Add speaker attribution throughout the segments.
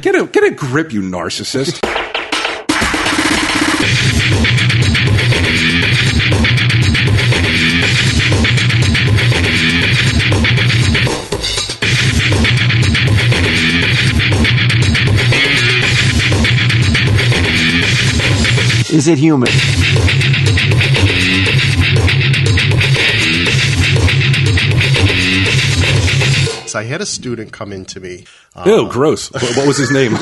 Speaker 1: Get a grip, you narcissist.
Speaker 2: Is it human?
Speaker 3: So I had a student come in to me. Uh,
Speaker 1: Ew, gross. What, what was his name?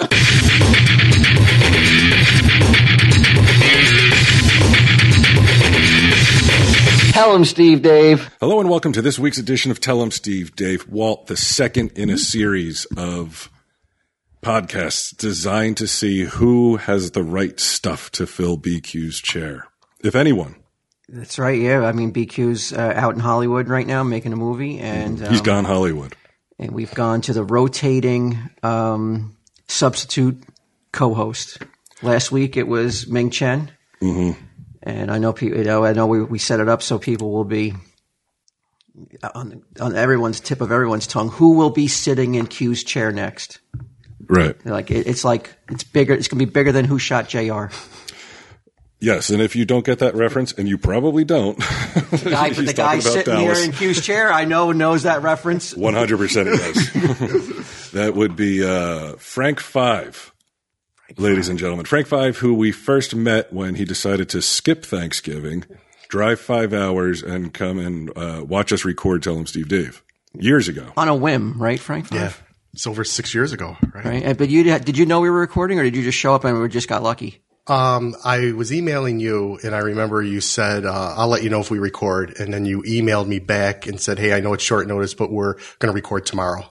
Speaker 2: Tell him, Steve Dave.
Speaker 1: Hello and welcome to this week's edition of Tell 'em Steve, Dave, Walt, the second in a series of podcasts designed to see who has the right stuff to fill BQ's chair. If anyone,
Speaker 2: That's right. Yeah, I mean BQ's uh, out in Hollywood right now making a movie, and um,
Speaker 1: he's gone Hollywood.
Speaker 2: and we've gone to the rotating um, substitute co-host. Last week it was Ming Chen, and I know people. You know, I know we, we set it up so people will be on on everyone's tip of everyone's tongue. Who will be sitting in Q's chair next?
Speaker 1: Right.
Speaker 2: Like it, it's like it's bigger. It's gonna be bigger than who shot Jr.
Speaker 1: Yes. And if you don't get that reference, and you probably don't,
Speaker 2: The guy, the guy sitting here in Q's chair, I know knows that reference.
Speaker 1: One hundred percent, it does. that would be uh, Frank Five, ladies and gentlemen. Frank Five, who we first met when he decided to skip Thanksgiving, drive five hours, and come and uh, watch us record. Tell him Steve Dave years ago.
Speaker 2: on a whim, right, Frank?
Speaker 3: yeah, it's over six years ago, right?
Speaker 2: Right. Uh, But you did you know we were recording, or did you just show up and we just got lucky?
Speaker 3: Um, I was emailing you, and I remember you said, uh, "I'll let you know if we record." And then you emailed me back and said, "Hey, I know it's short notice, but we're going to record tomorrow."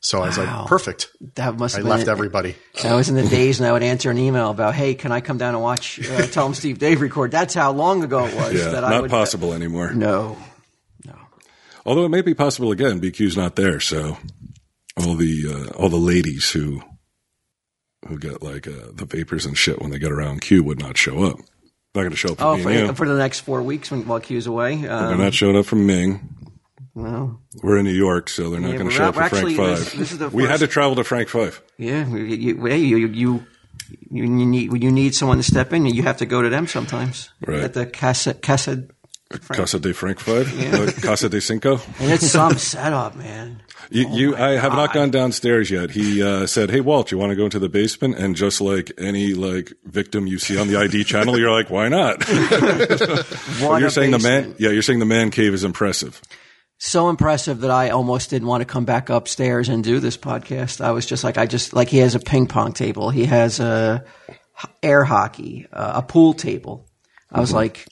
Speaker 3: So I was
Speaker 2: Wow.
Speaker 3: like, "Perfect."
Speaker 2: That must.
Speaker 3: I
Speaker 2: Have
Speaker 3: left
Speaker 2: been,
Speaker 3: everybody.
Speaker 2: That was in the days when I would answer an email about, "Hey, can I come down and watch? Uh, tell him Steve Dave record." That's how long ago it was
Speaker 1: Yeah,
Speaker 2: that I
Speaker 1: not
Speaker 2: would.
Speaker 1: possible anymore.
Speaker 2: No.
Speaker 1: Although it may be possible again. BQ's not there, so all the uh, all the ladies who who get like uh, the vapors and shit when they get around Q would not show up. Not going to show up. For
Speaker 2: Oh,
Speaker 1: me
Speaker 2: for,
Speaker 1: and you.
Speaker 2: for the next four weeks when while Q's away.
Speaker 1: They're
Speaker 2: Um,
Speaker 1: not showing up from Ming.
Speaker 2: well,
Speaker 1: We're in New York, so they're not
Speaker 2: Yeah,
Speaker 1: going
Speaker 2: we're
Speaker 1: to show
Speaker 2: not-
Speaker 1: up
Speaker 2: we're
Speaker 1: for Frank
Speaker 2: actually-
Speaker 1: Five.
Speaker 2: this- this is the
Speaker 1: we had
Speaker 2: first-
Speaker 1: to travel to Frank Five.
Speaker 2: yeah, you you, hey, you, you you you need you need someone to step in, and you have to go to them sometimes
Speaker 1: Right.
Speaker 2: at the casa casa.
Speaker 1: Casa de Frank Five, Uh, Casa de Cinco.
Speaker 2: And it's some setup, man.
Speaker 1: You, you I have not gone downstairs yet. He uh, said, "Hey, Walt, you want to go into the basement?" And just like any like victim you see on the ID channel, you're like, "Why not?"
Speaker 2: What
Speaker 1: you're
Speaker 2: a
Speaker 1: saying the man,
Speaker 2: basement.
Speaker 1: yeah, you're saying the man cave is impressive.
Speaker 2: so impressive that I almost didn't want to come back upstairs and do this podcast. I was just like, I just like he has a ping pong table, he has a h- air hockey, uh, a pool table. I
Speaker 1: Mm-hmm.
Speaker 2: was like,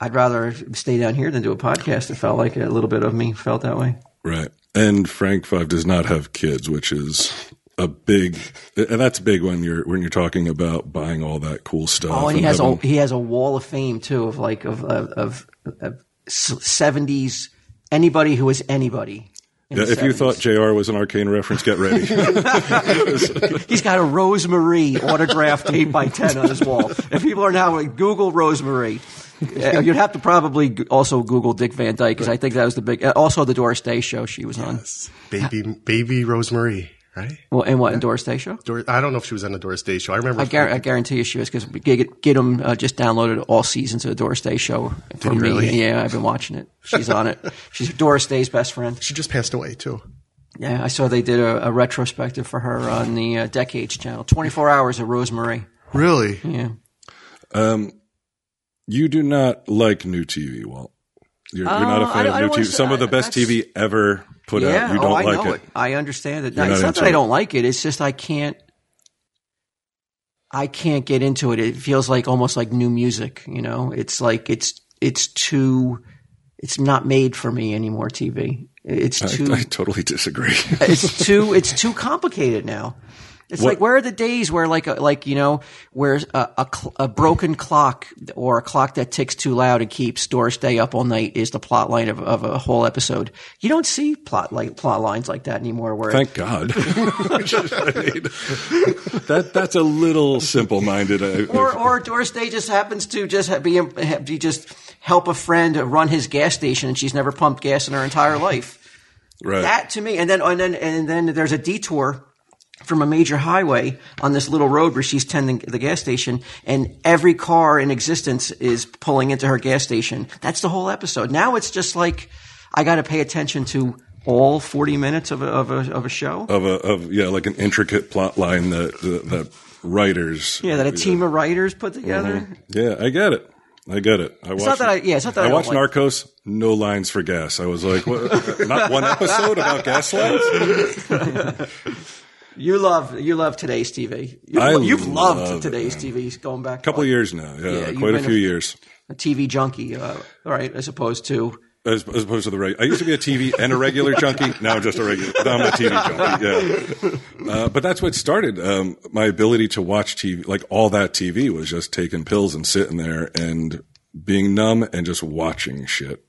Speaker 2: I'd rather stay down here than do a podcast. It felt like a little bit of me felt that way.
Speaker 1: Right. And Frank Five does not have kids, which is a big, and that's big when you're when you're talking about buying all that cool stuff.
Speaker 2: Oh, and he
Speaker 1: and
Speaker 2: has a
Speaker 1: having-
Speaker 2: he has a wall of fame too of like of of, of, of seventies anybody who is anybody. in
Speaker 1: Yeah,
Speaker 2: the
Speaker 1: if you
Speaker 2: 70s.
Speaker 1: thought JR was an arcane reference, get ready.
Speaker 2: He's got a Rosemary autographed 8 by 10 on his wall. If people are now Google Rosemary, uh, you'd have to probably g- also Google Dick Van Dyke because I think that was the big. uh, Also, the Doris Day show she was on.
Speaker 3: Baby, baby Rosemary, right?
Speaker 2: Well, and what in Doris Day show?
Speaker 3: Dor- I don't know if she was on the Doris Day show. I remember.
Speaker 2: I, guar- I guarantee you she was because Gidim uh, just downloaded all seasons of the Doris Day show for me.
Speaker 3: really?
Speaker 2: Yeah, I've been watching it. She's on it. She's Doris Day's best friend.
Speaker 3: she just passed away too.
Speaker 2: Yeah, I saw they did a, a retrospective for her on the uh, Decades channel. 24 hours of Rosemary.
Speaker 3: Really?
Speaker 2: Yeah.
Speaker 1: Um, you do not like new TV, Walt. You're, you're not a
Speaker 2: Uh, I
Speaker 1: fan
Speaker 2: don't- I
Speaker 1: of new
Speaker 2: don't
Speaker 1: TV.
Speaker 2: wanna say-
Speaker 1: Some of the
Speaker 2: I-
Speaker 1: best
Speaker 2: that's-
Speaker 1: TV ever put out. You don't
Speaker 2: oh, I
Speaker 1: like
Speaker 2: know I understand it. No,
Speaker 1: You're
Speaker 2: it's
Speaker 1: not
Speaker 2: not that
Speaker 1: into
Speaker 2: I
Speaker 1: it.
Speaker 2: don't like it. It's just I can't. I can't get into it. It feels like almost like new music. You know, it's like it's it's too. It's not made for me anymore. TV. It's too.
Speaker 1: I, I totally disagree.
Speaker 2: it's too. It's too complicated now. It's like where are the days where like a, like you know where a, a, cl- a broken clock or a clock that ticks too loud and keeps Doris Day up all night is the plot line of, of a whole episode. You don't see plot like plot lines like that anymore. Where
Speaker 1: Thank God. that that's a little simple minded.
Speaker 2: or or Doris Day just happens to just ha- be, ha- be just help a friend run his gas station and she's never pumped gas in her entire life.
Speaker 1: Right.
Speaker 2: That to me, and then and then and then there's a detour from a major highway on this little road where she's tending the gas station, and every car in existence is pulling into her gas station. That's the whole episode. Now it's just like I got to pay attention to all 40 minutes of a, of a, of a show.
Speaker 1: of a of yeah, like an intricate plot line that that, that writers. uh-huh.
Speaker 2: yeah, that a team of writers put together.
Speaker 1: Yeah, I get it. I get it. I it's
Speaker 2: not that I- yeah, it's not that I don't
Speaker 1: watched
Speaker 2: like-
Speaker 1: Narcos. No lines for gas. I was like, what? not one episode about gas lines.
Speaker 2: You love you love today's TV. You,
Speaker 1: I
Speaker 2: you've loved
Speaker 1: love it,
Speaker 2: today's TV going back a
Speaker 1: couple of years now.
Speaker 2: Yeah,
Speaker 1: Yeah,
Speaker 2: you've
Speaker 1: quite a
Speaker 2: been a-
Speaker 1: few years.
Speaker 2: a TV junkie, uh, all right, as opposed to
Speaker 1: As, as opposed to the regular, I used to be a TV and a regular junkie. Now I'm just a regular. Now I'm a TV junkie. Yeah, uh, but that's what started um, my ability to watch TV. Like all that TV was just taking pills and sitting there and being numb and just watching shit.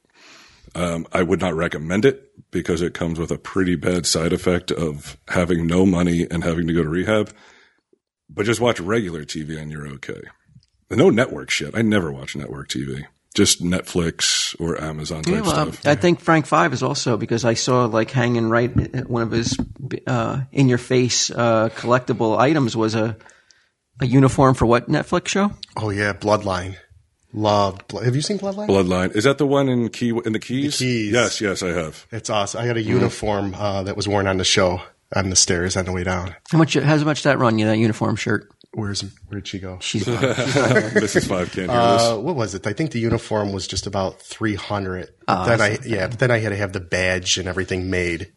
Speaker 1: Um, I would not recommend it because it comes with a pretty bad side effect of having no money and having to go to rehab. But just watch regular TV and you're okay. No network shit. I never watch network TV. Just Netflix or Amazon type
Speaker 2: Yeah, well, um,
Speaker 1: stuff.
Speaker 2: I think Frank Five is also because I saw like hanging right at one of his uh, in your face uh, collectible items was a a uniform for what Netflix show?
Speaker 3: Oh yeah, Bloodline. Love. Blood. Have you seen Bloodline?
Speaker 1: Bloodline. Is that the one in Key in the Keys?
Speaker 3: Keys.
Speaker 1: Yes, yes, I have.
Speaker 3: It's awesome. I got a uniform uh, that was worn on the show on the stairs on the way down.
Speaker 2: How much? How much that run you? That uniform shirt?
Speaker 3: Where's where'd she go?
Speaker 2: She's
Speaker 1: Mrs. Five can't hear
Speaker 3: Uh, what was it? I think the uniform was just about three hundred. then I yeah, but then I had to have the badge and everything made.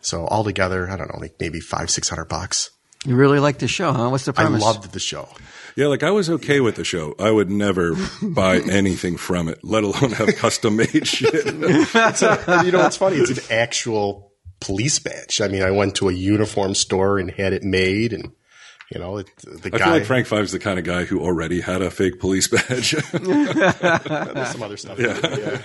Speaker 3: So altogether, I don't know, like maybe five six hundred bucks.
Speaker 2: you really like the show, huh? What's the
Speaker 3: I
Speaker 2: premise?
Speaker 3: loved the show.
Speaker 1: this. Yeah, like I was okay with the show. I would never buy anything from it, let alone have custom made shit.
Speaker 3: And you know what's funny? It's an actual police badge. I mean, I went to a uniform store and had it made, and you know, it, the
Speaker 1: I
Speaker 3: guy
Speaker 1: feel like Frank Five's the kind of guy who already had a fake police badge.
Speaker 3: there's some other stuff. Yeah.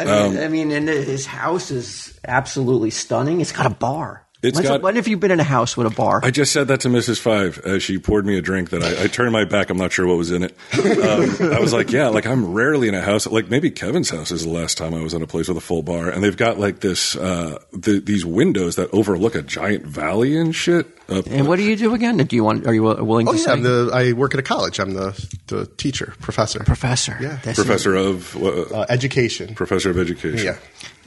Speaker 2: I mean, I mean, and his house is absolutely stunning. It's got a bar.
Speaker 1: It's
Speaker 2: When's-
Speaker 1: got-
Speaker 2: when have you been in a house with a bar?
Speaker 1: I just said that to Mrs. Five as she poured me a drink that I, I turned my back. I'm not sure what was in it. Um, I was like, yeah, like I'm rarely in a house. Like maybe Kevin's house is the last time I was in a place with a full bar, and they've got like this uh, the, these windows that overlook a giant valley and shit. Uh,
Speaker 2: and what do you do again? Do you want? Are you wi- willing
Speaker 3: Oh
Speaker 2: to
Speaker 3: yeah,
Speaker 2: say
Speaker 3: I'm the, I work at a college. I'm the, the teacher, professor,
Speaker 2: professor? Yeah,
Speaker 1: professor of uh,
Speaker 3: uh, education.
Speaker 1: professor of education.
Speaker 3: Yeah.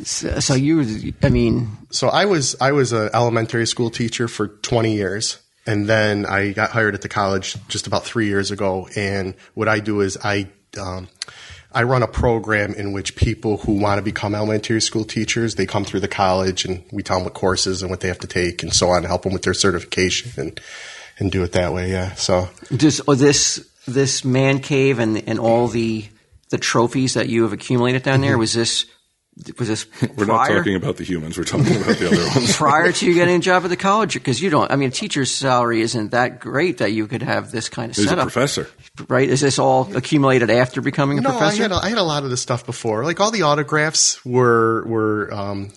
Speaker 2: So you, I mean,
Speaker 3: So I was I was an elementary school teacher for 20 years, and then I got hired at the college just about three years ago. And what I do is I um, I run a program in which people who want to become elementary school teachers they come through the college, and we tell them what courses and what they have to take and so on, help them with their certification and and do it that way. Yeah. So
Speaker 2: Does oh, this this man cave and and all the the trophies that you have accumulated down there was this was this
Speaker 1: Mm-hmm. We're not
Speaker 2: prior
Speaker 1: talking about the humans. We're talking about the other ones.
Speaker 2: prior to you getting a job at the college because you don't I mean a teacher's salary isn't that great that you could have this kind of
Speaker 1: He's a
Speaker 2: setup
Speaker 1: professor.
Speaker 2: right is this all accumulated after becoming a
Speaker 3: No,
Speaker 2: professor
Speaker 3: I had a, I had a lot of this stuff before. Like all the autographs were were um,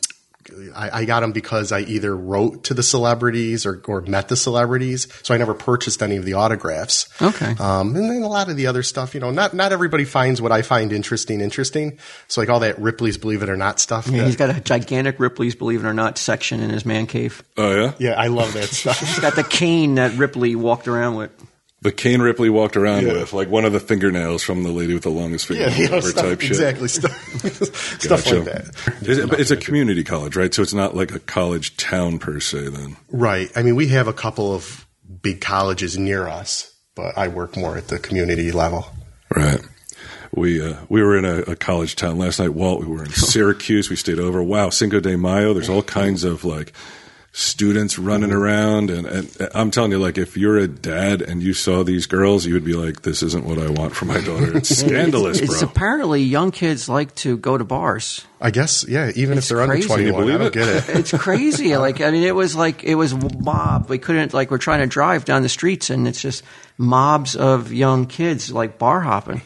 Speaker 3: I, I got them because I either wrote to the celebrities or or met the celebrities. So I never purchased any of the autographs.
Speaker 2: Okay.
Speaker 3: Um, and then a lot of the other stuff, you know, not not everybody finds what I find interesting interesting. So like all that Ripley's Believe It or Not stuff.
Speaker 2: Yeah,
Speaker 3: that-
Speaker 2: he's got a gigantic Ripley's Believe It or Not section in his man cave
Speaker 1: Oh yeah.
Speaker 3: yeah, I love that stuff.
Speaker 2: he's got the cane that Ripley walked around with
Speaker 1: The Kane Ripley walked around
Speaker 3: Yeah.
Speaker 1: with like one of the fingernails from the lady with the longest
Speaker 3: yeah,
Speaker 1: fingernail
Speaker 3: you know,
Speaker 1: ever
Speaker 3: stuff-
Speaker 1: type shit.
Speaker 3: exactly stuff stuff like
Speaker 1: Gotcha.
Speaker 3: that.
Speaker 1: It's, but it's a community college, right? So it's not like a college town per se. Then
Speaker 3: Right. I mean, we have a couple of big colleges near us, but I work more at the community level.
Speaker 1: Right. We uh, we were in a, a college town last night, Walt. We were in Syracuse. We stayed over. Wow, Cinco de Mayo. There's all kinds of like students running around, and, and I'm telling you, like if you're a dad and you saw these girls, you would be like, "This isn't what I want for my daughter." It's scandalous,
Speaker 2: it's
Speaker 1: bro.
Speaker 2: apparently young kids like to go to bars
Speaker 3: I guess, yeah, even if they're
Speaker 2: crazy.
Speaker 3: under
Speaker 2: Can you
Speaker 3: 21, I don't
Speaker 1: believe
Speaker 3: get it.
Speaker 2: it's crazy. Like I mean, it was like it was mob. We couldn't like we're trying to drive down the streets, and it's just mobs of young kids like bar hopping.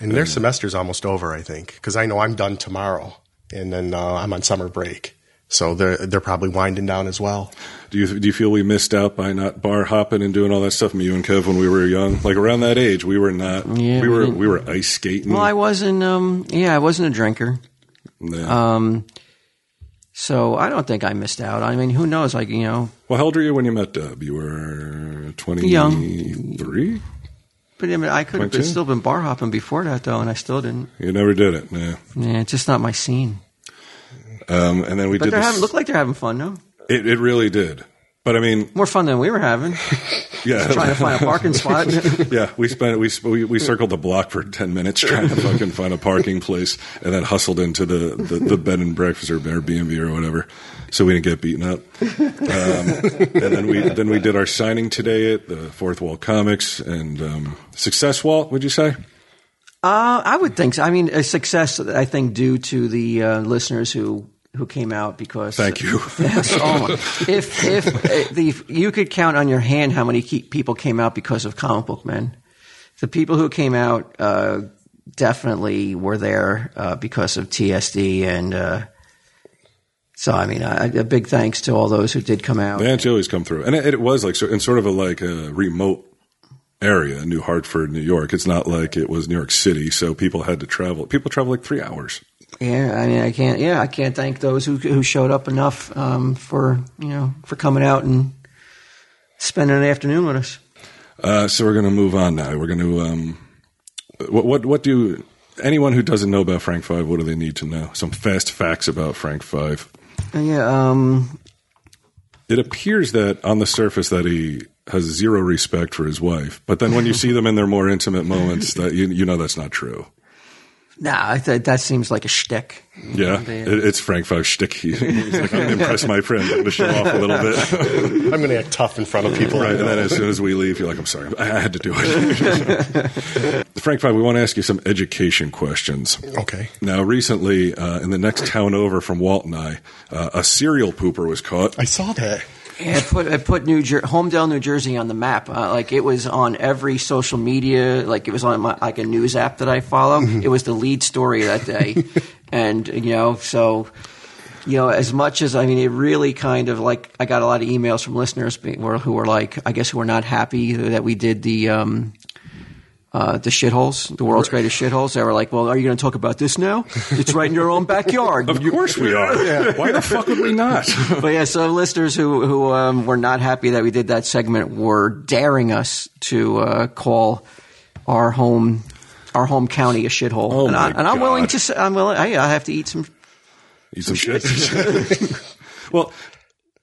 Speaker 3: And their semester's almost over, I think, because I know I'm done tomorrow and then uh, I'm on summer break. So they're, they're probably winding down as well.
Speaker 1: do you do you feel we missed out by not bar hopping and doing all that stuff? I mean, you and Kev, when we were young, like around that age, we were not.
Speaker 2: Yeah,
Speaker 1: we
Speaker 2: we
Speaker 1: were
Speaker 2: didn't-
Speaker 1: we were ice skating.
Speaker 2: Well, I wasn't. Um, yeah, I wasn't a drinker.
Speaker 1: Yeah.
Speaker 2: Um, So I don't think I missed out. I mean, who knows? Like, you know,
Speaker 1: Well, how old were you when you met Deb? You were 23?
Speaker 2: but I mean, I could have been,
Speaker 1: Twenty-two?
Speaker 2: still been bar hopping before that though, and I still didn't.
Speaker 1: You never did it. Nah.
Speaker 2: Yeah, it's just not my scene.
Speaker 1: Um, and then we
Speaker 2: But
Speaker 1: did
Speaker 2: they
Speaker 1: this.
Speaker 2: having look like they're having fun, no?
Speaker 1: it, it really did. But I mean,
Speaker 2: More fun than we were having,
Speaker 1: yeah.
Speaker 2: trying to find a parking spot.
Speaker 1: Yeah, we spent we, we we circled the block for ten minutes trying to fucking find a parking place, and then hustled into the, the, the bed and breakfast or Airbnb or whatever, so we didn't get beaten up. Um, and then we then we did our signing today at the Fourth Wall Comics and um, Success Wall. Would you say?
Speaker 2: Uh, I would think so. I mean, a success, I think, due to the uh, listeners who, who came out because.
Speaker 1: Thank you.
Speaker 2: Yes, oh my. If, if uh, the, you could count on your hand how many key, people came out because of Comic Book Men, the people who came out uh, definitely were there uh, because of TSD. And uh, so, I mean, I, a big thanks to all those who did come out.
Speaker 1: Man, she always come through, and it, it was like so in sort of a like a remote area, New Hartford, New York. It's not like it was New York City, so people had to travel. People travel like three hours.
Speaker 2: Yeah, I mean, I can't. Yeah, I can't thank those who who showed up enough um, for you know for coming out and spending an afternoon with us.
Speaker 1: Uh, so we're going to move on now. We're going to um, what what what do anyone who doesn't know about Frank Five? What do they need to know? Some fast facts about Frank Five.
Speaker 2: Uh, yeah, um,
Speaker 1: It appears that on the surface that he has zero respect for his wife, but then when you see them in their more intimate moments, that you you know that's not true.
Speaker 2: nah, I th- that seems like a shtick.
Speaker 1: Yeah, it, it's Frank Five shtick. He- He's like, I'm going to impress my friend. I'm going to show off a little bit.
Speaker 3: I'm going to act tough in front of people.
Speaker 1: Right, and then as soon as we leave, you're like, I'm sorry, I I had to do it. Frank Five, we want to ask you some education questions.
Speaker 3: Okay.
Speaker 1: Now, recently, uh, in the next town over from Walt and I, uh, a serial pooper was caught.
Speaker 3: I saw that.
Speaker 2: Yeah, it put it put New Jer- Homedale, New Jersey, on the map. Uh, like it was on every social media. Like it was on my, like a news app that I follow. It was the lead story that day, and you know, so you know, as much as I mean, it really kind of like I got a lot of emails from listeners be- were- who were like, I guess who were not happy that we did the. Um, uh, the shitholes, the world's greatest shitholes. They were like, "Well, are you going to talk about this now? It's right in your own backyard.
Speaker 1: Of course we are. Why the fuck would we not?
Speaker 2: But yeah, so listeners who who um, were not happy that we did that segment were daring us to uh, call our home our home county a shithole,
Speaker 1: Oh,
Speaker 2: and, I,
Speaker 1: my
Speaker 2: and I'm willing
Speaker 1: God.
Speaker 2: to. Say, I'm willing. I, I have to eat some.
Speaker 1: Eat some shit. well,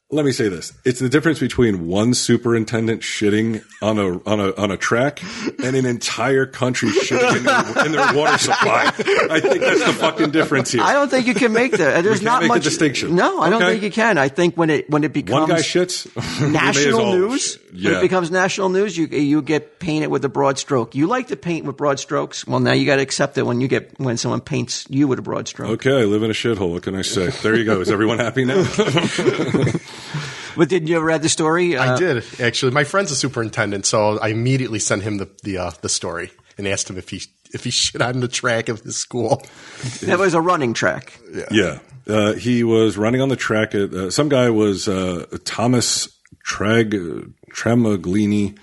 Speaker 1: let me say this: it's the difference between one superintendent shitting on a on a on a track and an entire country shitting in their, in their water supply. I think that's the fucking difference here.
Speaker 2: I don't think you can make that. There's
Speaker 1: can't
Speaker 2: not
Speaker 1: make the
Speaker 2: much
Speaker 1: distinction.
Speaker 2: No, I don't
Speaker 1: Okay.
Speaker 2: think you can. I think when it when it
Speaker 1: one
Speaker 2: becomes
Speaker 1: guy shits. we may as
Speaker 2: national
Speaker 1: well
Speaker 2: news,
Speaker 1: sh-
Speaker 2: when it
Speaker 1: Yeah.
Speaker 2: becomes national news, you you get painted with a broad stroke. You like to paint with broad strokes. Well, now you got to accept it when you get when someone paints you with a broad stroke.
Speaker 1: Okay, I live in a shithole. What can I say? There you go. Is everyone happy now?
Speaker 2: But did you ever read the story?
Speaker 3: I
Speaker 2: Uh,
Speaker 3: did actually. My friend's a superintendent, so I immediately sent him the the, uh, the story and asked him if he if he shit on the track of his school.
Speaker 2: That was a running track.
Speaker 1: Yeah. Uh, he was running on the track. At, uh, some guy was uh, Thomas Trag, Tramaglini.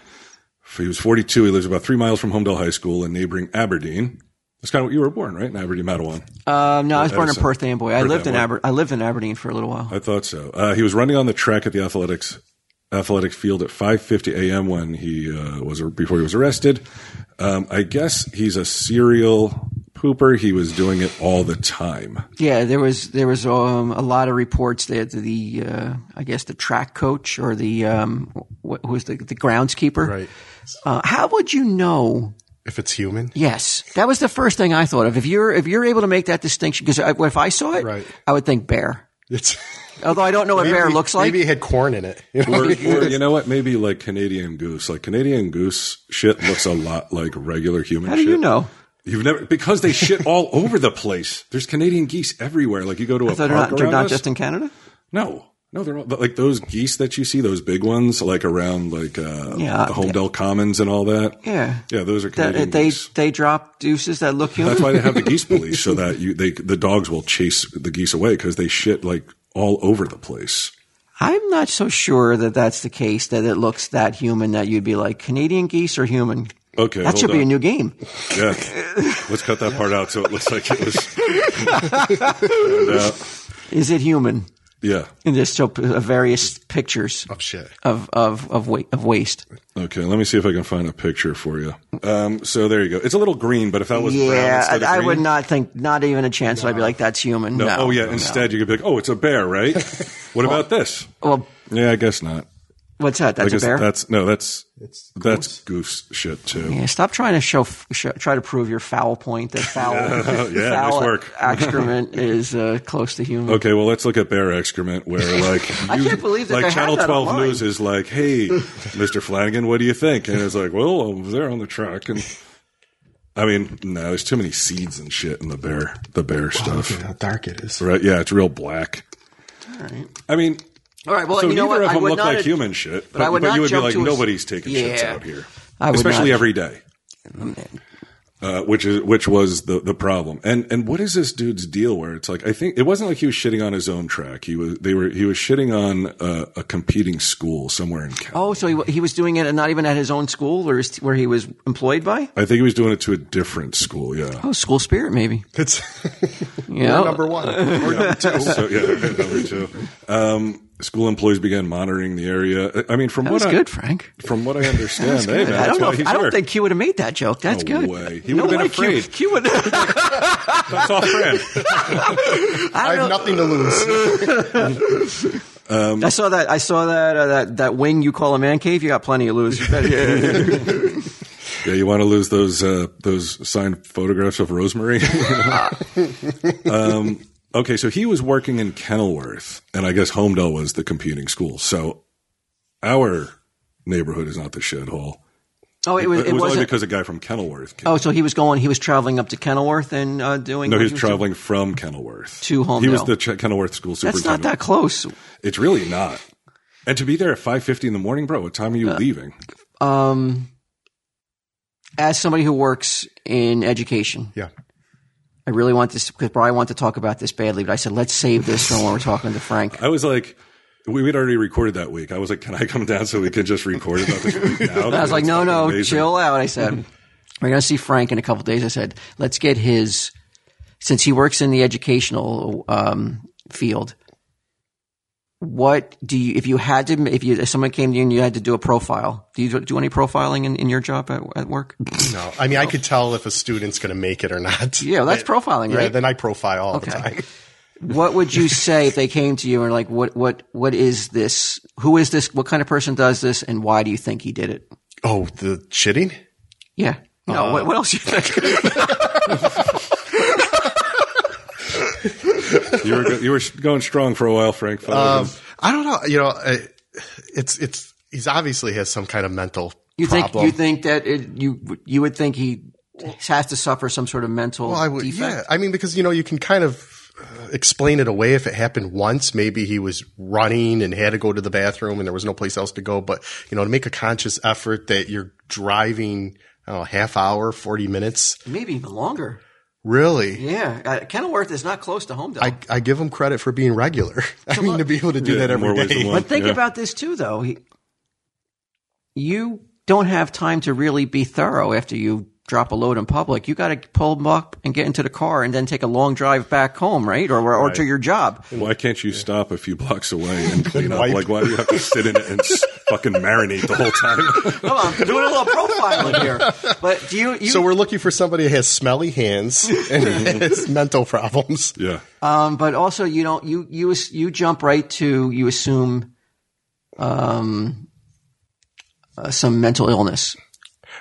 Speaker 1: He was 42. He lives about three miles from Homedale High School in neighboring Aberdeen. That's kind of what you were born, right? In Aberdeen, Madawan.
Speaker 2: Um, no, I was born in
Speaker 1: Edison.
Speaker 2: Perth Amboy. I
Speaker 1: Perth
Speaker 2: lived in
Speaker 1: Amboy.
Speaker 2: Aber- I lived in Aberdeen for a little while.
Speaker 1: I thought so. Uh, he was running on the track at the athletics athletic field at 5:50 a.m. when he uh, was before he was arrested. Um, I guess he's a serial pooper. He was doing it all the time.
Speaker 2: Yeah, there was there was um, a lot of reports that the uh, I guess the track coach or the um, wh- who was the the groundskeeper.
Speaker 3: Right.
Speaker 2: Uh, how would you know?
Speaker 3: If it's human,
Speaker 2: Yes, that was the first thing I thought of. If you're if you're able to make that distinction, because if I saw it,
Speaker 3: Right.
Speaker 2: I would think bear.
Speaker 3: it's
Speaker 2: Although I don't know what bear looks like.
Speaker 3: Maybe it had corn in it. You know?
Speaker 1: or, or you know what? Maybe like Canadian goose. Like Canadian goose shit looks a lot like regular human.
Speaker 2: how do
Speaker 1: shit.
Speaker 2: you know?
Speaker 1: You've never because they shit all over the place. There's Canadian geese everywhere. Like you go to a
Speaker 2: So
Speaker 1: park
Speaker 2: they're not, they're
Speaker 1: around
Speaker 2: not
Speaker 1: us-
Speaker 2: just in Canada.
Speaker 1: no, no, they're all, but, like those geese that you see, those big ones, like around like uh,
Speaker 2: Yeah.
Speaker 1: the Homedale Commons and all that.
Speaker 2: Yeah.
Speaker 1: yeah, those are Canadian
Speaker 2: That, they
Speaker 1: geese.
Speaker 2: they drop deuces that look human.
Speaker 1: That's why they have the geese police, so that you they the dogs will chase the geese away because they shit like all over the place.
Speaker 2: I'm not so sure that that's the case. That it looks that human that you'd be like Canadian geese are human.
Speaker 1: Okay,
Speaker 2: that should
Speaker 1: hold
Speaker 2: be a
Speaker 1: on.
Speaker 2: new game.
Speaker 1: Yeah. Let's cut that part out so it looks like it was. And, uh,
Speaker 2: Is it human?
Speaker 1: Yeah.
Speaker 2: And there's still p- uh, various pictures
Speaker 3: Oh shit.
Speaker 2: of of of, wa- of waste.
Speaker 1: Okay. Let me see if I can find a picture for you. Um, so there you go. It's a little green, but if that was brown
Speaker 2: Yeah,
Speaker 1: instead
Speaker 2: I,
Speaker 1: of
Speaker 2: I would
Speaker 1: green-
Speaker 2: not think, not even a chance. I'd be like, that's human. No.
Speaker 1: oh yeah.
Speaker 2: no.
Speaker 1: Instead, you could be like, oh, it's a bear, right? what about this?
Speaker 2: Well,
Speaker 1: Yeah, I guess not.
Speaker 2: what's that?
Speaker 1: I
Speaker 2: That's a
Speaker 1: guess
Speaker 2: bear.
Speaker 1: that's no, that's that's goose shit too.
Speaker 2: Yeah, stop trying to show, show try to prove your foul point that foul,
Speaker 1: Yeah, nice
Speaker 2: foul
Speaker 1: work.
Speaker 2: excrement is uh, close to human.
Speaker 1: Okay, well, let's look at bear excrement, where like
Speaker 2: I can't believe that
Speaker 1: like
Speaker 2: they had
Speaker 1: Channel
Speaker 2: that
Speaker 1: Twelve
Speaker 2: online.
Speaker 1: News is like, hey, Mister Flanagan, what do you think? And it's like, well, I was there on the truck, and I mean, no, there's too many seeds and shit in the bear, the bear
Speaker 3: Look
Speaker 1: stuff,
Speaker 3: at how dark it is.
Speaker 1: right? Yeah, it's real black. I mean,
Speaker 2: All right. Well,
Speaker 1: so
Speaker 2: you know
Speaker 1: neither
Speaker 2: what?
Speaker 1: of
Speaker 2: I
Speaker 1: them
Speaker 2: would
Speaker 1: look
Speaker 2: not
Speaker 1: like
Speaker 2: ad-
Speaker 1: human shit, but,
Speaker 2: I would
Speaker 1: but
Speaker 2: not
Speaker 1: you would be
Speaker 2: jump
Speaker 1: like,
Speaker 2: to a-
Speaker 1: nobody's taking shits
Speaker 2: Yeah.
Speaker 1: out here,
Speaker 2: I would
Speaker 1: especially
Speaker 2: not.
Speaker 1: every day. Uh, which is which was the the problem, and and what is this dude's deal? Where it's like I think it wasn't like he was shitting on his own track. He was they were he was shitting on uh, a, a competing school somewhere in. Cal-
Speaker 2: Oh, so he, wa- he was doing it, and not even at his own school, or his, where he was employed by.
Speaker 1: I think he was doing it to a different school. Yeah,
Speaker 2: Oh, school spirit, maybe.
Speaker 3: It's
Speaker 2: Yeah.
Speaker 3: number one. Or number two.
Speaker 1: so yeah, number two. Um, school employees began monitoring the area. I- I mean, from
Speaker 2: that
Speaker 1: what
Speaker 2: was
Speaker 1: I,
Speaker 2: good, Frank.
Speaker 1: From what I understand, hey, man,
Speaker 2: I
Speaker 1: that's
Speaker 2: don't know.
Speaker 1: why
Speaker 2: if-
Speaker 1: he's
Speaker 2: I
Speaker 1: here.
Speaker 2: don't think Q would have made that joke. That's
Speaker 1: No
Speaker 2: good.
Speaker 1: way. He
Speaker 2: No
Speaker 1: would've been
Speaker 2: way Q-
Speaker 1: afraid.
Speaker 2: Q would. I
Speaker 1: that's all friend.
Speaker 3: I
Speaker 2: don't
Speaker 3: have
Speaker 2: know.
Speaker 3: nothing to lose.
Speaker 2: I saw that. I saw that. Uh, that that wing you call a man cave. You got plenty of lose.
Speaker 1: Yeah, you want to lose those uh, those signed photographs of Rosemary? um, okay, so he was working in Kenilworth, and I guess Homedale was the competing school. So our neighborhood is not the shit hole.
Speaker 2: Oh, it was.
Speaker 1: It,
Speaker 2: It,
Speaker 1: was only
Speaker 2: wasn't.
Speaker 1: because a guy from Kenilworth. Came.
Speaker 2: Oh, so he was going. He was traveling up to Kenilworth and uh, doing.
Speaker 1: no,
Speaker 2: what
Speaker 1: he was
Speaker 2: he was
Speaker 1: traveling from Kenilworth
Speaker 2: To
Speaker 1: He was
Speaker 2: Homedale.
Speaker 1: the Ch- Kenilworth school
Speaker 2: That's not
Speaker 1: superintendent.
Speaker 2: that close.
Speaker 1: It's really not. And to be there at five fifty in the morning, bro. What time are
Speaker 2: Uh,
Speaker 1: you leaving?
Speaker 2: Um, as somebody who works in education,
Speaker 3: Yeah.
Speaker 2: I really want this because I want to talk about this badly. But I said, let's save this for when we're talking to Frank.
Speaker 1: I was like, we, we'd already recorded that week. I was like, can I come down so we could just record about this week now?
Speaker 2: I was like, no, no, chill out. I said, we're going to see Frank in a couple days. I said, let's get his, since he works in the educational um, field. What do you, if you had to, if you, if someone came to you and you had to do a profile, do you do any profiling in, in your job at, at work?
Speaker 3: No, I mean, I could tell if a student's going to make it or not.
Speaker 2: Yeah, well, that's profiling,
Speaker 3: Yeah,
Speaker 2: right?
Speaker 3: then I profile all the
Speaker 2: Okay.
Speaker 3: time.
Speaker 2: what would you say if they came to you and like what what what is this who is this what kind of person does this and why do you think he did it
Speaker 3: Oh, the shitting?
Speaker 2: yeah no
Speaker 3: Uh,
Speaker 2: what, what else you think
Speaker 1: You were, go- you were going strong for a while, Frank. Follow
Speaker 3: Um, I don't know. You know, I, it's it's he's obviously has some kind of mental
Speaker 2: you think
Speaker 3: problem.
Speaker 2: you think that it, you you would think he has to suffer some sort of mental
Speaker 3: Well, I would, yeah.
Speaker 2: defect
Speaker 3: I mean, because you know, you can kind of uh, explain it away if it happened once. Maybe he was running and had to go to the bathroom, and there was no place else to go. But you know, to make a conscious effort that you're driving, I don't know, half hour, forty minutes,
Speaker 2: maybe even longer
Speaker 3: really.
Speaker 2: yeah uh, Kenilworth is not close to home
Speaker 3: I, I give him credit for being regular. I mean, to be able to do
Speaker 1: Yeah,
Speaker 3: that every
Speaker 1: more ways than
Speaker 3: day.
Speaker 1: one.
Speaker 2: but think
Speaker 1: yeah.
Speaker 2: about this too though he, you don't have time to really be thorough after you drop a load in public you got to pull them up and get into the car and then take a long drive back home right or, or to your job
Speaker 1: Why can't you stop a few blocks away and clean up?
Speaker 3: wipe.
Speaker 1: Like, why do you have to sit in it and s- fucking marinate the whole time?
Speaker 2: Come on, doing a little profiling here. But do you, you
Speaker 3: So we're looking for somebody who has smelly hands and has mental problems.
Speaker 1: yeah.
Speaker 2: um, but also you don't you you ass- you jump right to you assume um uh, some mental illness.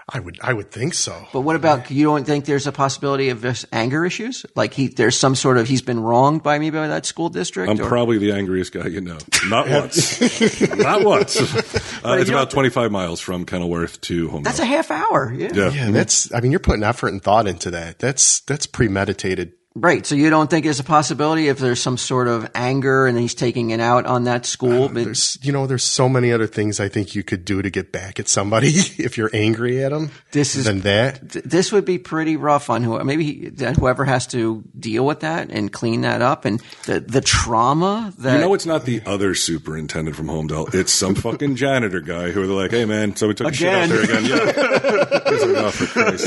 Speaker 3: I would I would think so.
Speaker 2: But what about you don't think there's a possibility of just anger issues? Like he there's some sort of he's been wronged by maybe by that school district
Speaker 1: I'm
Speaker 2: or
Speaker 1: probably the angriest guy you know. Not once. Not once. Uh, it's
Speaker 2: you
Speaker 1: about 25 miles from Kenilworth to Home.
Speaker 2: that's a half hour.
Speaker 1: yeah.
Speaker 3: Yeah, that's I mean, you're putting effort and thought into that. That's that's premeditated
Speaker 2: Right. So you don't think there's a possibility if there's some sort of anger and he's taking it out on that
Speaker 1: Uh,
Speaker 2: school. But
Speaker 3: there's you know there's so many other things I think you could do to get back at somebody if you're angry at them.
Speaker 2: This is-
Speaker 3: than that.
Speaker 2: th- this would be pretty rough on who maybe he, that whoever has to deal with that and clean that up and the the trauma that
Speaker 1: You know, it's not the other superintendent from Homedale. It's some fucking janitor guy who they're like, "Hey, man, so we took
Speaker 2: Again.
Speaker 1: a shit out there again." Yeah. He's like, "Oh, for Christ's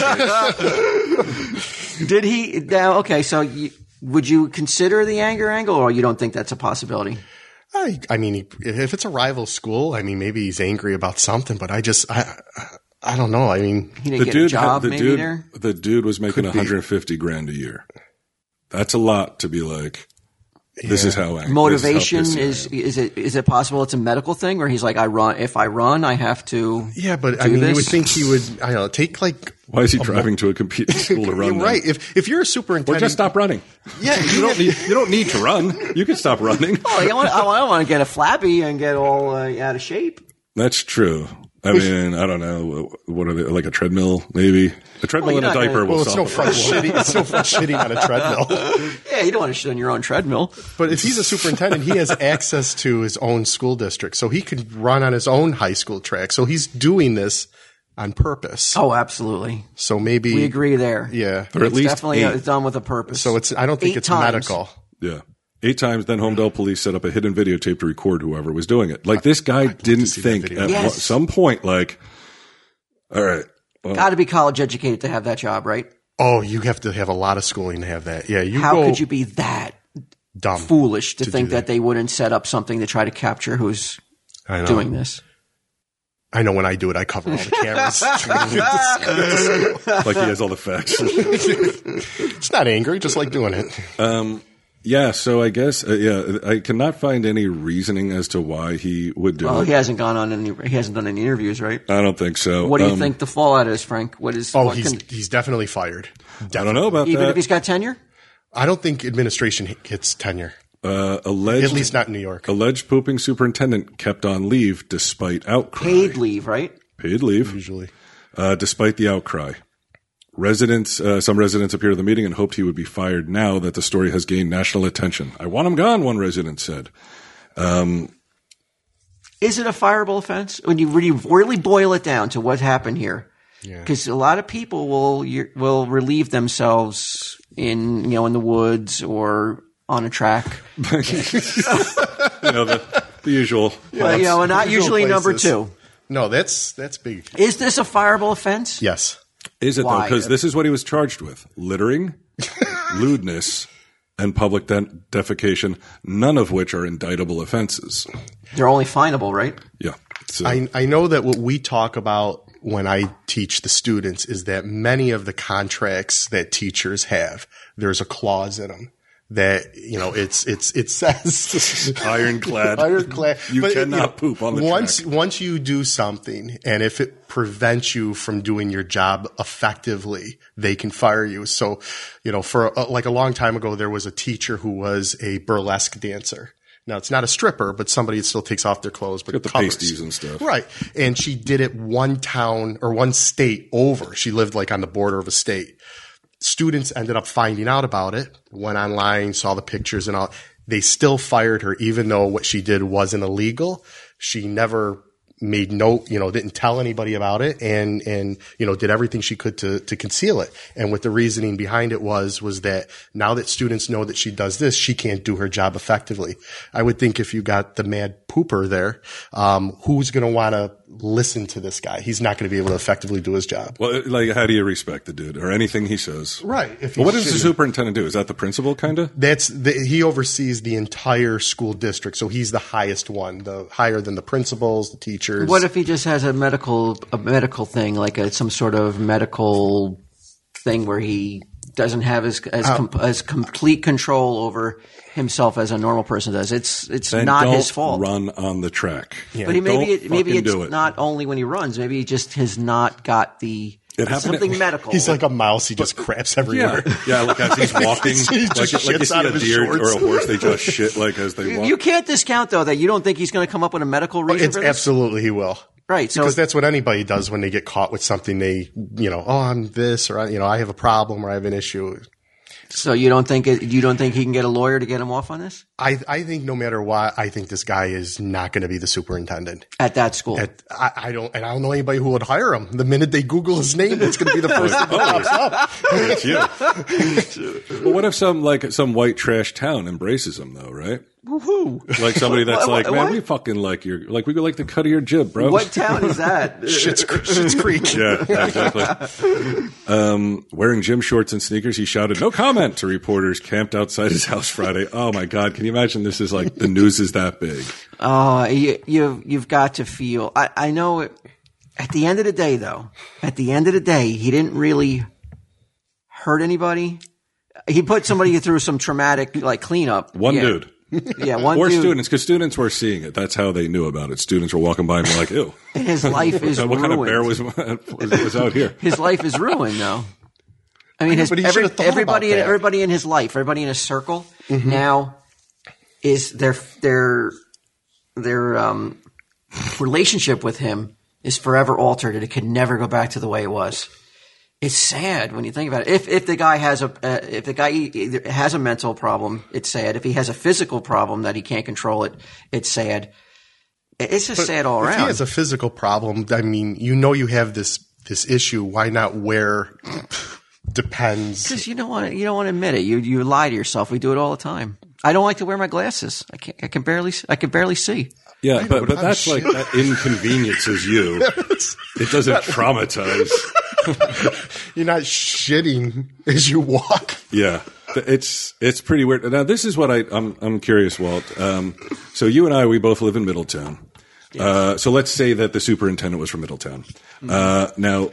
Speaker 1: sake."
Speaker 2: did he now okay so you, would you consider the anger angle or you don't think that's a possibility
Speaker 3: I, I mean, if it's a rival school, I mean, maybe he's angry about something, but I just, I, I don't know. I mean,
Speaker 2: He didn't get a job
Speaker 1: the
Speaker 2: maybe
Speaker 1: dude,
Speaker 2: there.
Speaker 1: the dude was making
Speaker 3: Could be.
Speaker 1: 150 grand a year. That's a lot to be like. This is how I
Speaker 2: Motivation
Speaker 1: this is.
Speaker 2: is
Speaker 1: how pissy I am.
Speaker 2: is it is it possible it's a medical thing where he's like I run if I run I have to
Speaker 3: yeah, but I
Speaker 2: do
Speaker 3: mean, you
Speaker 2: this?
Speaker 3: would think he would, I don't know, take like,
Speaker 1: Why is he driving to a competing school to run?
Speaker 3: You're
Speaker 1: then?
Speaker 3: right. If, if you're a
Speaker 1: Or
Speaker 3: superintendent,
Speaker 1: just stop running.
Speaker 3: yeah,
Speaker 1: You don't need. You don't need to run. You can stop running.
Speaker 2: Well, Oh, I want, I want, I want to get a flabby and get all uh, out of shape.
Speaker 1: That's true. I mean, I don't know. What are they like a treadmill? Maybe a treadmill
Speaker 2: you're
Speaker 1: and a
Speaker 2: not gonna-
Speaker 1: diaper will
Speaker 3: well, it's
Speaker 1: solve
Speaker 3: no
Speaker 1: it.
Speaker 3: fun shitting. It's no fun shitting on a treadmill.
Speaker 2: Yeah, you don't want to shit on your own treadmill.
Speaker 3: But if he's a superintendent, he has access to his own school district, so he could run on his own high school track. So he's doing this on purpose.
Speaker 2: Oh, absolutely.
Speaker 3: So maybe
Speaker 2: We agree there.
Speaker 3: Yeah.
Speaker 1: or at
Speaker 2: It's
Speaker 1: least
Speaker 2: definitely uh,
Speaker 1: eight.
Speaker 2: it's done with a purpose.
Speaker 3: So it's I don't think
Speaker 2: Eight
Speaker 3: it's
Speaker 2: times.
Speaker 3: medical.
Speaker 1: Yeah. Eight times, then Homedale police set up a hidden videotape to record whoever was doing it. Like, this guy didn't
Speaker 3: see that
Speaker 1: think
Speaker 3: video.
Speaker 1: at
Speaker 2: Yes.
Speaker 1: one- some point, like, all right,
Speaker 2: got to be college educated to have that job, right?
Speaker 3: Oh, you have to have a lot of schooling to have that. Yeah, you
Speaker 2: How
Speaker 3: go
Speaker 2: could you be that
Speaker 3: dumb.
Speaker 2: foolish to, think that. they wouldn't set up something to try to capture who's
Speaker 3: I know.
Speaker 2: doing this?
Speaker 3: I know when I do it, I cover all the cameras. it's
Speaker 1: like he has all the facts.
Speaker 3: not angry, just like doing it.
Speaker 1: yeah, so I guess, uh, yeah, I cannot find any reasoning as to why he would do
Speaker 2: Well,
Speaker 1: it.
Speaker 2: he hasn't gone on any. He hasn't done any interviews, right?
Speaker 1: I don't think so.
Speaker 2: What do you
Speaker 1: Um,
Speaker 2: think the fallout is, Frank? What is?
Speaker 3: Oh,
Speaker 2: what
Speaker 3: he's
Speaker 2: can-
Speaker 3: he's definitely fired.
Speaker 1: I don't know about
Speaker 2: even if
Speaker 1: that.
Speaker 2: he's got tenure.
Speaker 3: I don't think administration gets tenure.
Speaker 1: Uh, alleged,
Speaker 3: At least not in New York.
Speaker 1: alleged pooping superintendent kept on leave despite outcry.
Speaker 2: Paid leave, right?
Speaker 1: Paid leave.
Speaker 3: Usually.
Speaker 1: uh, despite the outcry. Residents, uh, some residents appeared at the meeting and hoped he would be fired now that the story has gained national attention. I want him gone, one resident said.
Speaker 2: Is it a fireable offense? When you really, really boil it down to what happened here,
Speaker 3: Yeah.
Speaker 2: because a lot of people will you- will relieve themselves in you know in the woods or on a track.
Speaker 1: You know, the, the usual.
Speaker 2: but, you know, and not
Speaker 3: Usual
Speaker 2: usually number
Speaker 3: places.
Speaker 2: two.
Speaker 3: No, that's that's big.
Speaker 2: Is this a fireable offense?
Speaker 3: Yes.
Speaker 1: Is it though?
Speaker 2: Why?
Speaker 1: Because this is what he was charged with littering, lewdness, and public de- defecation, none of which are indictable offenses.
Speaker 2: They're only finable, right?
Speaker 1: Yeah. So,
Speaker 3: I, I know that what we talk about when I teach the students is that many of the contracts that teachers have, there's a clause in them that you know it's it's it says
Speaker 1: Ironclad.
Speaker 3: ironclad.
Speaker 1: You
Speaker 3: But,
Speaker 1: cannot poop on the
Speaker 3: once
Speaker 1: track.
Speaker 3: once you do something, and if it prevents you from doing your job effectively, they can fire you. So, you know, for a, like a long time ago, there was a teacher who was a burlesque dancer. Now it's not a stripper, but somebody that still takes off their clothes, but
Speaker 1: Got the
Speaker 3: covers.
Speaker 1: pasties and stuff.
Speaker 3: Right. And she did it one town or one state over. She lived like on the border of a state. Students ended up finding out about it, went online, saw the pictures and all. They still fired her, even though what she did wasn't illegal. She never made no, you know, didn't tell anybody about it and, and, you know, did everything she could to, to conceal it. And what the reasoning behind it was, was that now that students know that she does this, she can't do her job effectively. I would think if you got the mad pooper there, um, who's going to want to listen to this guy? He's not going to be able to effectively do his job.
Speaker 1: well, like, how do you respect the dude or anything he says?
Speaker 3: Right. If
Speaker 1: Well, what does the superintendent do? Is that the principal, kind of?
Speaker 3: That's the, he oversees the entire school district, so he's the highest one, the higher than the principals, the teachers.
Speaker 2: What if he just has a medical a medical thing, like a, some sort of medical thing where he doesn't have as as,
Speaker 1: Oh.
Speaker 2: com- as complete control over himself as a normal person does? It's it's
Speaker 1: And
Speaker 2: not
Speaker 1: don't
Speaker 2: his fault.
Speaker 1: Run on the track.
Speaker 2: But he, maybe
Speaker 1: Don't
Speaker 2: it, maybe
Speaker 1: fucking
Speaker 2: it's
Speaker 1: do it.
Speaker 2: not only when he runs. Maybe he just has not got the
Speaker 1: It happened
Speaker 2: something
Speaker 1: at-
Speaker 2: medical.
Speaker 3: he's like a mouse? He just craps everywhere.
Speaker 1: Yeah, yeah. Like as he's walking,
Speaker 3: He
Speaker 1: like,
Speaker 3: just
Speaker 1: like you
Speaker 3: shits
Speaker 1: see
Speaker 3: out
Speaker 1: a
Speaker 3: of his
Speaker 1: deer
Speaker 3: shorts.
Speaker 1: or a horse, they just shit like as they walk.
Speaker 2: you can't discount though that you don't think he's going to come up with a
Speaker 1: Oh,
Speaker 2: medical reason
Speaker 3: It's
Speaker 2: for this,
Speaker 3: absolutely he will.
Speaker 2: right? So
Speaker 3: Because that's what anybody does when they get caught with something. They, you know, oh, I'm this, or I, you know, I have a problem, or I have an issue.
Speaker 2: so you don't think it, you don't think he can get a lawyer to get him off on this
Speaker 3: I, I think no matter what, I think this guy is not going to be the superintendent.
Speaker 2: at that school.
Speaker 3: At, I, I don't, and I don't know anybody who would hire him. The minute they Google his name, it's going to be the first thing that
Speaker 2: Oh,
Speaker 3: pops up.
Speaker 1: It's you. well, what if some like some white trash town embraces him though? Right?
Speaker 2: Woohoo!
Speaker 1: Like somebody that's like,
Speaker 2: What-
Speaker 1: man,
Speaker 2: what?
Speaker 1: we fucking like your, like we like the cut of your jib, bro.
Speaker 2: What town is that?
Speaker 3: Shit's, Cre- Schitt's Creek.
Speaker 1: Yeah, exactly. um, wearing gym shorts and sneakers, he shouted, "No comment!" to reporters camped outside his house Friday. Oh my God, can you imagine? This is like the news is that big.
Speaker 2: Oh, you, you've you've got to feel. I I know. It, at the end of the day, though, at the end of the day, he didn't really hurt anybody. He put somebody through some traumatic like cleanup.
Speaker 1: One
Speaker 2: yeah.
Speaker 1: dude.
Speaker 2: yeah, one
Speaker 1: Or
Speaker 2: dude.
Speaker 1: students, because students were seeing it. That's how they knew about it. Students were walking by and were like, "Ew,
Speaker 2: And his life is
Speaker 1: what
Speaker 2: ruined.
Speaker 1: kind of bear was was, was out here?"
Speaker 2: his life is ruined, though. I mean, his,
Speaker 3: but he
Speaker 2: every,
Speaker 3: should've thought
Speaker 2: everybody, in,
Speaker 3: about that. Mm-hmm.
Speaker 2: everybody in his life, everybody in his circle now is their their their um, relationship with him is forever altered, and it could never go back to the way it was. It's sad when you think about it. If if the guy has a uh, if the guy e- either has a mental problem, it's sad. If he has a physical problem that he can't control, it it's sad. It- It's just sad all
Speaker 3: If he
Speaker 2: around.
Speaker 3: has a physical problem, I mean, you know, you have this this issue. Why not wear? Depends.
Speaker 2: Because you don't want to, you don't want to admit it. You you lie to yourself. We do it all the time. I don't like to wear my glasses. I can not I can barely s- I can barely see.
Speaker 1: Yeah, but, but
Speaker 3: I'm
Speaker 1: that's
Speaker 3: sure.
Speaker 1: like that inconveniences you. It doesn't traumatize.
Speaker 3: You're not shitting as you walk.
Speaker 1: Yeah, Th- it's it's pretty weird. Now this is what I I'm I'm curious, Walt. Um, so you and I we both live in Middletown. Uh, so let's say that the superintendent was from Middletown. Uh, now,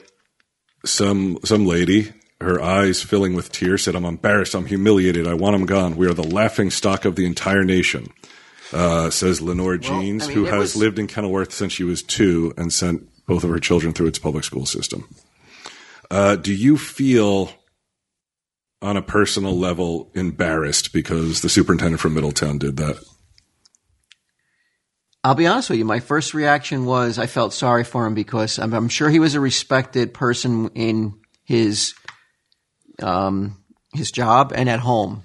Speaker 1: some some lady, her eyes filling with tears, said, "I'm embarrassed. I'm humiliated. I want him gone. We are the laughing stock of the entire nation." Uh, says Lenore Jeans,
Speaker 2: mean,
Speaker 1: who
Speaker 2: it
Speaker 1: has
Speaker 2: was-
Speaker 1: lived in Kenilworth since she was two and sent both of her children through its public school system. Uh, do you feel on a personal level embarrassed because the superintendent from Middletown did that?
Speaker 2: I'll be honest with you. My first reaction was I felt sorry for him because I'm, I'm sure he was a respected person in his um his job and at home.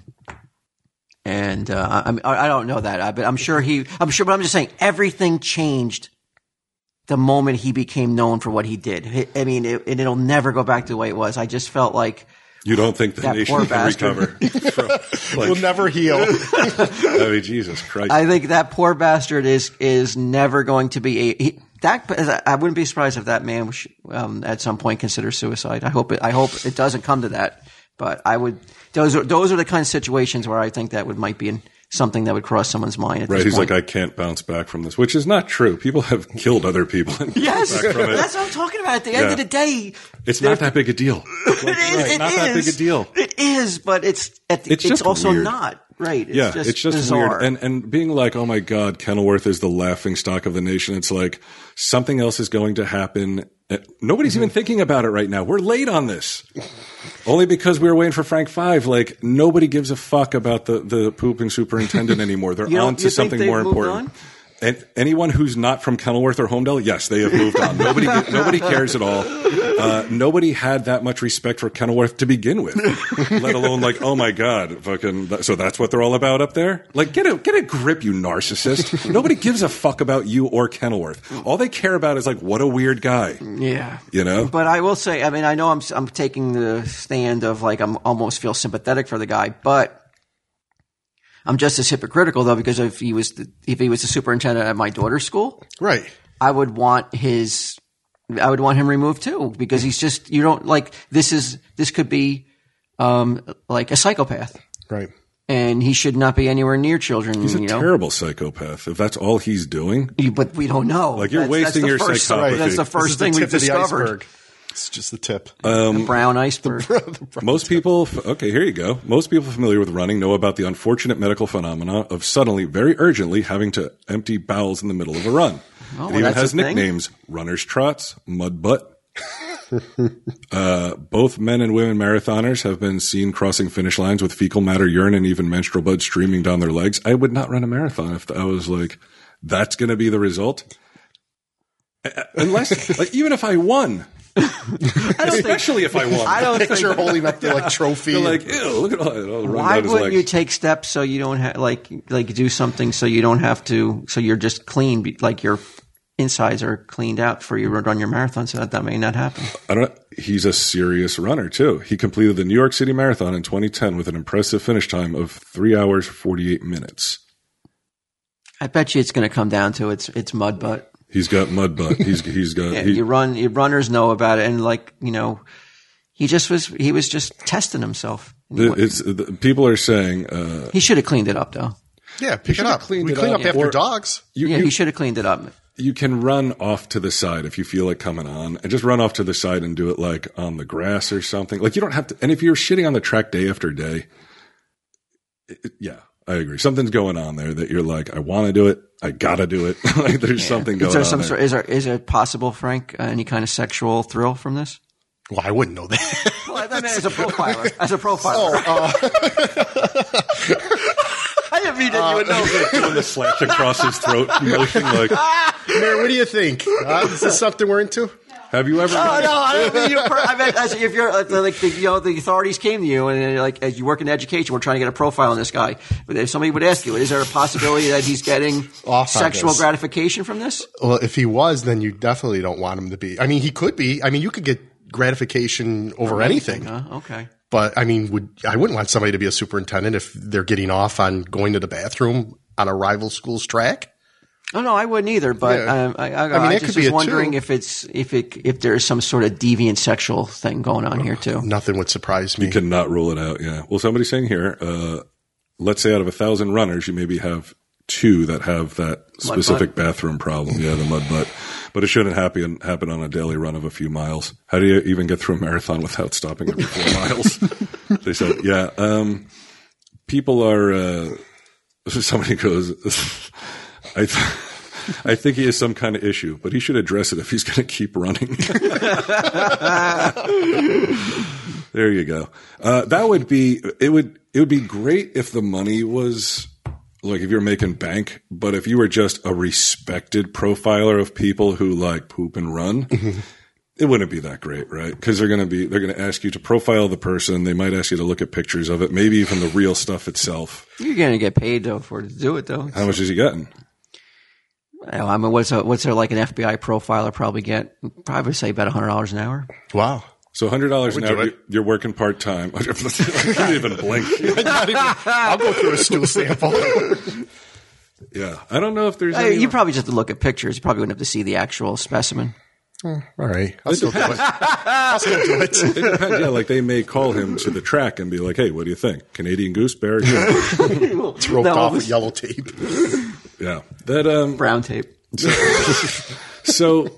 Speaker 2: And uh, I'm, I I don't know that, uh, but I'm sure he. I'm sure, but I'm just saying everything changed the moment he became known for what he did. He- I mean, it, and it'll never go back to the way it was. I just felt like
Speaker 1: You don't think the
Speaker 2: That
Speaker 1: nation
Speaker 2: poor
Speaker 1: can
Speaker 2: bastard.
Speaker 1: recover? From, like,
Speaker 3: You'll never heal.
Speaker 1: I mean, Jesus Christ.
Speaker 2: I think that poor bastard is is never going to be a he, that. I wouldn't be surprised if that man was, um, at some point considers suicide. I hope it. I hope it doesn't come to that. But I would. Those are those are the kind of situations where I think that would might be in, something that would cross someone's mind. At
Speaker 1: right.
Speaker 2: This
Speaker 1: He's
Speaker 2: point.
Speaker 1: like, I can't bounce back from this, which is not true. People have killed other people. And
Speaker 2: yes,
Speaker 1: bounced back from it.
Speaker 2: that's what I'm talking about. At the end
Speaker 1: Yeah.
Speaker 2: of the day,
Speaker 1: It's not that big a deal. Like,
Speaker 2: it is.
Speaker 1: right,
Speaker 2: it
Speaker 1: not that big a
Speaker 2: is-
Speaker 1: deal.
Speaker 2: It is, but it's at the,
Speaker 1: It's
Speaker 2: it's,
Speaker 1: just
Speaker 2: also
Speaker 1: weird.
Speaker 2: not right. It's
Speaker 1: yeah,
Speaker 2: just
Speaker 1: it's just
Speaker 2: bizarre.
Speaker 1: weird. And and being like, oh my God, Kenilworth is the laughing stock of the nation. It's like something else is going to happen. Uh, Nobody's
Speaker 2: Mm-hmm.
Speaker 1: even thinking about it right now. We're late on this. Only because we were waiting for Frank Five. Like nobody gives a fuck about the the pooping superintendent anymore. They're
Speaker 2: You don't-
Speaker 1: on
Speaker 2: you
Speaker 1: to
Speaker 2: think
Speaker 1: something
Speaker 2: they've
Speaker 1: more
Speaker 2: moved
Speaker 1: important.
Speaker 2: on?
Speaker 1: And anyone who's not from Kenilworth or Homedale, yes, they have moved on. Nobody, nobody cares at all. Uh, nobody had that much respect for Kenilworth to begin with, let alone like, oh my god, fucking. th- So that's what they're all about up there. Like, get a get a grip, you narcissist. nobody gives a fuck about you or Kenilworth. All they care about is like, what a weird guy,
Speaker 2: yeah,
Speaker 1: you know?
Speaker 2: But I will say, I mean, I know I'm I'm taking the stand of like I'm almost feel sympathetic for the guy, but I'm just as hypocritical though because if he was the, if he was the superintendent at my daughter's school,
Speaker 3: right.
Speaker 2: I would want his I would want him removed too because he's just you don't like this is this could be um like a psychopath
Speaker 3: Right.
Speaker 2: and he should not be anywhere near children.
Speaker 1: He's a
Speaker 2: you know,
Speaker 1: terrible psychopath. If that's all he's doing,
Speaker 2: but we don't know.
Speaker 1: Like, you're wasting
Speaker 2: the
Speaker 1: your
Speaker 2: first,
Speaker 1: psychopathy.
Speaker 2: That's the
Speaker 1: This
Speaker 3: This
Speaker 2: first
Speaker 3: is the
Speaker 2: thing
Speaker 3: tip
Speaker 2: we've
Speaker 3: of the
Speaker 2: discovered.
Speaker 3: iceberg. It's just the tip.
Speaker 1: Uh,
Speaker 2: the brown iceberg.
Speaker 1: Most people, okay, here you go. Most people familiar with running know about the unfortunate medical phenomena of suddenly, very urgently, having to empty bowels in the middle of a run.
Speaker 2: well,
Speaker 1: it even
Speaker 2: Oh, that's
Speaker 1: has
Speaker 2: a thing.
Speaker 1: nicknames: runner's trots, mud butt. uh, both men and women marathoners have been seen crossing finish lines with fecal matter, urine, and even menstrual blood streaming down their legs. I would not run a marathon if I was like, that's going to be the result. Uh, Unless, like, even if I won, especially if I won,
Speaker 2: I don't think
Speaker 3: Picture holding up the like trophy.
Speaker 1: they're like, ew, look at all that. All the run
Speaker 2: Why
Speaker 1: down his
Speaker 2: wouldn't
Speaker 1: legs.
Speaker 2: you take steps so you don't have like like do something so you don't have to so you're just clean be- like your insides are cleaned out for you to run your marathon so that that may not happen.
Speaker 1: I don't. He's a serious runner too. He completed the New York City Marathon in 2010 with an impressive finish time of three hours 48 minutes.
Speaker 2: I bet you it's going to come down to it's it's mud butt.
Speaker 1: He's got mud butt. He's he's got.
Speaker 2: Yeah,
Speaker 1: he-
Speaker 2: you run, your runners know about it, and like you know, he just was he was just testing himself. And he
Speaker 1: the-
Speaker 2: went-
Speaker 1: it's the, people are saying uh,
Speaker 2: He should have cleaned it up though.
Speaker 3: Yeah, pick it
Speaker 1: should've
Speaker 3: up.
Speaker 1: cleaned
Speaker 3: we
Speaker 1: it
Speaker 3: clean
Speaker 1: up.
Speaker 3: up, after
Speaker 1: Or-
Speaker 3: dogs.
Speaker 1: you,
Speaker 2: Yeah,
Speaker 1: you
Speaker 2: he should have cleaned it up.
Speaker 1: you can run off to the side if you feel it coming on, and just run off to the side and do it like on the grass or something. Like you don't have to. And if you're shitting on the track day after day, it- it- yeah, I agree. Something's going on there that you're like, I want to do it. I gotta do it. like there's something going
Speaker 2: Is there
Speaker 1: on.
Speaker 2: some
Speaker 1: there.
Speaker 2: sort? Is there is it possible, Frank? Uh, any kind of sexual thrill from this?
Speaker 3: Well, I wouldn't know that.
Speaker 2: Well, I mean, as a profiler, as a profiler.
Speaker 3: Oh, uh,
Speaker 2: I didn't mean that you would know.
Speaker 1: doing the slash across his throat motion. Like,
Speaker 3: Mary, what do you think? Uh, is this something we're into?
Speaker 1: have you ever?
Speaker 3: Uh,
Speaker 2: Oh, no, I don't mean you. Per- I meant as if you're uh, like the, you know the authorities came to you and they're like as you work in education, we're trying to get a profile on this guy. But if somebody would ask you, is there a possibility that he's getting
Speaker 3: Off on
Speaker 2: sexual
Speaker 3: this.
Speaker 2: gratification from this?
Speaker 3: Well, if he was, then you definitely don't want him to be. I mean, he could be. I mean, you could get gratification over anything.
Speaker 2: Uh, okay.
Speaker 3: But I mean, would I wouldn't want somebody to be a superintendent if they're getting off on going to the bathroom on a rival school's track.
Speaker 2: Oh no, I wouldn't either. But
Speaker 3: Yeah.
Speaker 2: um, I, I, I,
Speaker 3: mean, that
Speaker 2: just
Speaker 3: could be
Speaker 2: was
Speaker 3: a
Speaker 2: wondering
Speaker 3: two.
Speaker 2: if it's if it if there's some sort of deviant sexual thing going on here too.
Speaker 3: Nothing would surprise me.
Speaker 1: Cannot rule it out. Yeah. Well, somebody's saying here, uh, let's say out of a thousand runners, you maybe have two that have that specific bathroom problem. Yeah, the mud butt. But it shouldn't happen happen on a daily run of a few miles. How do you even get through a marathon without stopping every four miles? They said, yeah. Um, people are. Uh, somebody goes, I. Th- I think he has some kind of issue, but he should address it if he's going to keep running. There you go. Uh, that would be it would it would be great if the money was like if you're making bank, but if you were just a respected profiler of people who like poop and run, it wouldn't be that great, right? Because they're gonna be they're gonna ask you to profile the person. They might ask you to look at pictures of it, maybe even the real stuff itself.
Speaker 2: You're gonna get paid though for to do it though.
Speaker 1: How much is he getting?
Speaker 2: Well, I mean, what's a, what's there like an FBI profiler probably get? Probably say about hundred dollars an hour.
Speaker 3: Wow.
Speaker 1: So hundred dollars an
Speaker 3: do
Speaker 1: hour.
Speaker 3: it.
Speaker 1: You're working part time. I didn't even blink.
Speaker 3: Not even- I'll go through a stool sample.
Speaker 1: Yeah, I don't know if there's.
Speaker 2: Hey,
Speaker 1: any-
Speaker 2: you probably just have to look at pictures. You probably wouldn't have to see the actual specimen.
Speaker 3: All right. I'll still do it. I'll still do it.
Speaker 1: It depends. yeah, like they may call him to the track and be like, "Hey, what do you think? Canadian gooseberry?" yeah,
Speaker 3: It's roped
Speaker 2: No, it
Speaker 3: off
Speaker 2: was-
Speaker 3: with yellow tape.
Speaker 1: that um.
Speaker 2: Brown tape.
Speaker 1: So,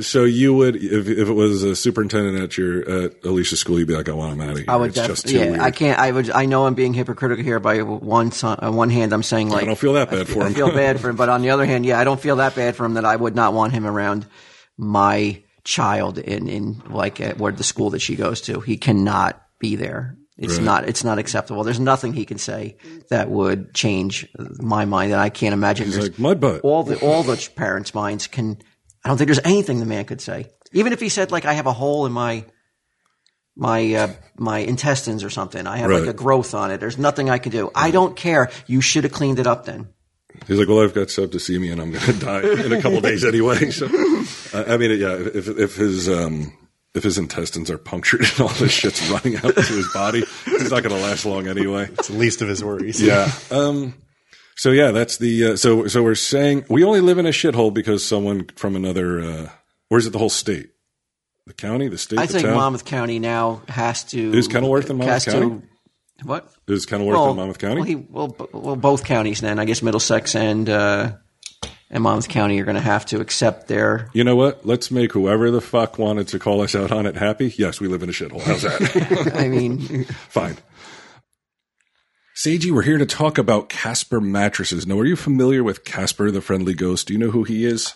Speaker 1: so you would if, if it was a superintendent at your at Alicia's school, you'd be like, "I want him out of here."
Speaker 2: I would
Speaker 1: it's just
Speaker 2: definitely.
Speaker 1: too
Speaker 2: Yeah,
Speaker 1: weird.
Speaker 2: I can't. I would. I know I'm being hypocritical here. By one si- on one hand, I'm saying like
Speaker 1: I don't feel that bad for
Speaker 2: I
Speaker 1: him.
Speaker 2: feel bad for him, but on the other hand, yeah, I don't feel that bad for him that I would not want him around my child in in like at where the school that she goes to. He cannot be there. It's not it's not acceptable. There's nothing he can say that would change my mind and I can't imagine there's
Speaker 1: like mud butt.
Speaker 2: all the all the ch- parents' minds can I don't think there's anything the man could say. Even if he said like I have a hole in my my uh, my intestines or something. I have
Speaker 1: Right.
Speaker 2: like a growth on it. There's nothing I can do. I don't care. You should have cleaned it up then.
Speaker 1: He's like, "Well, I've got septicemia, and I'm going to die in a couple days anyway." So, I I mean, yeah, if if his um. If his intestines are punctured and all this shit's running out into his body, he's not going to last long anyway.
Speaker 3: It's the least of his worries.
Speaker 1: Yeah. Um, so yeah, that's the uh, so so we're saying we only live in a shithole because someone from another uh, or is it the whole state, the county, the state,
Speaker 2: I
Speaker 1: the
Speaker 2: think
Speaker 1: town?
Speaker 2: Monmouth County now has to.
Speaker 1: Is Kenilworth in Monmouth
Speaker 2: has to-
Speaker 1: County?
Speaker 2: what?
Speaker 1: is Kenilworth and Monmouth County.
Speaker 2: Well, he, well, b- well, both counties then. I guess Middlesex and uh, and Monmouth County are going to have to accept their.
Speaker 1: you know what? Let's make whoever the fuck wanted to call us out on it happy. Yes, we live in a shithole. How's that?
Speaker 2: I mean,
Speaker 1: Fine. Seiji, we're here to talk about Casper mattresses. Now, are you familiar with Casper, the friendly ghost? Do you know who he is?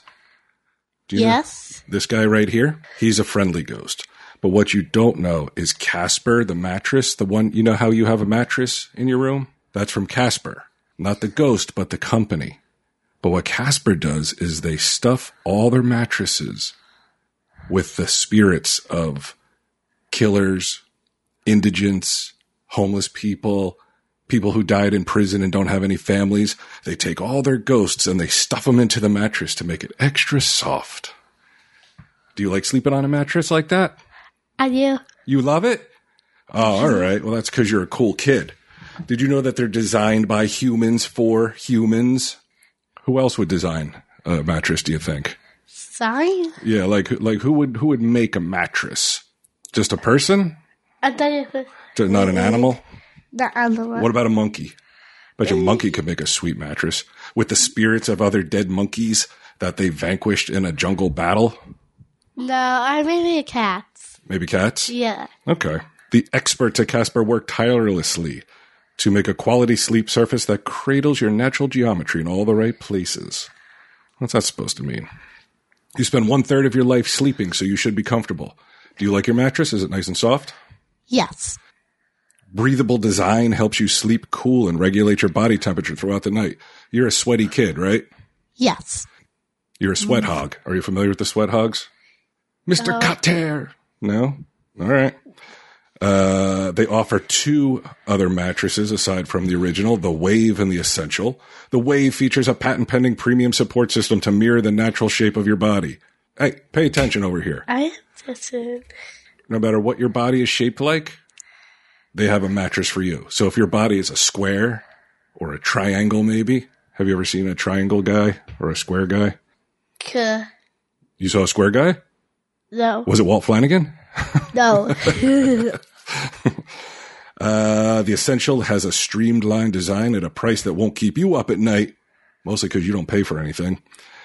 Speaker 1: Do you know-
Speaker 4: Yes.
Speaker 1: This guy right here, he's a friendly ghost. But what you don't know is Casper, the mattress, the one, you know how you have a mattress in your room? That's from Casper. Not the ghost, but the company. But what Casper does is they stuff all their mattresses with the spirits of killers, indigents, homeless people, people who died in prison and don't have any families. They take all their ghosts and they stuff them into the mattress to make it extra soft. Do you like sleeping on a mattress like that?
Speaker 4: I do.
Speaker 1: You love it? Oh, all right. Well, that's because you're a cool kid. Did you know that they're designed by humans for humans? Who else would design a mattress? Do you think?
Speaker 4: Sorry?
Speaker 1: Yeah, like like who would who would make a mattress? Just a person,
Speaker 4: I thought it was
Speaker 1: Just not an animal.
Speaker 4: the other one.
Speaker 1: What about a monkey? Bet your monkey could make a sweet mattress with the spirits of other dead monkeys that they vanquished in a jungle battle.
Speaker 4: No, I maybe a cat.
Speaker 1: Maybe cats.
Speaker 4: Yeah.
Speaker 1: Okay. The experts at Casper work tirelessly to make a quality sleep surface that cradles your natural geometry in all the right places. What's that supposed to mean? You spend one third of your life sleeping, so you should be comfortable. Do you like your mattress? Is it nice and soft?
Speaker 4: Yes.
Speaker 1: Breathable design helps you sleep cool and regulate your body temperature throughout the night. You're a sweaty kid, right?
Speaker 4: Yes.
Speaker 1: You're a sweat hog. Are you familiar with the sweat hogs? Mr. Cotter. No? All right. Uh, they offer two other mattresses aside from the original, the Wave and the Essential. The Wave features a patent pending premium support system to mirror the natural shape of your body. Hey, pay attention over here.
Speaker 4: I am just a-
Speaker 1: No matter what your body is shaped like, they have a mattress for you. So if your body is a square or a triangle, maybe, have you ever seen a triangle guy or a square guy?
Speaker 4: K-
Speaker 1: You saw a square guy?
Speaker 4: No.
Speaker 1: Was it Walt Flanagan?
Speaker 4: No.
Speaker 1: Uh, the Essential has a streamlined design at a price that won't keep you up at night, mostly because you don't pay for anything.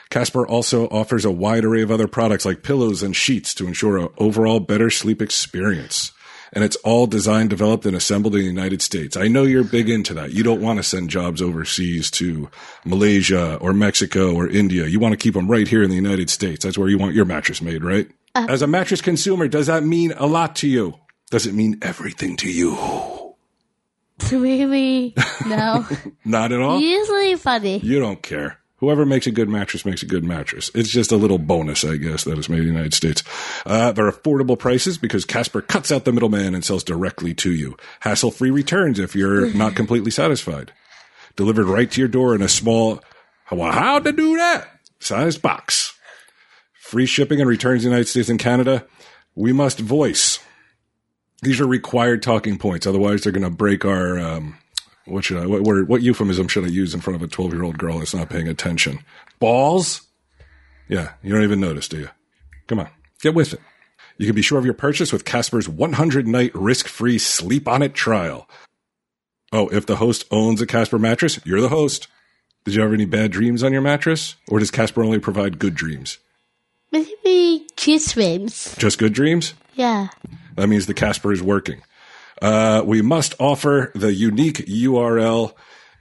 Speaker 1: Casper also offers a wide array of other products like pillows and sheets to ensure an overall better sleep experience. And it's all designed, developed, and assembled in the United States. I know you're big into that. You don't want to send jobs overseas to Malaysia or Mexico or India. You want to keep them right here in the United States. That's where you want your mattress made, right? As a mattress consumer, does that mean a lot to you? Does it mean everything to you?
Speaker 4: Maybe. No.
Speaker 1: Not at all.
Speaker 4: Usually funny.
Speaker 1: You don't care. Whoever makes a good mattress makes a good mattress. It's just a little bonus, I guess, that is made in the United States. Uh, they're affordable prices because Casper cuts out the middleman and sells directly to you. Hassle free returns if you're not completely satisfied. Delivered right to your door in a small, well, how to do that? Sized box. Free shipping and returns in the United States and Canada. We must voice. These are required talking points. Otherwise, they're going to break our, um, what should I what word what euphemism should I use in front of a twelve year old girl that's not paying attention? Balls? Yeah, you don't even notice, do you? Come on. Get with it. You can be sure of your purchase with Casper's 100 night risk free sleep on it trial. Oh, if the host owns a Casper mattress, you're the host. Did you have any bad dreams on your mattress? Or does Casper only provide good dreams?
Speaker 4: Maybe kiss dreams.
Speaker 1: Just good dreams?
Speaker 4: Yeah.
Speaker 1: That means the Casper is working. Uh, we must offer the unique URL,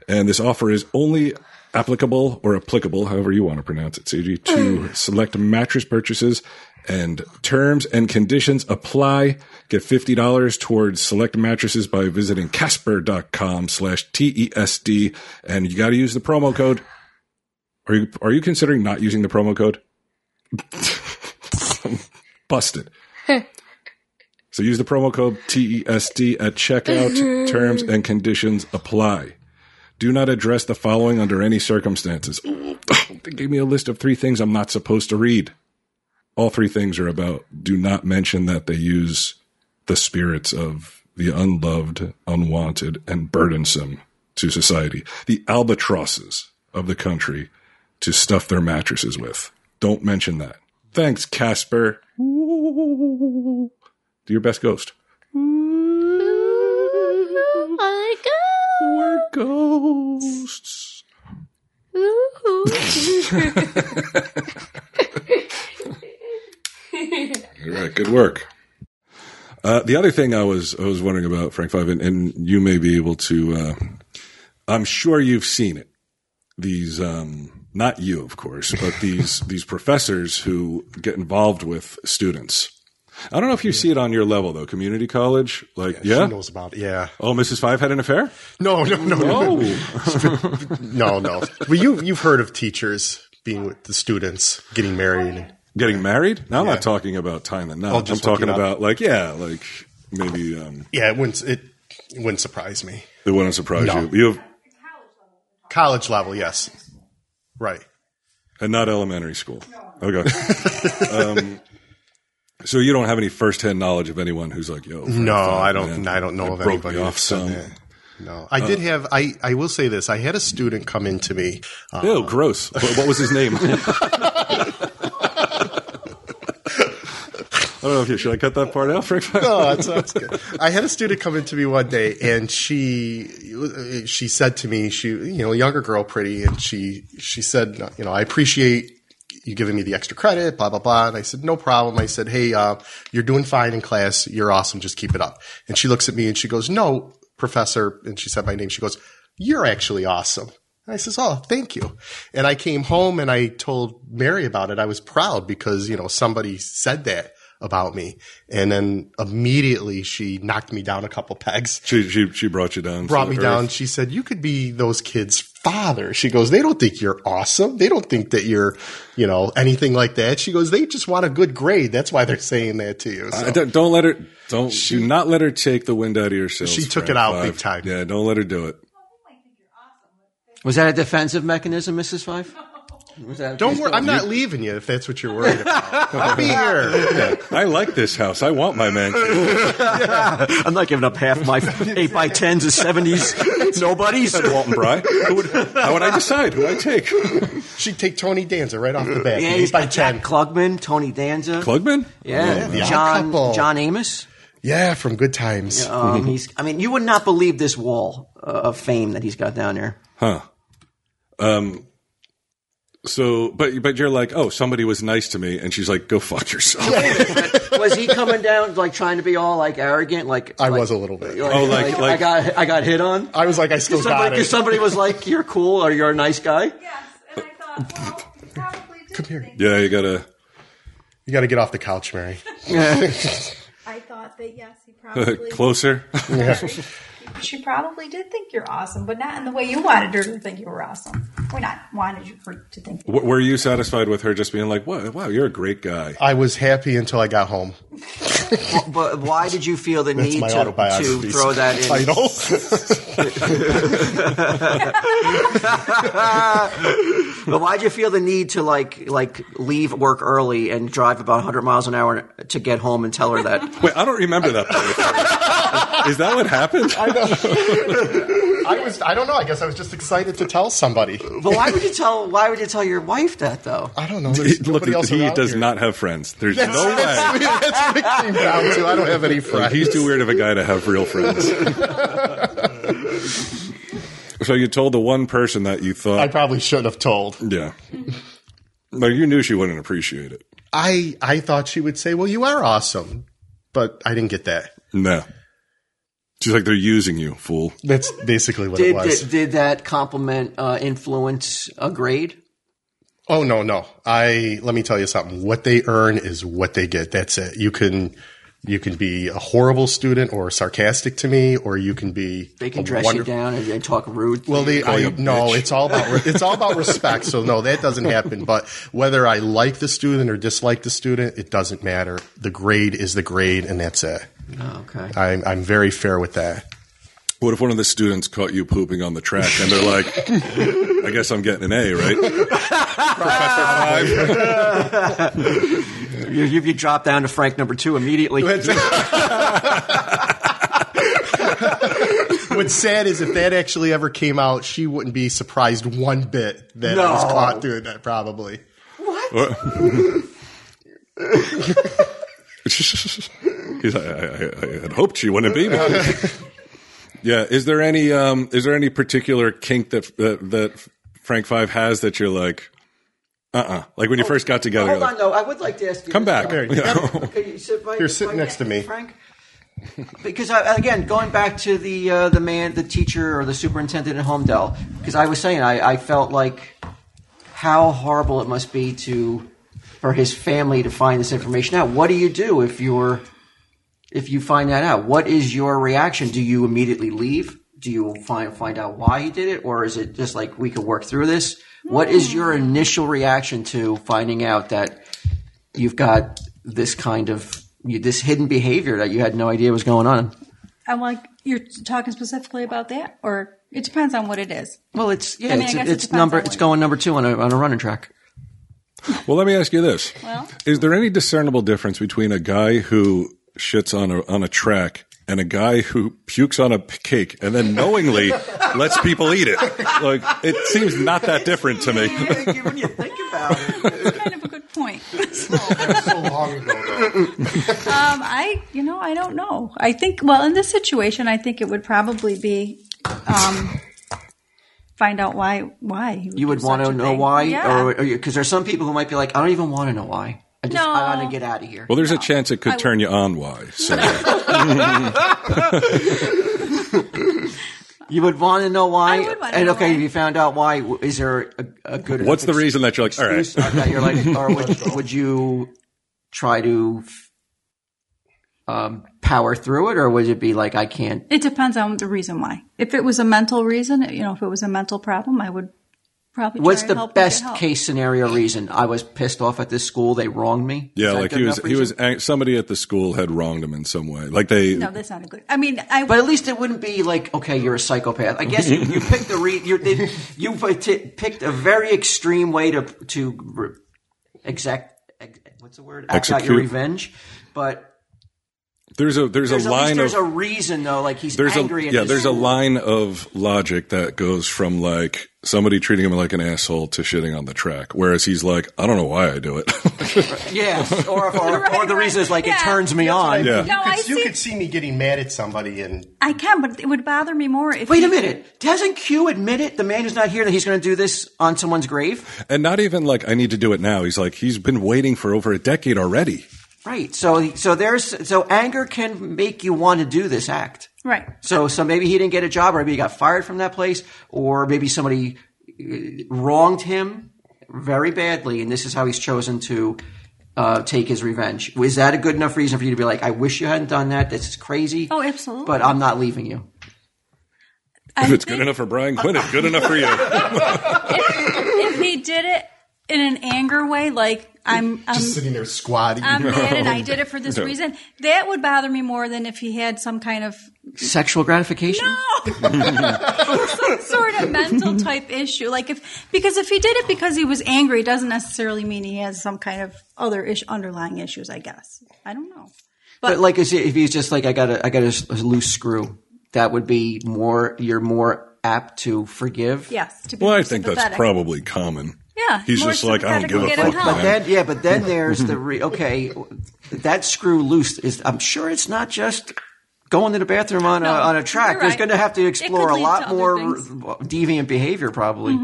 Speaker 1: and this offer is only applicable or applicable, however you want to pronounce it, CG, to select mattress purchases and terms and conditions apply. Get $50 towards select mattresses by visiting casper.com slash TESD, and you got to use the promo code. Are you, are you considering not using the promo code? Busted. So use the promo code TESD at checkout. Terms and conditions apply. Do not address the following under any circumstances. Ooh, they gave me a list of three things I'm not supposed to read. All three things are about do not mention that they use the spirits of the unloved, unwanted, and burdensome to society, the albatrosses of the country to stuff their mattresses with. Don't mention that. Thanks, Casper. Do your best ghost.
Speaker 4: Oh my
Speaker 1: We're ghosts.
Speaker 4: god.
Speaker 1: All right, good work. Uh, the other thing I was I was wondering about Frank Five, and, and you may be able to. Uh, I'm sure you've seen it. These, um, not you, of course, but these these professors who get involved with students. I don't know if you see it on your level though, community college. Like, yeah.
Speaker 3: She knows about it. Yeah.
Speaker 1: Oh, Mrs. Five had an affair.
Speaker 3: No, no, no, no,
Speaker 1: Oh,
Speaker 3: no, no. But you, you've heard of teachers being with the students getting married.
Speaker 1: getting married? Now I'm not talking about tying the knot. I'm
Speaker 3: just
Speaker 1: talking
Speaker 3: look it up.
Speaker 1: about like, yeah, like maybe um,
Speaker 3: Yeah, it wouldn't, it, it wouldn't surprise me.
Speaker 1: It wouldn't surprise
Speaker 3: No.
Speaker 1: you. You have,
Speaker 3: College level, yes. Right.
Speaker 1: and uh, not elementary school. Okay. um, so you don't have any firsthand knowledge of anyone who's like, yo.
Speaker 3: No,
Speaker 1: fuck,
Speaker 3: I don't.
Speaker 1: man,
Speaker 3: I don't know
Speaker 1: it
Speaker 3: of
Speaker 1: broke
Speaker 3: anybody
Speaker 1: me
Speaker 3: who's
Speaker 1: off some. Uh,
Speaker 3: done that. No, I did have. I I will say this. I had a student come in to me. Uh,
Speaker 1: Ew, gross. What, what was his name? I don't know if you should I cut that part out, Frank.
Speaker 3: no, that's, that's Oh, good. I had a student come in to me one day, and she she said to me, she you know, a younger girl, pretty, and she she said, you know, I appreciate you giving me the extra credit, blah blah blah. And I said, no problem. I said, hey, uh, you're doing fine in class. You're awesome. Just keep it up. And she looks at me and she goes, no, professor. And she said my name. She goes, you're actually awesome. And I says, oh, thank you. And I came home and I told Mary about it. I was proud because you know somebody said that about me. And then immediately she knocked me down a couple pegs
Speaker 1: She, she, she brought you down.
Speaker 3: brought
Speaker 1: to
Speaker 3: me
Speaker 1: earth.
Speaker 3: down. She said, "You could be those kids' father." She goes, "They don't think you're awesome. They don't think that you're, you know, anything like that." She goes, "They just want a good grade. That's why they're saying that to you." So,
Speaker 1: I Uh, don't, don't let her. Don't do not let her take the wind out of your sails.
Speaker 3: She took
Speaker 1: Frank
Speaker 3: it out
Speaker 1: Five.
Speaker 3: big time.
Speaker 1: Yeah, don't let her do it.
Speaker 2: Was that a defensive mechanism, Mrs. Five? Was that
Speaker 3: don't worry, I'm not leaving you if that's what you're worried about. I'll be here.
Speaker 1: Yeah, I like this house. I want my man. cave.
Speaker 2: I'm not giving up half my eight by tens or seventies. Nobody's.
Speaker 1: Said Walton Bry. Who would, how would I decide who I take?
Speaker 3: She'd take Tony Danza right off the bat.
Speaker 2: Yeah,
Speaker 3: Eight
Speaker 2: he's
Speaker 3: by
Speaker 2: got Jack
Speaker 3: ten.
Speaker 2: Klugman, Tony Danza.
Speaker 1: Klugman.
Speaker 2: yeah,
Speaker 3: the Odd
Speaker 2: John
Speaker 3: Couple.
Speaker 2: John Amos.
Speaker 3: Yeah, from Good Times.
Speaker 2: Um, he's. I mean, you would not believe this wall uh, of fame that he's got down there.
Speaker 1: Huh. Um. So, but but you're like, oh, somebody was nice to me, and she's like, go fuck yourself.
Speaker 2: Was he coming down like trying to be all like arrogant? Like
Speaker 3: I
Speaker 2: like-
Speaker 3: was a little bit.
Speaker 2: Like,
Speaker 1: Oh, like-
Speaker 2: like,
Speaker 1: like-
Speaker 2: I got I got hit on.
Speaker 3: I was like, I still Oh, got
Speaker 2: Somebody,
Speaker 3: it.
Speaker 2: 'cause somebody was like, "You're cool" or "You're a nice guy."
Speaker 5: Yes, and I thought, well, you probably did.
Speaker 3: Come here.
Speaker 5: think-
Speaker 1: Uh, Yeah, you gotta.
Speaker 3: You got to get off the couch, Mary.
Speaker 5: I thought that yes, he probably.
Speaker 1: uh, Closer.
Speaker 5: She probably did think you're awesome, but not in the way you wanted her to think you were awesome. Or not wanted you for, to think.
Speaker 1: W- Were you satisfied with her just being like, wow, wow you're a great guy?
Speaker 3: I was happy until I got home.
Speaker 2: But why did you feel the
Speaker 3: That's
Speaker 2: need
Speaker 3: my
Speaker 2: to,
Speaker 3: autobiography.
Speaker 2: to throw that in?
Speaker 3: title.
Speaker 2: But why'd you feel the need to like like leave work early and drive about 100 miles an hour to get home and tell her that?
Speaker 1: Wait, I don't remember that. part of the story. Is that what happened?
Speaker 3: I was. I don't know. I guess I was just excited to tell somebody.
Speaker 2: but why would you tell why would you tell your wife that though?
Speaker 3: I don't know. There's
Speaker 1: Look,
Speaker 3: nobody else
Speaker 1: he
Speaker 3: around
Speaker 1: does
Speaker 3: here.
Speaker 1: not have friends. There's no way.
Speaker 3: That's, that's what it came down to. I don't have any
Speaker 1: Like,
Speaker 3: friends.
Speaker 1: he's too weird of a guy to have real friends. so you told the one person that you thought,
Speaker 3: I probably shouldn't have told.
Speaker 1: yeah. No, you knew she wouldn't appreciate it.
Speaker 3: I I thought she would say, "Well, you are awesome," but I didn't get that.
Speaker 1: No. She's like, they're using you, fool.
Speaker 3: That's basically what it
Speaker 2: Did
Speaker 3: was.
Speaker 2: did, did that compliment uh, influence a grade?
Speaker 3: oh no, no. I let me tell you something. What they earn is what they get. That's it. You can you can be a horrible student or sarcastic to me, or you can be
Speaker 2: They
Speaker 3: a
Speaker 2: can dress
Speaker 3: wonderful-
Speaker 2: you down and, and talk rude.
Speaker 3: Well, they, I,
Speaker 1: you a
Speaker 3: no,
Speaker 1: bitch.
Speaker 3: it's all about re- it's all about respect. So no, that doesn't happen. But whether I like the student or dislike the student, it doesn't matter. The grade is the grade, and that's it.
Speaker 2: Oh, okay.
Speaker 3: I'm I'm very fair with that.
Speaker 1: What if one of the students caught you pooping on the track and they're like, I guess I'm getting an A, right?
Speaker 2: You, you, you drop down to Frank number two immediately.
Speaker 3: What's sad is if that actually ever came out, she wouldn't be surprised one bit that I was
Speaker 2: No.
Speaker 3: caught doing that. Probably.
Speaker 1: Or- He's like, I, I, I had hoped she wouldn't be. but-" yeah. Is there any um, is there any particular kink that that, that Frank Five has that you're like, uh, uh like when you first got together?
Speaker 2: Hold
Speaker 1: you're
Speaker 2: on,
Speaker 1: like,
Speaker 2: though. I would like to ask you.
Speaker 1: Come
Speaker 2: this,
Speaker 1: back.
Speaker 2: though.
Speaker 1: You know?
Speaker 2: Okay, you sit by-
Speaker 3: You're sitting
Speaker 2: by-
Speaker 3: next to me.
Speaker 2: Frank. Because I, again, going back to the uh, the man, the teacher, or the superintendent at Homedale, because I was saying I, I felt like how horrible it must be to for his family to find this information out. What do you do if you're if you find that out? What is your reaction? Do you immediately leave? Do you find find out why he did it, or is it just like we could work through this? What is your initial reaction to finding out that you've got this kind of you, this hidden behavior that you had no idea was going on.
Speaker 5: I'm like, you're talking specifically about that, or it depends on what it is.
Speaker 2: Well, it's yeah,
Speaker 5: I mean, I
Speaker 2: it's,
Speaker 5: guess it
Speaker 2: it's
Speaker 5: depends
Speaker 2: number
Speaker 5: on
Speaker 2: it's
Speaker 5: what-
Speaker 2: going number two on a on a running track.
Speaker 1: well, let me ask you this:
Speaker 5: Well?
Speaker 1: Is there any discernible difference between a guy who shits on a on a track and a guy who pukes on a p- cake and then knowingly lets people eat it. Like it seems not that different to me.
Speaker 2: Thank you when you think about it.
Speaker 5: kind of a good point.
Speaker 3: so long ago. Though.
Speaker 5: Um, I, you know, I don't know. I think, well, in this situation, I think it would probably be um, find out why. Why he
Speaker 2: You would
Speaker 5: do
Speaker 2: want
Speaker 5: such
Speaker 2: to
Speaker 5: a
Speaker 2: know
Speaker 5: thing.
Speaker 2: why,
Speaker 5: Yeah.
Speaker 2: or because there's some people who might be like, I don't even want to know why. I just I
Speaker 5: No.
Speaker 2: want to get out of here.
Speaker 1: Well, there's a chance it could turn you on. Why? So
Speaker 2: you would want to know why.
Speaker 5: I would want to
Speaker 2: and
Speaker 5: know
Speaker 2: okay,
Speaker 5: why.
Speaker 2: if you found out why, w- is there a, a good?
Speaker 1: what's the
Speaker 2: enough
Speaker 1: reason that you're like, all right,
Speaker 2: excuse that you're like, or would, would you try to um, power through it, or would it be like, I can't?
Speaker 5: It depends on the reason why. If it was a mental reason, you know, if it was a mental problem, I would probably.
Speaker 2: What's
Speaker 5: try and
Speaker 2: the
Speaker 5: help and get
Speaker 2: best
Speaker 5: help.
Speaker 2: case scenario reason? I was pissed off at this school; they wronged me.
Speaker 1: yeah,
Speaker 2: Is that
Speaker 1: like
Speaker 2: good
Speaker 1: he was
Speaker 2: enough
Speaker 1: he was
Speaker 2: reason?
Speaker 1: ang- somebody at the school had wronged him in some way. Like they
Speaker 5: No, that's not a good. I mean, I.
Speaker 2: But at least it wouldn't be like, okay, you're a psychopath. I guess you, you picked the re- you did you p- t- picked a very extreme way to to re- exact ex- what's the word act out your
Speaker 1: Execute.
Speaker 2: revenge, but.
Speaker 1: there's a there's,
Speaker 2: There's,
Speaker 1: a
Speaker 2: at least
Speaker 1: line
Speaker 2: there's
Speaker 1: of
Speaker 2: a reason though, like he's
Speaker 1: there's
Speaker 2: angry.
Speaker 1: a
Speaker 2: at
Speaker 1: yeah
Speaker 2: his-
Speaker 1: there's a line of logic that goes from like somebody treating him like an asshole to shitting on the track, whereas he's like, I don't know why I do it.
Speaker 2: yeah, or, or, or,
Speaker 5: Right,
Speaker 2: the
Speaker 5: right.
Speaker 2: reason is like
Speaker 5: Yeah.
Speaker 2: it turns me on.
Speaker 1: Yeah.
Speaker 5: no, I
Speaker 3: you
Speaker 5: see.
Speaker 3: could see me getting mad at somebody and
Speaker 5: I can, but it would bother me more if.
Speaker 2: Wait
Speaker 5: he-
Speaker 2: a minute. Doesn't Q admit it? The man who's not here that he's going to do this on someone's grave?
Speaker 1: and not even like I need to do it now. He's like, he's been waiting for over a decade already.
Speaker 2: Right. So so there's so anger can make you want to do this act.
Speaker 5: Right.
Speaker 2: So so maybe he didn't get a job or maybe he got fired from that place or maybe somebody uh, wronged him very badly and this is how he's chosen to uh, take his revenge. Is that a good enough reason for you to be like, I wish you hadn't done that. This is crazy.
Speaker 5: Oh, absolutely.
Speaker 2: But I'm not leaving you.
Speaker 5: I
Speaker 1: If it's
Speaker 5: think-
Speaker 1: good enough for Brian Quinn, it's good enough for you.
Speaker 5: if he did it in an anger way, like I'm, I'm, um,
Speaker 3: just sitting there squatting.
Speaker 5: I'm mad and I did it for this reason, that would bother me more than if he had some kind of
Speaker 2: Sexual gratification?
Speaker 5: some sort of mental type issue. Like if because if he did it because he was angry, it doesn't necessarily mean he has some kind of other ish, underlying issues. I guess I don't know.
Speaker 2: But like, is it- if he's just like, I got a, I got a, s- a loose screw, that would be more. You're more apt to forgive.
Speaker 5: Yes. To be
Speaker 1: Well, I
Speaker 5: more
Speaker 1: think that's
Speaker 5: sympathetic.
Speaker 1: probably common.
Speaker 5: Yeah,
Speaker 1: He's
Speaker 5: more
Speaker 1: just like, I don't give a fuck.
Speaker 5: sympathetic, we'll get him
Speaker 2: But
Speaker 5: help.
Speaker 1: Man.
Speaker 2: then, yeah, but then there's the re- okay. That screw loose is. I'm sure it's not just going to the bathroom on a
Speaker 5: No,
Speaker 2: on a track.
Speaker 5: you're
Speaker 2: There's
Speaker 5: right.
Speaker 2: going to have to
Speaker 5: It
Speaker 2: explore a
Speaker 5: could lead to
Speaker 2: lot
Speaker 5: other
Speaker 2: more
Speaker 5: things. Mm-hmm.
Speaker 2: deviant behavior, probably.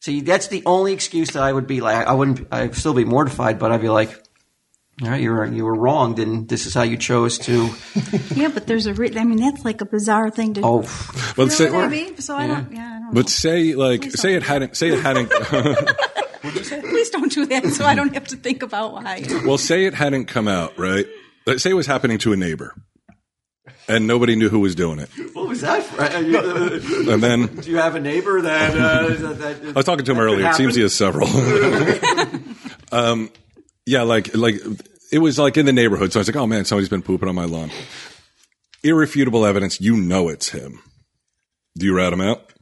Speaker 2: See, that's the only excuse that I would be like. I wouldn't. I'd still be mortified, but I'd be like, "All right, you were you were wronged, and this is how you chose to."
Speaker 5: Yeah, but there's a. Re- I mean, that's like a bizarre thing to.
Speaker 2: Oh,
Speaker 1: But
Speaker 5: you know
Speaker 1: say,
Speaker 5: what I mean? So I don't. Yeah, I don't.
Speaker 1: but say like,
Speaker 5: Please
Speaker 1: say
Speaker 5: don't.
Speaker 1: it hadn't, say it hadn't,
Speaker 5: Please don't do that, so I don't have to think about why.
Speaker 1: well, say it hadn't come out, right? Let's Say it was happening to a neighbor, and nobody knew who was doing it.
Speaker 2: what was that? For? Are you-
Speaker 1: And then
Speaker 2: Do you have a neighbor that? Uh, that, that
Speaker 1: I was talking to him
Speaker 2: that could
Speaker 1: earlier. It seems he
Speaker 2: happen?
Speaker 1: has several. um, yeah, like like it was like in the neighborhood. So I was like, oh man, somebody's been pooping on my lawn. Irrefutable evidence. You know it's him. Do you rat him out?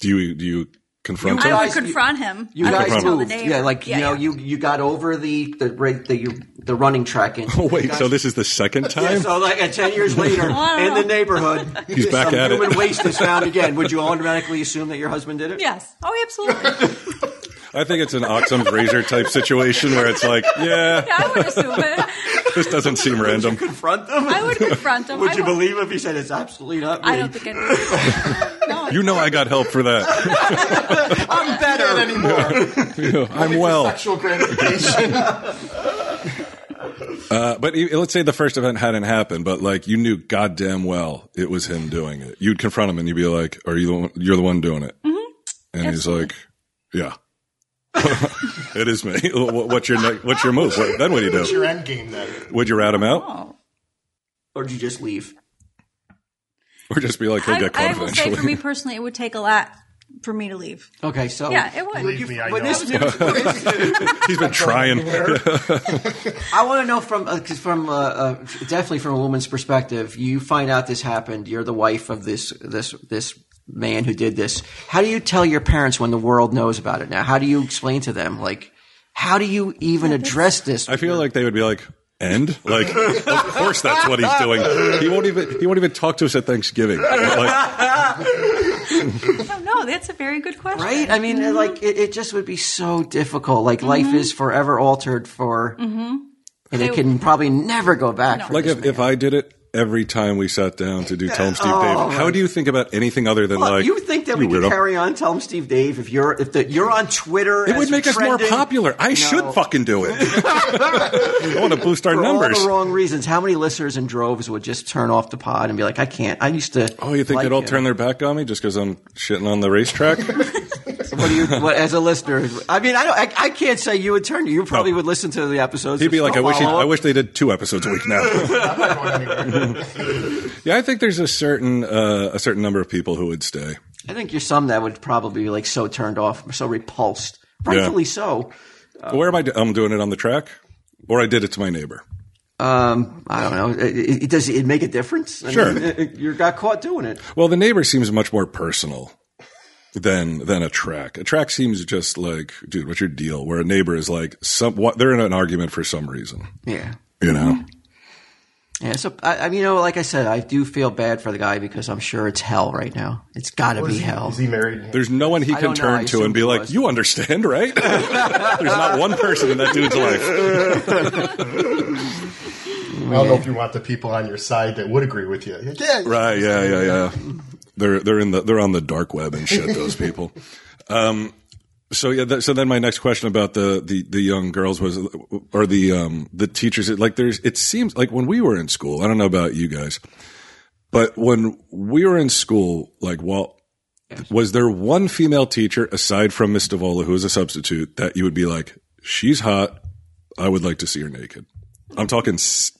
Speaker 1: Do you do you confront
Speaker 2: You
Speaker 1: him?
Speaker 5: I would
Speaker 2: guys-
Speaker 5: confront him.
Speaker 2: You
Speaker 5: I would
Speaker 2: guys
Speaker 5: tell the
Speaker 2: moved,
Speaker 5: neighbor.
Speaker 2: yeah. Like you know,
Speaker 5: yeah.
Speaker 2: you you got over the the ra- the, the running track in.
Speaker 1: Oh wait, so this is the second
Speaker 2: Yeah,
Speaker 1: time.
Speaker 2: so like uh, ten years later,
Speaker 5: don't
Speaker 2: in
Speaker 5: know.
Speaker 2: the neighborhood,
Speaker 1: He's back
Speaker 2: some
Speaker 1: at
Speaker 2: human
Speaker 1: it.
Speaker 2: waste is found again. Would you automatically assume that your husband did it?
Speaker 5: Yes. Oh, absolutely.
Speaker 1: I think it's an Oxum's razor type situation where it's like, yeah,
Speaker 5: I would assume it.
Speaker 1: this doesn't seem random.
Speaker 2: Confront them.
Speaker 5: I would confront him.
Speaker 2: Would
Speaker 5: I
Speaker 2: you
Speaker 5: would-
Speaker 2: believe if he said it's absolutely not me?
Speaker 5: I don't think I do. no,
Speaker 1: You know I got help for that.
Speaker 2: I'm better anymore.
Speaker 1: You know, I'm well.
Speaker 3: Sexual gratification.
Speaker 1: Uh, but e- let's say the first event hadn't happened, but like you knew goddamn well it was him doing it. You'd confront him and you'd be like, "Are you the one, you're the one doing it?"
Speaker 5: Mm-hmm.
Speaker 1: And he's like, "Yeah, it is me." Wh- what's your ne- what's your move? What, then what do you
Speaker 3: What's your
Speaker 1: do?
Speaker 3: end game then?
Speaker 1: Would you rat him out,
Speaker 5: Oh.
Speaker 2: or did you just leave?
Speaker 1: or just be like, "He'll
Speaker 5: I,
Speaker 1: get
Speaker 5: I
Speaker 1: caught
Speaker 5: will say for me
Speaker 1: eventually"?
Speaker 5: personally, it would take a lot for me to leave.
Speaker 2: Okay,
Speaker 1: Oh,
Speaker 2: so
Speaker 5: Yeah, it would.
Speaker 3: Believe me, I
Speaker 2: But
Speaker 3: know.
Speaker 2: this dude,
Speaker 1: He's been trying.
Speaker 2: I want to know from uh, 'cause from uh, uh, definitely from a woman's perspective. You find out this happened. You're the wife of this this this man who did this. How do you tell your parents when the world knows about it now? How do you explain to them? Like, how do you even address this?
Speaker 1: I feel like they would be like, end? Like, of course that's what he's doing. He won't even he won't even talk to us at Thanksgiving. Like,
Speaker 5: I don't know. That's a very good question.
Speaker 2: Right? I mean, like it, it just would be so difficult. Like life is forever altered for, and it can probably never go back. for
Speaker 1: like
Speaker 2: this
Speaker 1: if, if I did it every time we sat down to do Tell Him Steve Dave, how do you think about anything other than
Speaker 2: Oh. Look,
Speaker 1: like
Speaker 2: you think that we
Speaker 1: "You
Speaker 2: can
Speaker 1: weirdo."
Speaker 2: carry on? Tell them Steve Dave if you're if the, you're on Twitter.
Speaker 1: It would make us more popular. I
Speaker 2: No.
Speaker 1: should fucking do it. I want to boost our
Speaker 2: For
Speaker 1: numbers.
Speaker 2: all the wrong reasons. How many listeners and droves would just turn off the pod and be like, "I can't." I used to.
Speaker 1: Oh, you think
Speaker 2: like
Speaker 1: they'd all
Speaker 2: it.
Speaker 1: turn their back on me just because I'm shitting on the racetrack?
Speaker 2: What do you? What, as a listener, I mean, I don't. I, I can't say you would turn. You probably
Speaker 1: No.
Speaker 2: would listen to the episodes.
Speaker 1: He'd be
Speaker 2: There's
Speaker 1: like,
Speaker 2: no
Speaker 1: I wish, he,
Speaker 2: follow-up.
Speaker 1: I wish they did two episodes a week now. yeah, I think there's a certain uh, a certain number of people who would stay.
Speaker 2: I think there's some that would probably be like so turned off, so repulsed, rightfully so. Oh.
Speaker 1: Where am I? Do- I'm doing it on the track, or I did it to my neighbor.
Speaker 2: Um, I don't know. It, it, it- does it make a difference? I
Speaker 1: Sure.
Speaker 2: mean, it- it- you got caught doing it.
Speaker 1: Well, the neighbor seems much more personal than than a track. A track seems just like, dude, what's your deal? Where a neighbor is like, some what, they're in an argument for some reason,
Speaker 2: Yeah.
Speaker 1: you know.
Speaker 2: Mm-hmm. Yeah, so I, I mean, you know, like I said, I do feel bad for the guy because I'm sure it's hell right now. It's got to be hell.
Speaker 3: Is he married?
Speaker 1: There's no one he
Speaker 2: I
Speaker 1: can
Speaker 2: don't know. I
Speaker 1: turn to
Speaker 2: assume
Speaker 1: and be
Speaker 2: he
Speaker 1: like,
Speaker 2: was.
Speaker 1: "You understand, right?" There's not one person in that dude's life.
Speaker 3: I don't know if you want the people on your side that would agree with you. Yeah,
Speaker 1: Right? Yeah, yeah, yeah. They're they're in the they're on the dark web and shit. Those people. Um. So yeah. That, so then my next question about the the the young girls was, or the um the teachers. Like there's it seems like when we were in school. I don't know about you guys, but when we were in school, like well. Was there one female teacher aside from Miss Davola, who was a substitute, that you would be like, "She's hot. I would like to see her naked. I'm talking s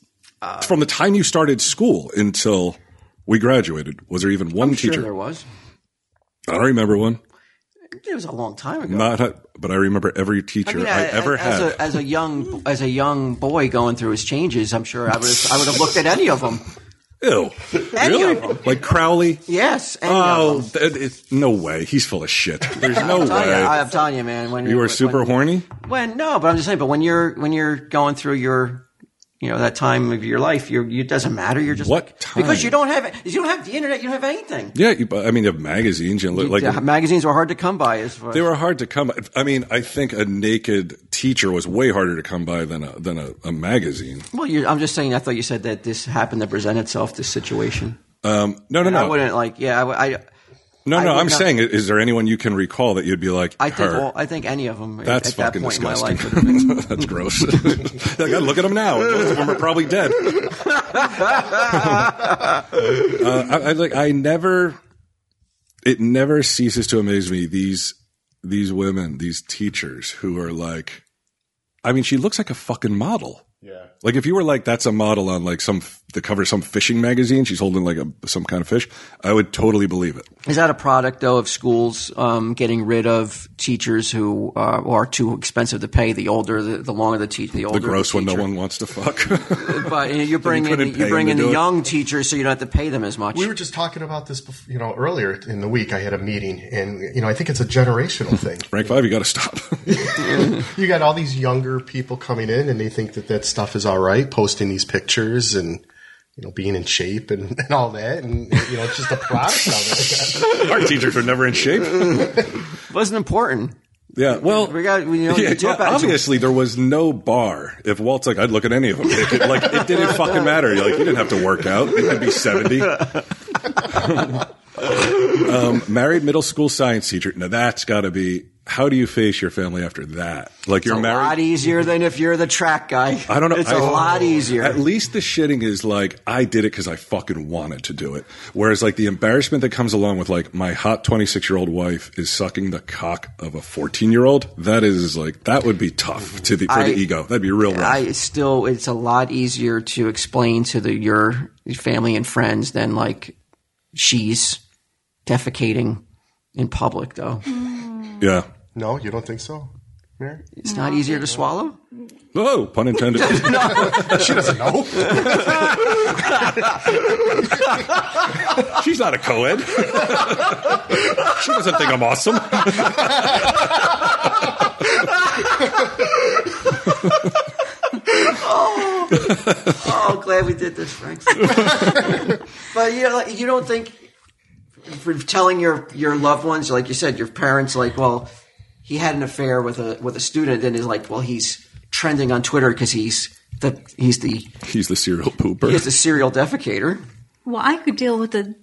Speaker 2: Uh,
Speaker 1: from the time you started school until we graduated. Was there even one
Speaker 2: Sure,
Speaker 1: teacher?
Speaker 2: there was.
Speaker 1: I don't remember one.
Speaker 2: It was a long time ago.
Speaker 1: Not, a- but I remember every teacher I, ever
Speaker 2: as
Speaker 1: had.
Speaker 2: a, as a young as a young boy going through his changes, I'm sure I would have, I would have looked at any of them.
Speaker 1: Ew,
Speaker 2: Any
Speaker 1: really?
Speaker 2: of them.
Speaker 1: Like Crowley?
Speaker 2: Yes, any
Speaker 1: Oh,
Speaker 2: of them.
Speaker 1: that is- no way. He's full of shit. There's no
Speaker 2: I'm telling you,
Speaker 1: way.
Speaker 2: I'm telling you, man. When
Speaker 1: you were
Speaker 2: when-
Speaker 1: super horny.
Speaker 2: When no, but I'm just saying. But when you're when you're going through your you know that time of your life, you're, you it doesn't matter. You're just
Speaker 1: What
Speaker 2: because
Speaker 1: time?
Speaker 2: you don't have you don't have the internet. You don't have anything.
Speaker 1: Yeah, you, but, I mean, you have magazines. You look like
Speaker 2: The magazines were hard to come by. As far
Speaker 1: they
Speaker 2: as-
Speaker 1: were hard to come. I mean, I think a naked teacher was way harder to come by than a than a, a magazine.
Speaker 2: Well, you I'm just saying. I thought you said that this happened to present itself. This situation.
Speaker 1: Um, no, no,
Speaker 2: I
Speaker 1: no.
Speaker 2: wouldn't like. Yeah, I. would- I,
Speaker 1: No,
Speaker 2: I
Speaker 1: no,
Speaker 2: would
Speaker 1: I'm
Speaker 2: not-
Speaker 1: saying, is there anyone you can recall that you'd be like,
Speaker 2: I think.
Speaker 1: her?
Speaker 2: All, I think any of them. at-
Speaker 1: That's
Speaker 2: at
Speaker 1: fucking
Speaker 2: that point
Speaker 1: disgusting.
Speaker 2: in my life.
Speaker 1: That's gross. like, I look at them now. Most of them are probably dead. uh, I, I like. I never. It never ceases to amaze me these these women, these teachers who are like, I mean, she looks like a fucking model.
Speaker 3: Yeah.
Speaker 1: Like if you were like, that's a model on like some the cover of some fishing magazine. She's holding like a some kind of fish. I would totally believe it.
Speaker 2: Is that a product though of schools um, getting rid of teachers who uh, are too expensive to pay? The older, the, the longer the teacher, the older
Speaker 1: The gross
Speaker 2: the
Speaker 1: one, no
Speaker 2: teacher.
Speaker 1: one wants to fuck.
Speaker 2: But you know, you bring in
Speaker 1: couldn't
Speaker 2: the,
Speaker 1: pay
Speaker 2: you bring
Speaker 1: them
Speaker 2: in
Speaker 1: to
Speaker 2: the
Speaker 1: do it.
Speaker 2: young teachers, so you don't have to pay them as much.
Speaker 3: We were just talking about this, before, you know, earlier in the week. I had a meeting, and you know, I think it's a generational thing.
Speaker 1: Rank five, you got to stop.
Speaker 3: You got all these younger people coming in, and they think that that stuff is all right, posting these pictures and you know, being in shape and, and all that, and you know, it's just a product of it.
Speaker 1: Our teachers were never in shape.
Speaker 2: It wasn't important.
Speaker 1: Yeah, well,
Speaker 2: We got- we don't
Speaker 1: yeah,
Speaker 2: need to talk
Speaker 1: yeah,
Speaker 2: about it.
Speaker 1: obviously there was no bar. If Walt's like, I'd look at any of them. It could- like it didn't fucking matter. Like you didn't have to work out. It could be seventy. um, married middle school science teacher. Now that's got to be. How do you face your family after that? Like you're
Speaker 2: It's a
Speaker 1: married.
Speaker 2: lot easier than if you're the track guy.
Speaker 1: I don't know.
Speaker 2: It's
Speaker 1: a
Speaker 2: a lot easier.
Speaker 1: At least the shitting is like I did it because I fucking wanted to do it. Whereas like the embarrassment that comes along with like my hot twenty six year old wife is sucking the cock of a fourteen year old. That is like that would be tough to the for
Speaker 2: Mhm. I-
Speaker 1: the ego. That'd be real rough.
Speaker 2: I it's still, it's a lot easier to explain to the your family and friends than like she's defecating in public, though.
Speaker 1: yeah.
Speaker 3: No, you don't think so? Mary?
Speaker 2: It's not easier to swallow.
Speaker 1: Oh, pun intended.
Speaker 3: She doesn't know.
Speaker 1: She's not a co-ed. she doesn't think I'm awesome.
Speaker 2: Oh, glad we did this, Frank. but you know, like, you don't think for telling your your loved ones, like you said, your parents, like, well, he had an affair with a with a student, and is like, well, he's trending on Twitter because he's the he's the
Speaker 1: He's the serial pooper.
Speaker 2: he's the serial defecator.
Speaker 5: Well, I could deal with the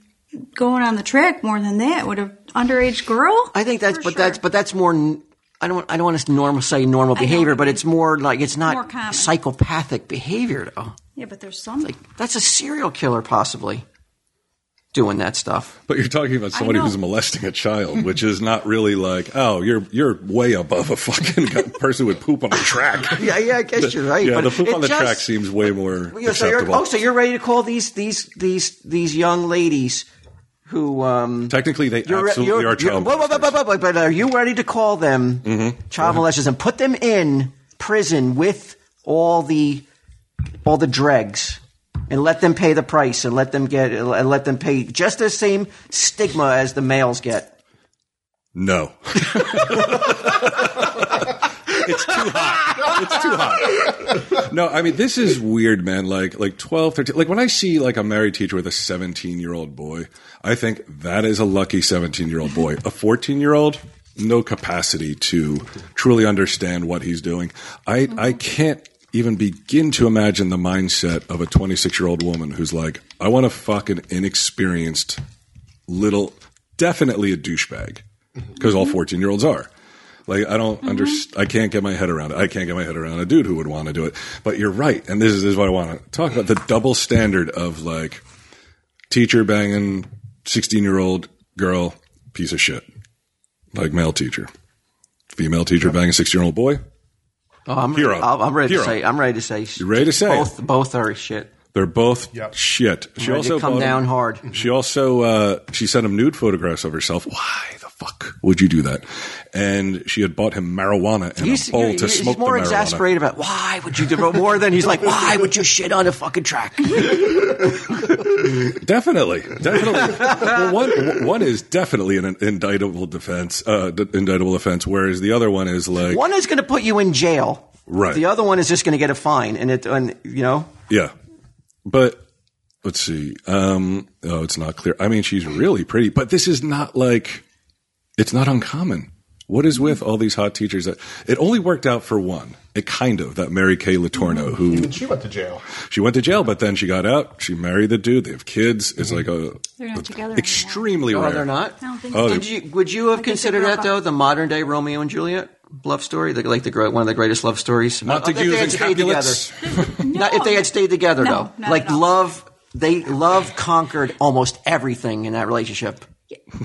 Speaker 5: going on the track more than that with an underage girl.
Speaker 2: I think that's
Speaker 5: For
Speaker 2: but
Speaker 5: sure.
Speaker 2: that's but that's more. n- I don't. I don't want to normal say normal behavior, but it's more like it's
Speaker 5: More
Speaker 2: not
Speaker 5: common.
Speaker 2: psychopathic behavior though.
Speaker 5: yeah, but there's some.
Speaker 2: That's a serial killer possibly doing that stuff.
Speaker 1: But you're talking about somebody
Speaker 5: know.
Speaker 1: who's molesting a child, which is not really like, oh, you're you're way above a fucking guy- person with poop on a track.
Speaker 2: Yeah, yeah, I guess you're right.
Speaker 1: yeah,
Speaker 2: but
Speaker 1: the poop
Speaker 2: it
Speaker 1: on the
Speaker 2: just-
Speaker 1: track seems way more
Speaker 2: Yeah, so you're,
Speaker 1: acceptable.
Speaker 2: oh, so you're ready to call these these these these young ladies who um
Speaker 1: Technically, they
Speaker 2: you're-
Speaker 1: absolutely
Speaker 2: you're-
Speaker 1: are child. Mm-hmm.
Speaker 2: you're- whoa, whoa, whoa, whoa, whoa, but are you ready to call them child molesters and put them in prison with all the all the dregs and let them pay the price and let them get and let them pay just the same stigma as the males get.
Speaker 1: no, it's too hot. It's too hot. No, I mean this is weird, man. Like like 12, 13. Like when I see like a married teacher with a 17 year old boy, I think that is a lucky 17 year old boy. A 14 year old. No capacity to truly understand what he's doing. I, I can't even begin to imagine the mindset of a 26 year old woman who's like, I want to fuck an inexperienced little, definitely a douchebag because all 14 year olds are. Like, I don't underst I can't get my head around it. I can't get my head around a dude who would want to do it. But you're right. And this is, this is what I want to talk about the double standard of like teacher banging 16 year old girl, piece of shit. Like male teacher, female teacher banging 16 year old boy.
Speaker 2: Oh, I'm
Speaker 1: Hero.
Speaker 2: Ready, I'm- I'm ready
Speaker 1: Hero.
Speaker 2: to say. I'm ready to say. You
Speaker 1: ready to say it.
Speaker 2: both? Both are shit.
Speaker 1: They're both
Speaker 3: Yep.
Speaker 1: shit. She
Speaker 2: Ready
Speaker 1: also
Speaker 2: to come
Speaker 1: bought him-
Speaker 2: down hard.
Speaker 1: She also uh, she sent him nude photographs of herself. Why the fuck would you do that? And she had bought him marijuana and
Speaker 2: He's,
Speaker 1: a bowl to
Speaker 2: he's
Speaker 1: smoke
Speaker 2: more
Speaker 1: the marijuana.
Speaker 2: exasperated about why would you devote more than he's like why would you shit on a fucking track?
Speaker 1: Definitely, definitely. well, one one is definitely an indictable defense, uh, d- indictable offense, whereas the other one is like,
Speaker 2: One is going to put you in jail,
Speaker 1: Right.
Speaker 2: The other one is just going to get a fine, and it and you know
Speaker 1: yeah. But let's see. Um, oh, it's not clear. I mean, she's really pretty, but this is not like it's not uncommon. What is with all these hot teachers? That it only worked out for one. It kind of that Mary Kay Latorno, who
Speaker 3: She went to jail.
Speaker 1: She went to jail, but then she got out. She married the dude. They have kids. It's like a
Speaker 5: They're not together
Speaker 1: extremely
Speaker 2: no,
Speaker 1: rare.
Speaker 2: they're not.
Speaker 5: I don't think
Speaker 1: Oh,
Speaker 5: so.
Speaker 2: Would you would you have
Speaker 5: think they
Speaker 2: considered
Speaker 5: grew
Speaker 2: that
Speaker 5: up
Speaker 2: though
Speaker 5: on-
Speaker 2: the modern day Romeo and Juliet love story, like, like the great one of the greatest love stories? Not
Speaker 1: Montagues and Capulets.
Speaker 2: Not if they had stayed together
Speaker 5: No,
Speaker 2: though,
Speaker 5: not
Speaker 2: like
Speaker 5: at all.
Speaker 2: love. They love conquered almost everything in that relationship.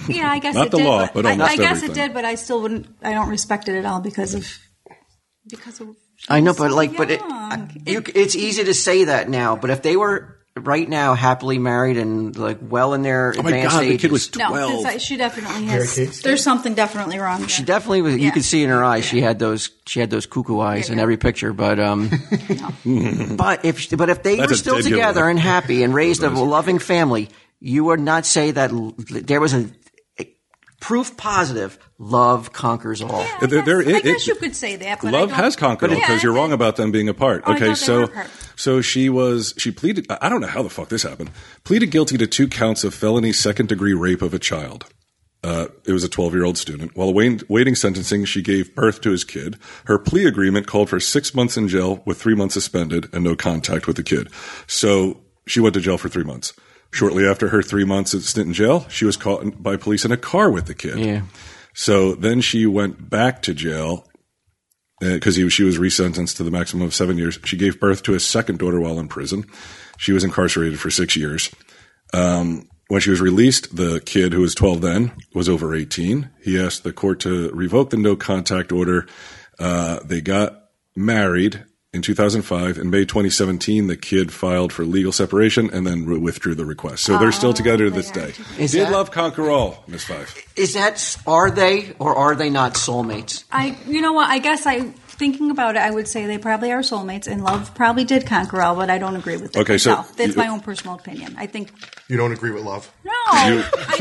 Speaker 5: Yeah, I guess
Speaker 1: Not
Speaker 5: it
Speaker 1: the
Speaker 5: did,
Speaker 1: law, but
Speaker 5: I,
Speaker 1: almost
Speaker 5: I guess
Speaker 1: everything.
Speaker 5: it did, but I still wouldn't. I don't respect it at all because of because of.
Speaker 2: I know, but
Speaker 5: so
Speaker 2: like, but it,
Speaker 5: young.
Speaker 2: you, it's easy to say that now. But if they were right now happily married and like well in their
Speaker 1: Oh my
Speaker 2: advanced
Speaker 1: god, the
Speaker 2: ages,
Speaker 1: kid was
Speaker 5: no,
Speaker 1: twelve.
Speaker 5: it's- she definitely
Speaker 3: Mary
Speaker 5: has.
Speaker 3: Kate?
Speaker 5: There's something definitely wrong. there.
Speaker 2: she definitely was. You
Speaker 5: Yeah.
Speaker 2: could see in her eyes she had those she had those cuckoo eyes in
Speaker 5: yeah.
Speaker 2: every picture. But um, but if but if they
Speaker 1: That's
Speaker 2: were
Speaker 1: a
Speaker 2: still
Speaker 1: dead giveaway.
Speaker 2: together and happy and raised a
Speaker 1: Those-
Speaker 2: loving family, you would not say that l- there was a, a proof positive love conquers all.
Speaker 5: I
Speaker 1: There-
Speaker 5: guess,
Speaker 1: there-
Speaker 5: I
Speaker 1: it-
Speaker 5: guess
Speaker 1: it-
Speaker 5: you could say that. But I
Speaker 1: Love
Speaker 5: don't-
Speaker 1: has conquered them
Speaker 5: Yeah,
Speaker 1: because you're
Speaker 5: I
Speaker 1: wrong
Speaker 5: think-
Speaker 1: about them being apart.
Speaker 5: Oh, I
Speaker 1: okay,
Speaker 5: thought they were
Speaker 1: so
Speaker 5: apart.
Speaker 1: so she was she pleaded. I I don't know how the fuck this happened. Pleaded guilty to two counts of felony second degree rape of a child. Uh, it was a 12 year old student. While awaiting, waiting sentencing, she gave birth to his kid. Her plea agreement called for six months in jail with three months suspended and no contact with the kid. So she went to jail for three months. Shortly after her three months at stint in jail, she was caught in- by police in a car with the kid.
Speaker 2: Yeah.
Speaker 1: So then she went back to jail because Uh, he she was resentenced to the maximum of seven years. She gave birth to a second daughter while in prison. She was incarcerated for six years. Um, when she was released, the kid who was 12 then was over 18. He asked the court to revoke the no contact order. Uh, they got married in 2005. In May 2017, the kid filed for legal separation and then re- withdrew the request. So they're still together to this day.
Speaker 2: Is
Speaker 1: Did
Speaker 2: that-
Speaker 1: love conquer all, Miss Five?
Speaker 2: Is that are they or are they not soulmates?
Speaker 5: I, you know what? I guess I, thinking about it, I would say they probably are soulmates, and love probably did conquer all, but I don't agree with it.
Speaker 1: Okay, so-
Speaker 5: myself. that's
Speaker 1: you-
Speaker 5: my own personal opinion. I think
Speaker 3: You don't agree with love.
Speaker 5: no.
Speaker 1: You-
Speaker 5: Oh, I don't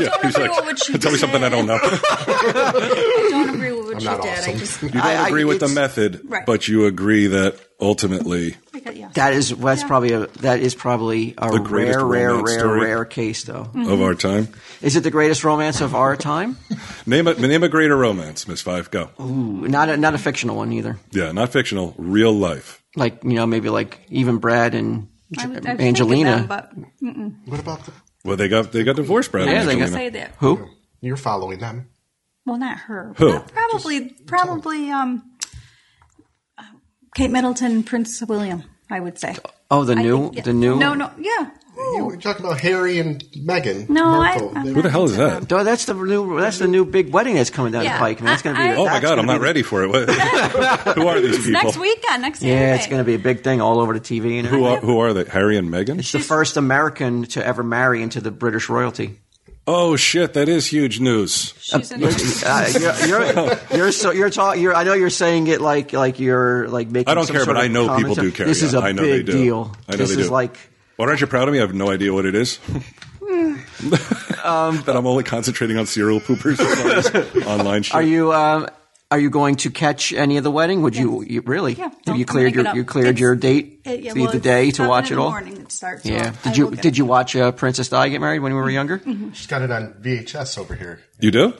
Speaker 1: Yeah,
Speaker 5: agree
Speaker 1: he's like,
Speaker 5: with what she
Speaker 1: tell me something I
Speaker 5: did.
Speaker 1: don't know.
Speaker 5: I don't agree with what
Speaker 3: I'm
Speaker 5: she
Speaker 3: not
Speaker 5: did. I
Speaker 3: awesome.
Speaker 5: just,
Speaker 1: You don't
Speaker 2: I- I-
Speaker 1: agree with the
Speaker 2: it's-
Speaker 1: method,
Speaker 5: Right.
Speaker 1: but you agree that ultimately
Speaker 5: I got- yeah.
Speaker 2: That is well, that's probably a that is probably a
Speaker 1: greatest
Speaker 2: rare, rare,
Speaker 1: romance
Speaker 2: rare,
Speaker 1: story.
Speaker 2: rare case though.
Speaker 5: Mm. Mm-hmm.
Speaker 1: of our time.
Speaker 2: Is it the greatest romance of our time?
Speaker 1: Name a name a greater romance, Miss Five. Go.
Speaker 2: Ooh, not a, not a fictional one either.
Speaker 1: Yeah, not fictional, real life.
Speaker 2: Like you know, maybe like even Brad and
Speaker 5: I would- I was thinking
Speaker 2: Angelina.
Speaker 5: that, but
Speaker 3: What about the,
Speaker 1: Well, they got they got divorced, Brad.
Speaker 2: Yeah,
Speaker 1: and
Speaker 2: they got-
Speaker 1: Angelina.
Speaker 5: say that.
Speaker 2: Who?
Speaker 3: you're following them?
Speaker 5: Well, not her.
Speaker 1: Who?
Speaker 5: But Probably, probably um, Kate Middleton, Prince William. I would say
Speaker 2: Oh, the new,
Speaker 5: Yeah.
Speaker 2: the new.
Speaker 5: No, no, yeah.
Speaker 3: You were talking about Harry and Meghan.
Speaker 5: No, I-
Speaker 3: Markle.
Speaker 5: I'm
Speaker 1: Who the hell is
Speaker 5: Angelina.
Speaker 1: that?
Speaker 2: Oh, that's the new. That's the new big wedding that's coming down
Speaker 5: Yeah.
Speaker 2: the pike, and that's going to be.
Speaker 5: I- I-
Speaker 1: Oh my
Speaker 2: that's
Speaker 1: God,
Speaker 2: gonna
Speaker 1: I'm
Speaker 2: be
Speaker 1: not
Speaker 2: the-
Speaker 1: ready for it. What- who are these people?
Speaker 5: Next weekend, next
Speaker 2: Yeah, it's going to
Speaker 5: to
Speaker 2: be a big thing all over the TV. And
Speaker 1: Who
Speaker 2: everything.
Speaker 1: are who are they? Harry and Meghan?
Speaker 2: It's the first American to ever marry into the British royalty.
Speaker 1: Oh shit, that is huge news.
Speaker 5: She's in
Speaker 2: Uh, you're, you're, you're so you're talking. You're, I know you're saying it like like you're like making.
Speaker 1: I don't
Speaker 2: some
Speaker 1: care,
Speaker 2: sort
Speaker 1: but
Speaker 2: of
Speaker 1: I know people
Speaker 2: commentary.
Speaker 1: do carry
Speaker 2: This is a
Speaker 1: on. I know
Speaker 2: big
Speaker 1: they do.
Speaker 2: deal.
Speaker 1: I know
Speaker 2: this
Speaker 1: they
Speaker 2: is
Speaker 1: do.
Speaker 2: like
Speaker 1: Well, aren't you proud of me? I have no idea what it is.
Speaker 2: Um,
Speaker 1: that I'm only concentrating on serial poopers as well as online shit.
Speaker 2: Are you um, are you going to catch any of the wedding? Would you, you really?
Speaker 5: Yeah,
Speaker 2: Have you
Speaker 5: don't
Speaker 2: cleared
Speaker 5: make it
Speaker 2: your
Speaker 5: up.
Speaker 2: you cleared
Speaker 5: It's-
Speaker 2: your date
Speaker 5: it- yeah,
Speaker 2: the,
Speaker 5: well,
Speaker 2: the
Speaker 5: it's
Speaker 2: day to
Speaker 5: seven
Speaker 2: watch
Speaker 5: in
Speaker 2: it
Speaker 5: the
Speaker 2: all?
Speaker 5: morning it starts, so
Speaker 2: yeah.
Speaker 5: I
Speaker 2: Did you
Speaker 5: will get
Speaker 2: did
Speaker 5: it.
Speaker 2: you watch uh, Princess Di get married when we were younger?
Speaker 3: She's got it on VHS over here.
Speaker 1: You do?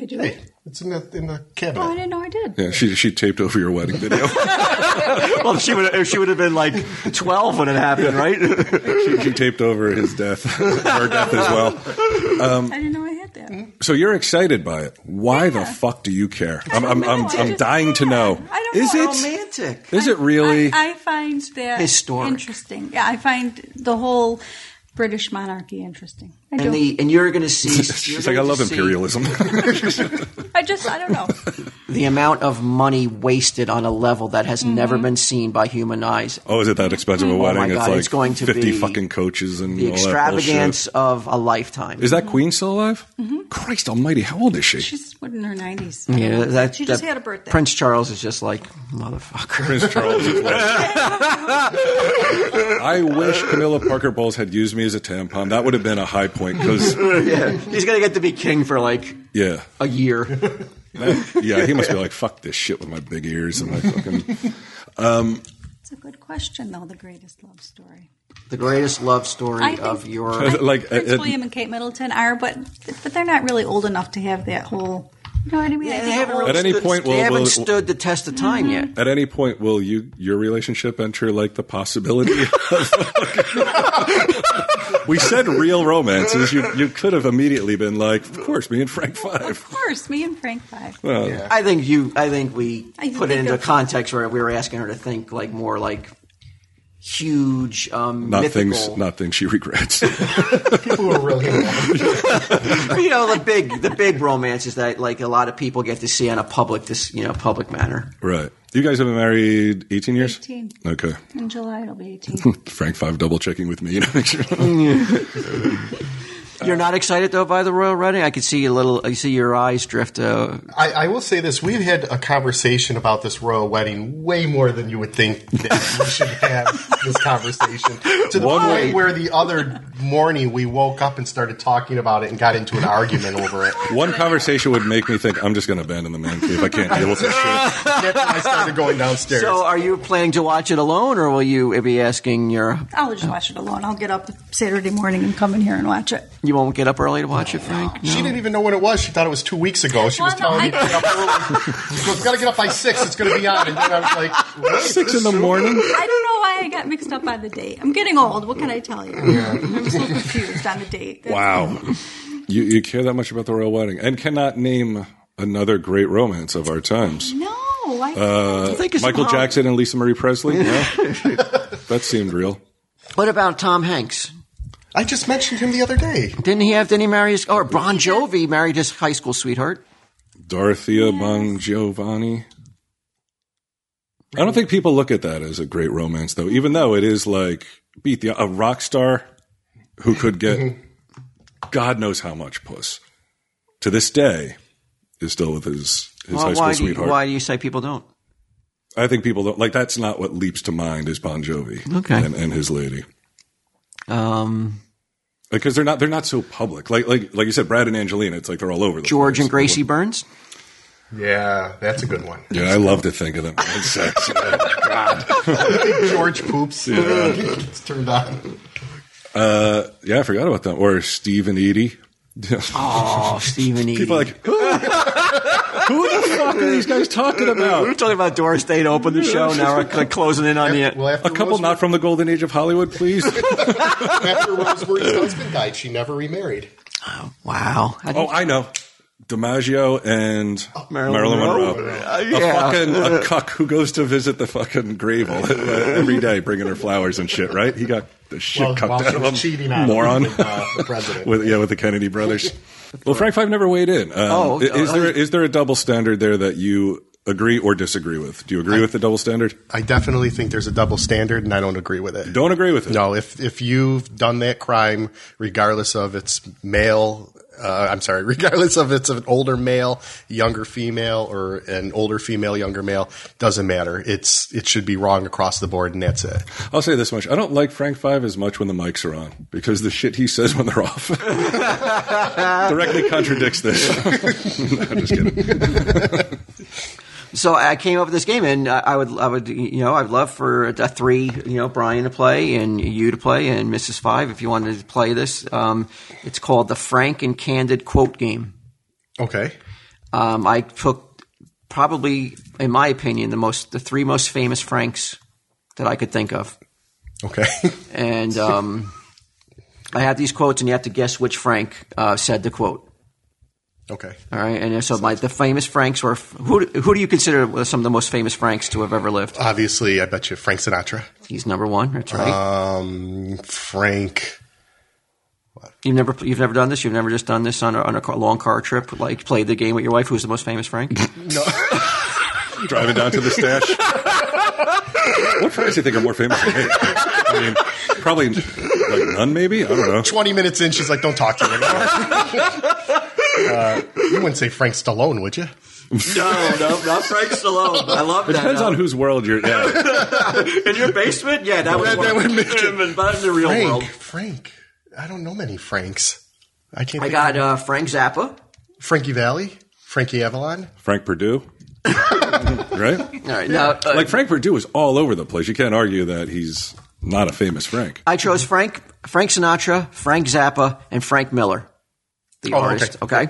Speaker 5: I do.
Speaker 3: Hey, it's in the in the cabinet.
Speaker 5: Oh, I didn't know I did.
Speaker 1: Yeah, she she taped over your wedding video.
Speaker 2: well, if she would if she would have been like twelve when it happened, right?
Speaker 1: she, she taped over his death, her death as well.
Speaker 5: I didn't know I had that.
Speaker 1: So you're excited by it. Why the fuck do you care? I'm I'm, I'm,
Speaker 5: know. I
Speaker 1: I'm
Speaker 5: just
Speaker 1: dying to
Speaker 5: am.
Speaker 1: know.
Speaker 5: I don't
Speaker 1: is
Speaker 5: know.
Speaker 1: it?
Speaker 2: Romantic.
Speaker 1: Is it
Speaker 5: I-
Speaker 1: really?
Speaker 5: I, I find that
Speaker 2: Historic.
Speaker 5: interesting. Yeah, I find the whole British monarchy interesting. I do.
Speaker 2: And the and you're going to see. you're
Speaker 1: She's
Speaker 2: going
Speaker 1: like, I
Speaker 2: to
Speaker 1: love
Speaker 2: see
Speaker 1: imperialism.
Speaker 5: I just, I don't know.
Speaker 2: The amount of money wasted on a level that has
Speaker 5: Mm-hmm.
Speaker 2: never been seen by human eyes.
Speaker 1: oh, is it that expensive a wedding?
Speaker 2: my God,
Speaker 1: it's like
Speaker 2: it's going to
Speaker 1: 50
Speaker 2: be
Speaker 1: fucking coaches and
Speaker 2: The
Speaker 1: all that bullshit.
Speaker 2: extravagance of a lifetime.
Speaker 1: Is that queen still alive? Christ Almighty, how old is she?
Speaker 5: Mm-hmm. She's what, in her 90s.
Speaker 2: yeah, that,
Speaker 5: She just
Speaker 2: that-
Speaker 5: had a birthday.
Speaker 2: Prince Charles is just like motherfucker.
Speaker 1: Prince Charles is left. I wish Camilla Parker Bowles had used me as a tampon. That would have been a high point because,
Speaker 2: yeah, he's gonna get to be king for like
Speaker 1: yeah,
Speaker 2: a year.
Speaker 1: yeah, he must be like, fuck this shit with my big ears and my fucking.
Speaker 5: It's a good question, though, the greatest love story.
Speaker 2: The greatest love story
Speaker 5: I think-
Speaker 2: of
Speaker 5: I
Speaker 2: your.
Speaker 5: think
Speaker 1: Like,
Speaker 5: Prince
Speaker 1: uh, uh,
Speaker 5: William and Kate Middleton are, but but they're not really old enough to have that whole. You know what I mean? I
Speaker 2: They
Speaker 5: think
Speaker 2: haven't
Speaker 5: old-
Speaker 2: really
Speaker 1: At any
Speaker 2: stood,
Speaker 1: point,
Speaker 2: they
Speaker 1: we'll-
Speaker 2: haven't
Speaker 1: we'll-
Speaker 2: stood the test of time yet.
Speaker 5: Mm-hmm.
Speaker 1: At any point, will you your relationship enter like the possibility? of... we said real romances. You you could have immediately been like, of course, me and Frank
Speaker 5: Of
Speaker 1: Five.
Speaker 5: course, me and Frank Five.
Speaker 1: Well,
Speaker 2: I think you. I think we
Speaker 5: I
Speaker 2: put it
Speaker 5: think
Speaker 2: into
Speaker 5: of-
Speaker 2: context where we were asking her to think like more like huge, um,
Speaker 1: not
Speaker 2: mythical.
Speaker 1: things, not things she regrets.
Speaker 3: People are really in love.
Speaker 2: you know, the big, the big romances that like a lot of people get to see on a public, this you know, public manner.
Speaker 1: right. You guys have been married eighteen years.
Speaker 5: 18.
Speaker 1: Okay.
Speaker 5: In July, it'll be 18.
Speaker 1: Frank Five double checking with me. You know, make sure. Uh,
Speaker 2: You're not excited though by the royal wedding. I could see a little. I see your eyes drift. Uh,
Speaker 3: I, I will say this: we've had a conversation about this royal wedding way more than you would think that we should have this conversation. To the
Speaker 1: One
Speaker 3: point
Speaker 1: way-
Speaker 3: where the other morning we woke up and started talking about it and got into an argument over it.
Speaker 1: One conversation would make me think I'm just going to abandon the man cave. I can't deal with this shit.
Speaker 3: That's when I started going downstairs.
Speaker 2: so, are you planning to watch it alone, or will you be asking your?
Speaker 5: I'll just watch it alone. I'll get up Saturday morning and come in here and watch it.
Speaker 2: You won't get up early to watch it, Frank.
Speaker 3: she didn't even know when it was. She thought it was two weeks ago. She was
Speaker 5: Well, no,
Speaker 3: telling me to
Speaker 5: I-
Speaker 3: get up early. She goes, "Gotta get up by six. It's gonna be on." And then I was like, "Wait,
Speaker 1: Six in the
Speaker 3: this-
Speaker 1: morning.
Speaker 5: I don't know why I got mixed up on the date. I'm getting old. What can I tell you? I'm so confused on the date. That's-
Speaker 1: Wow. you, you care that much about the royal wedding and cannot name another great romance of our times.
Speaker 5: No. I,
Speaker 2: I think it's
Speaker 1: Uh, Michael
Speaker 2: Tom-
Speaker 1: Jackson and Lisa Marie Presley? Yeah. that seemed real.
Speaker 2: What about Tom Hanks?
Speaker 3: I just mentioned him the other day.
Speaker 2: Didn't he have? Didn't he marry his? Or Bon Jovi married his high school sweetheart.
Speaker 1: Dorothea Bon Giovanni. I don't think people look at that as a great romance, though, even though it is like beat the a rock star who could get God knows how much puss to this day is still with his, his high
Speaker 2: Well,
Speaker 1: school
Speaker 2: why do you,
Speaker 1: sweetheart.
Speaker 2: why do you say people don't?
Speaker 1: I think people don't like that's not what leaps to mind is Bon Jovi
Speaker 2: Okay.
Speaker 1: and, and his lady
Speaker 2: Um,
Speaker 1: because they're not they're not so public like like like you said Brad and Angelina it's like they're all over the
Speaker 2: George
Speaker 1: place.
Speaker 2: and Gracie Burns.
Speaker 3: Yeah, that's a good one.
Speaker 1: Yeah, I love to think of them having sex.
Speaker 3: George poops. it's turned on.
Speaker 1: Uh, yeah, I forgot about them. Or Steve and Edie.
Speaker 2: Oh, Stephen E.
Speaker 1: People are like, who, who the fuck are these guys talking
Speaker 2: we were
Speaker 1: about?
Speaker 2: talking about Doris Day to open the show. Now we're cl- closing in on the
Speaker 3: Well, after
Speaker 1: A couple
Speaker 3: Rose-
Speaker 1: not from the golden age of Hollywood, please.
Speaker 3: after Rosemary's husband died, she never remarried.
Speaker 2: Wow. I
Speaker 1: Oh, I know. DiMaggio and Oh, Marilyn,
Speaker 2: Marilyn
Speaker 1: Monroe.
Speaker 2: Monroe.
Speaker 1: A fucking a cuck who goes to visit the fucking grave all- uh, every day, bringing her flowers and shit. Right? He got the shit
Speaker 3: Well,
Speaker 1: cucked
Speaker 3: while she
Speaker 1: out of
Speaker 3: was
Speaker 1: him.
Speaker 3: cheating on him
Speaker 1: moron.
Speaker 3: with, uh, the president.
Speaker 1: With- yeah, with the Kennedy brothers. well, Frank Five never weighed in. Um,
Speaker 2: Oh,
Speaker 1: i- is
Speaker 2: uh,
Speaker 1: there is there a double standard there that you agree or disagree with? Do you agree with the double standard?
Speaker 3: I definitely think there's a double standard, and I don't agree with it.
Speaker 1: Don't agree with it.
Speaker 3: No, if if you've done that crime, regardless of it's male, uh, I'm sorry, regardless of it's an older male, younger female, or an older female, younger male, doesn't matter. It's it should be wrong across the board, and that's it.
Speaker 1: I'll say this much: I don't like Frank Five as much when the mics are on because the shit he says when they're off directly contradicts this. I'm just kidding.
Speaker 2: so I came up with this game, and I, I would, I would, you know, I'd love for a three, you know, Brian to play and you to play and Mrs. Five if you wanted to play this. Um, it's called the Frank and Candid Quote Game.
Speaker 3: Okay,
Speaker 2: Um, I took probably, in my opinion, the most, the three most famous Franks that I could think of,
Speaker 3: okay,
Speaker 2: and um, I had these quotes, and you have to guess which Frank uh, said the quote.
Speaker 3: okay.
Speaker 2: All right, and uh, so my the famous Franks were who? do- Who do you consider some of the most famous Franks to have ever lived?
Speaker 3: Obviously, I bet you Frank Sinatra,
Speaker 2: He's number one. That's right.
Speaker 3: um, Frank.
Speaker 2: you've never you've never done this. You've never just done this on a, on a car, long car trip, like played the game with your wife. Who's the most famous Frank?
Speaker 1: Driving down to the stash. what friends do you think are more famous than me? I mean, probably like none, maybe. I don't know.
Speaker 3: 20 minutes in, she's like, don't talk to me anymore. uh, you wouldn't say Frank Stallone, would you?
Speaker 2: no, no, not Frank Stallone. I love that.
Speaker 1: Depends on whose world you're. Yeah,
Speaker 2: in your basement. Yeah, that was
Speaker 3: That- that
Speaker 2: one.
Speaker 3: would make it-
Speaker 2: But in the real
Speaker 3: Frank,
Speaker 2: world,
Speaker 3: Frank. I don't know many Franks. I can't
Speaker 2: I
Speaker 3: think
Speaker 2: got uh, Frank Zappa.
Speaker 3: Frankie Valley, Frankie Avalon.
Speaker 1: Frank Perdue, right?
Speaker 2: All right, now uh,
Speaker 1: Like Frank Perdue is all over the place. You can't argue that he's not a famous Frank.
Speaker 2: I chose Frank Frank Sinatra, Frank Zappa, and Frank Miller, the
Speaker 3: okay.
Speaker 2: artist. Okay,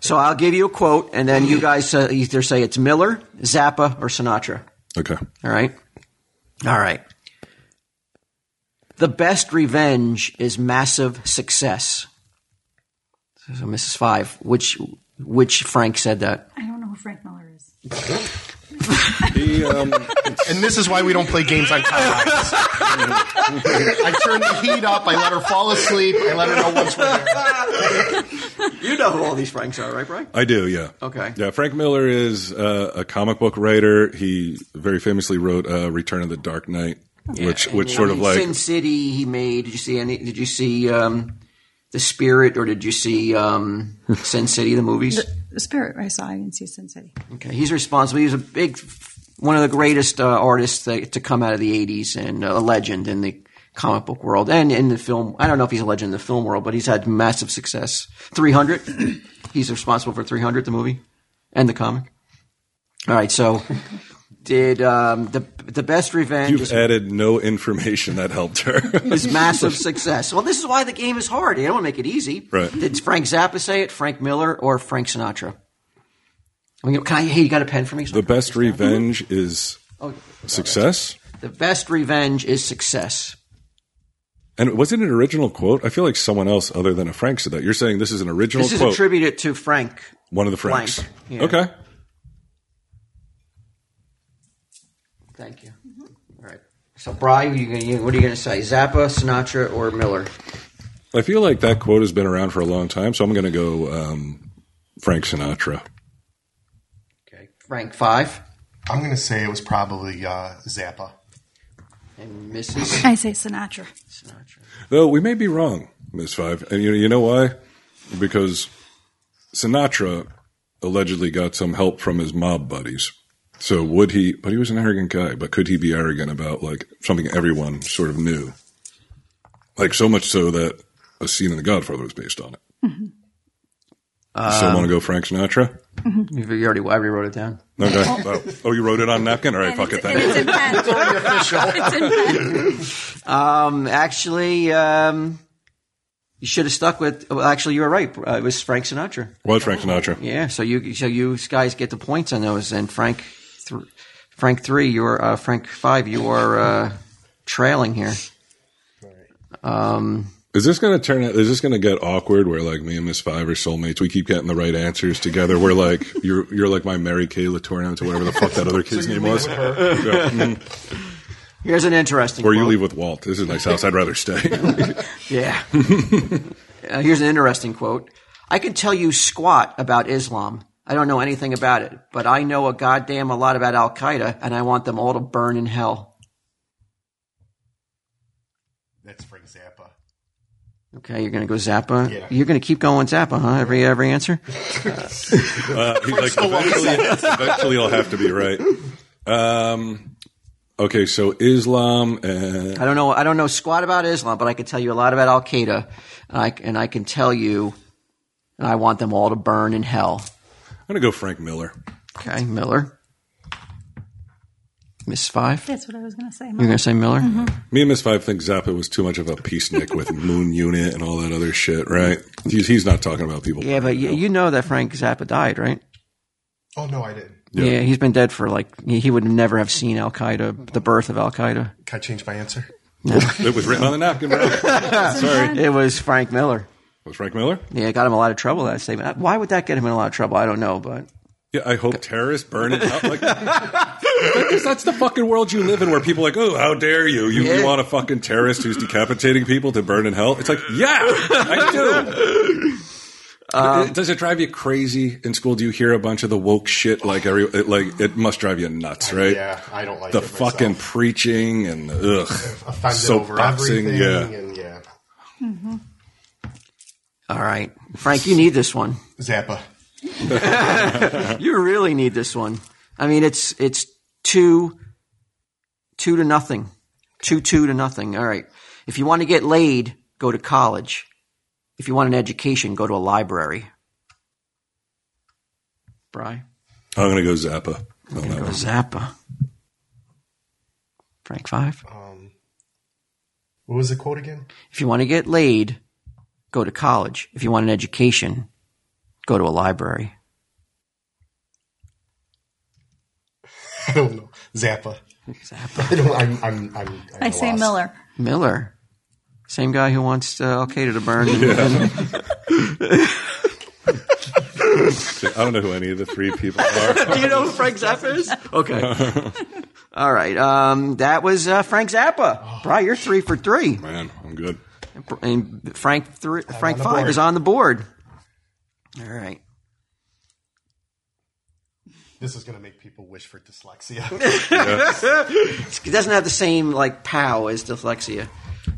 Speaker 2: so I'll give you a quote, and then you guys uh, either say it's Miller, Zappa, or Sinatra.
Speaker 1: Okay.
Speaker 2: All right, all right. The best revenge is massive success. So Mrs. Five, which which Frank said that?
Speaker 5: I don't know who Frank Miller is.
Speaker 1: He, um,
Speaker 3: And this is why we don't play games on timelines. I turned the heat up. I let her fall asleep. I let her know once we're there.
Speaker 2: You know who all these Franks are, right, Brian?
Speaker 1: I do, yeah.
Speaker 2: Okay.
Speaker 1: Yeah, Frank Miller is uh, a comic book writer. He very famously wrote uh, Return of the Dark Knight, which which sort of like
Speaker 2: Sin City. He made. Did you see any? Did you see um, the Spirit, or did you see um, Sin City? The movies.
Speaker 5: The Spirit I saw. I didn't see Sin City.
Speaker 2: Okay, he's responsible. He's a big, one of the greatest uh, artists that, to come out of the '80s, and uh, a legend in the comic book world and in the film. I don't know if he's a legend in the film world, but he's had massive success. 300. he's responsible for 300, the movie and the comic. All right, so. Did um, the the best revenge?
Speaker 1: you've
Speaker 2: is-
Speaker 1: added no information that helped her.
Speaker 2: is massive success. Well, this is why the game is hard. You don't want to make it easy.
Speaker 1: Right.
Speaker 2: Did Frank Zappa say it, Frank Miller, or Frank Sinatra? I mean, can I, hey, you got a pen for me? Oh,
Speaker 1: the best revenge is success.
Speaker 2: The best revenge is success.
Speaker 1: And was it an original quote? I feel like someone else other than a Frank said that. You're saying this is an original
Speaker 2: This is
Speaker 1: quote.
Speaker 2: attributed to Frank.
Speaker 1: one of the Franks.
Speaker 2: blank, yeah.
Speaker 1: Okay.
Speaker 2: Thank you. All right. So, Bry, what are you gonna- you- what are you going to say? Zappa, Sinatra, or Miller?
Speaker 1: I feel like that quote has been around for a long time, so I'm going to go um, Frank Sinatra.
Speaker 2: Okay. Frank five
Speaker 3: I'm going to say it was probably uh, Zappa.
Speaker 2: and Mrs.
Speaker 5: I say Sinatra.
Speaker 2: Sinatra.
Speaker 1: Though we may be wrong, Ms. Five. And you, you know why? Because Sinatra allegedly got some help from his mob buddies. So would he, but he was an arrogant guy, but could he be arrogant about like something everyone sort of knew? Like so much so that a scene in The Godfather was based on it. so I want to go Frank Sinatra?
Speaker 2: You've You already, I already wrote it down.
Speaker 1: Okay. Oh, oh, you wrote it on napkin? All right, fuck it
Speaker 5: And
Speaker 1: then.
Speaker 5: it's in pen. It's in pen.
Speaker 2: Um, actually, um, you should have stuck with. Well, actually, you were right. Uh, it was Frank Sinatra.
Speaker 1: Was Frank Sinatra?
Speaker 2: Yeah. So you, so you guys get the points on those. And Frank, th- Frank three, you are uh, Frank five. You are uh, trailing here. Um,
Speaker 1: Is this going to turn out? Is this going to get awkward? Where like me and Miss Five are soulmates. We keep getting the right answers together. We're like you're you're like my Mary Kay Latourna to whatever the fuck that other kid's name was. Yeah. Mhm.
Speaker 2: here's an interesting.
Speaker 1: Or you
Speaker 2: quote.
Speaker 1: leave with Walt. This is a nice house. I'd rather stay.
Speaker 2: Yeah. Uh, here's an interesting quote. I can tell you squat about Islam. I don't know anything about it, but I know a goddamn a lot about Al Qaeda, and I want them all to burn in hell.
Speaker 3: That's Frank Zappa.
Speaker 2: Okay, you're gonna go Zappa.
Speaker 3: Yeah.
Speaker 2: You're gonna keep going Zappa, huh? Every every answer.
Speaker 1: Uh, he's like, eventually, eventually I'll have to be right. Um, okay, so Islam. Uh,
Speaker 2: I don't know. I don't know squat about Islam, but I can tell you a lot about Al Qaeda, and I and I can tell you, and I want them all to burn in hell.
Speaker 1: I'm gonna go Frank Miller.
Speaker 2: Okay, Miller. Miss Five.
Speaker 5: That's what I was going to say. Mm-hmm.
Speaker 2: You're gonna say Miller.
Speaker 1: Me and Miss Five think Zappa was too much of a peace nick with Moon Unit and all that other shit, right? He's, he's not talking about people.
Speaker 2: Yeah, but you, you know that Frank Zappa died, right?
Speaker 3: Oh no, I didn't.
Speaker 1: Yeah.
Speaker 2: Yeah. he's been dead for like he he would never have seen Al Qaeda, the birth of Al Qaeda.
Speaker 3: Can I change my answer?
Speaker 1: It was written on the napkin, bro. Sorry.
Speaker 2: It was Frank Miller.
Speaker 1: Was Frank Miller?
Speaker 2: Yeah, it got him a lot of trouble that statement. Uh, Why would that get him in a lot of trouble? I don't know, but
Speaker 1: Yeah, I hope terrorists burn it up. Like, because that's the fucking world you live in where people are like, oh, how dare you? You,
Speaker 2: Yeah.
Speaker 1: you want a fucking terrorist who's decapitating people to burn in hell? It's like, yeah, I do.
Speaker 3: Um,
Speaker 1: Does it drive you crazy in school? Do you hear a bunch of the woke shit? Like every, it, like it must drive you nuts, right?
Speaker 3: Yeah, I don't like
Speaker 1: The
Speaker 3: it
Speaker 1: fucking
Speaker 3: myself.
Speaker 1: preaching and ugh,
Speaker 3: offended over everything.
Speaker 1: Yeah,
Speaker 3: and yeah,
Speaker 2: all right, Frank, you need this one.
Speaker 3: Zappa.
Speaker 2: You really need this one. I mean, it's it's two two to nothing, two two to nothing. All right, if you want to get laid, go to college. If you want an education, go to a library. Bry.
Speaker 1: I'm gonna go Zappa. on that
Speaker 2: Go
Speaker 1: one.
Speaker 2: Zappa. Frank Five.
Speaker 3: Um, what was the quote again?
Speaker 2: If you want to get laid, go to college. If you want an education, go to a library.
Speaker 3: I don't know. Zappa.
Speaker 2: Zappa.
Speaker 3: I don't, I'm, I'm, I'm, I'm
Speaker 5: I say
Speaker 3: lost.
Speaker 5: Miller.
Speaker 2: Miller. Same guy who wants uh, Al Qaeda to burn.
Speaker 1: I don't know who any of the three people are.
Speaker 2: Do you know who Frank Zappa is? Okay. All right. Um, that was uh, Frank
Speaker 3: Oh.
Speaker 2: Zappa. Bri, you're three for three.
Speaker 1: Man, I'm good.
Speaker 2: And Frank three, Frank
Speaker 3: on the
Speaker 2: Five
Speaker 3: board.
Speaker 2: is on the board. All right.
Speaker 3: This is going to make people wish for dyslexia.
Speaker 2: It doesn't have the same like pow as dyslexia.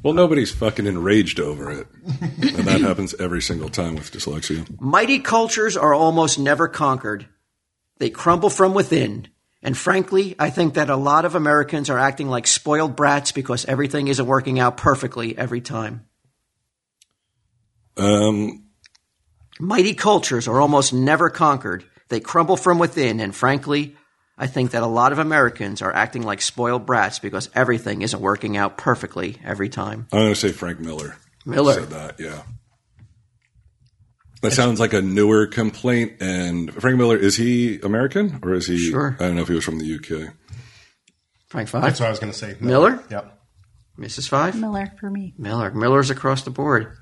Speaker 1: Well, nobody's fucking enraged over it. And that happens every single time with dyslexia.
Speaker 2: Mighty cultures are almost never conquered. They crumble from within. And frankly, I think that a lot of Americans are acting like spoiled brats because everything isn't working out perfectly every time.
Speaker 1: Um,
Speaker 2: Mighty cultures are almost never conquered. They crumble from within. And frankly, I think that a lot of Americans are acting like spoiled brats because everything isn't working out perfectly every time.
Speaker 1: I'm going to say Frank Miller.
Speaker 2: Miller.
Speaker 1: Said that, yeah. That sounds like a newer complaint. And Frank Miller, is he American or is he?
Speaker 2: Sure.
Speaker 1: I don't know if he was from the UK.
Speaker 2: Frank
Speaker 3: That's
Speaker 2: Five.
Speaker 3: what I was going to say.
Speaker 2: Miller?
Speaker 3: Yep.
Speaker 2: Mrs. Five?
Speaker 5: Miller for me.
Speaker 2: Miller. Miller's across the board.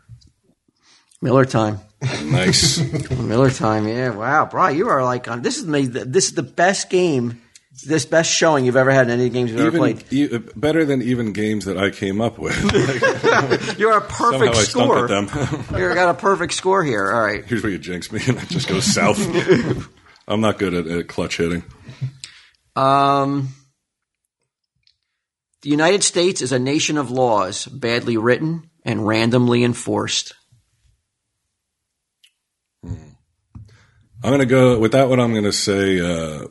Speaker 2: Miller time.
Speaker 1: Nice.
Speaker 2: Miller time, yeah. Wow, bro, you are like on. This is made. This is the best game, this best showing you've ever had in any games you've ever
Speaker 1: even,
Speaker 2: played.
Speaker 1: e- better than even games that I came up with.
Speaker 2: You're a
Speaker 1: Somehow
Speaker 2: perfect
Speaker 1: I
Speaker 2: score.
Speaker 1: stunk at them.
Speaker 2: You got a perfect score here. All right,
Speaker 1: Here's where you jinx me and I just go south. I'm not good at, at clutch hitting.
Speaker 2: Um, the United States is a nation of laws, badly written and randomly enforced.
Speaker 1: I'm going to go with that one. I'm going to say uh,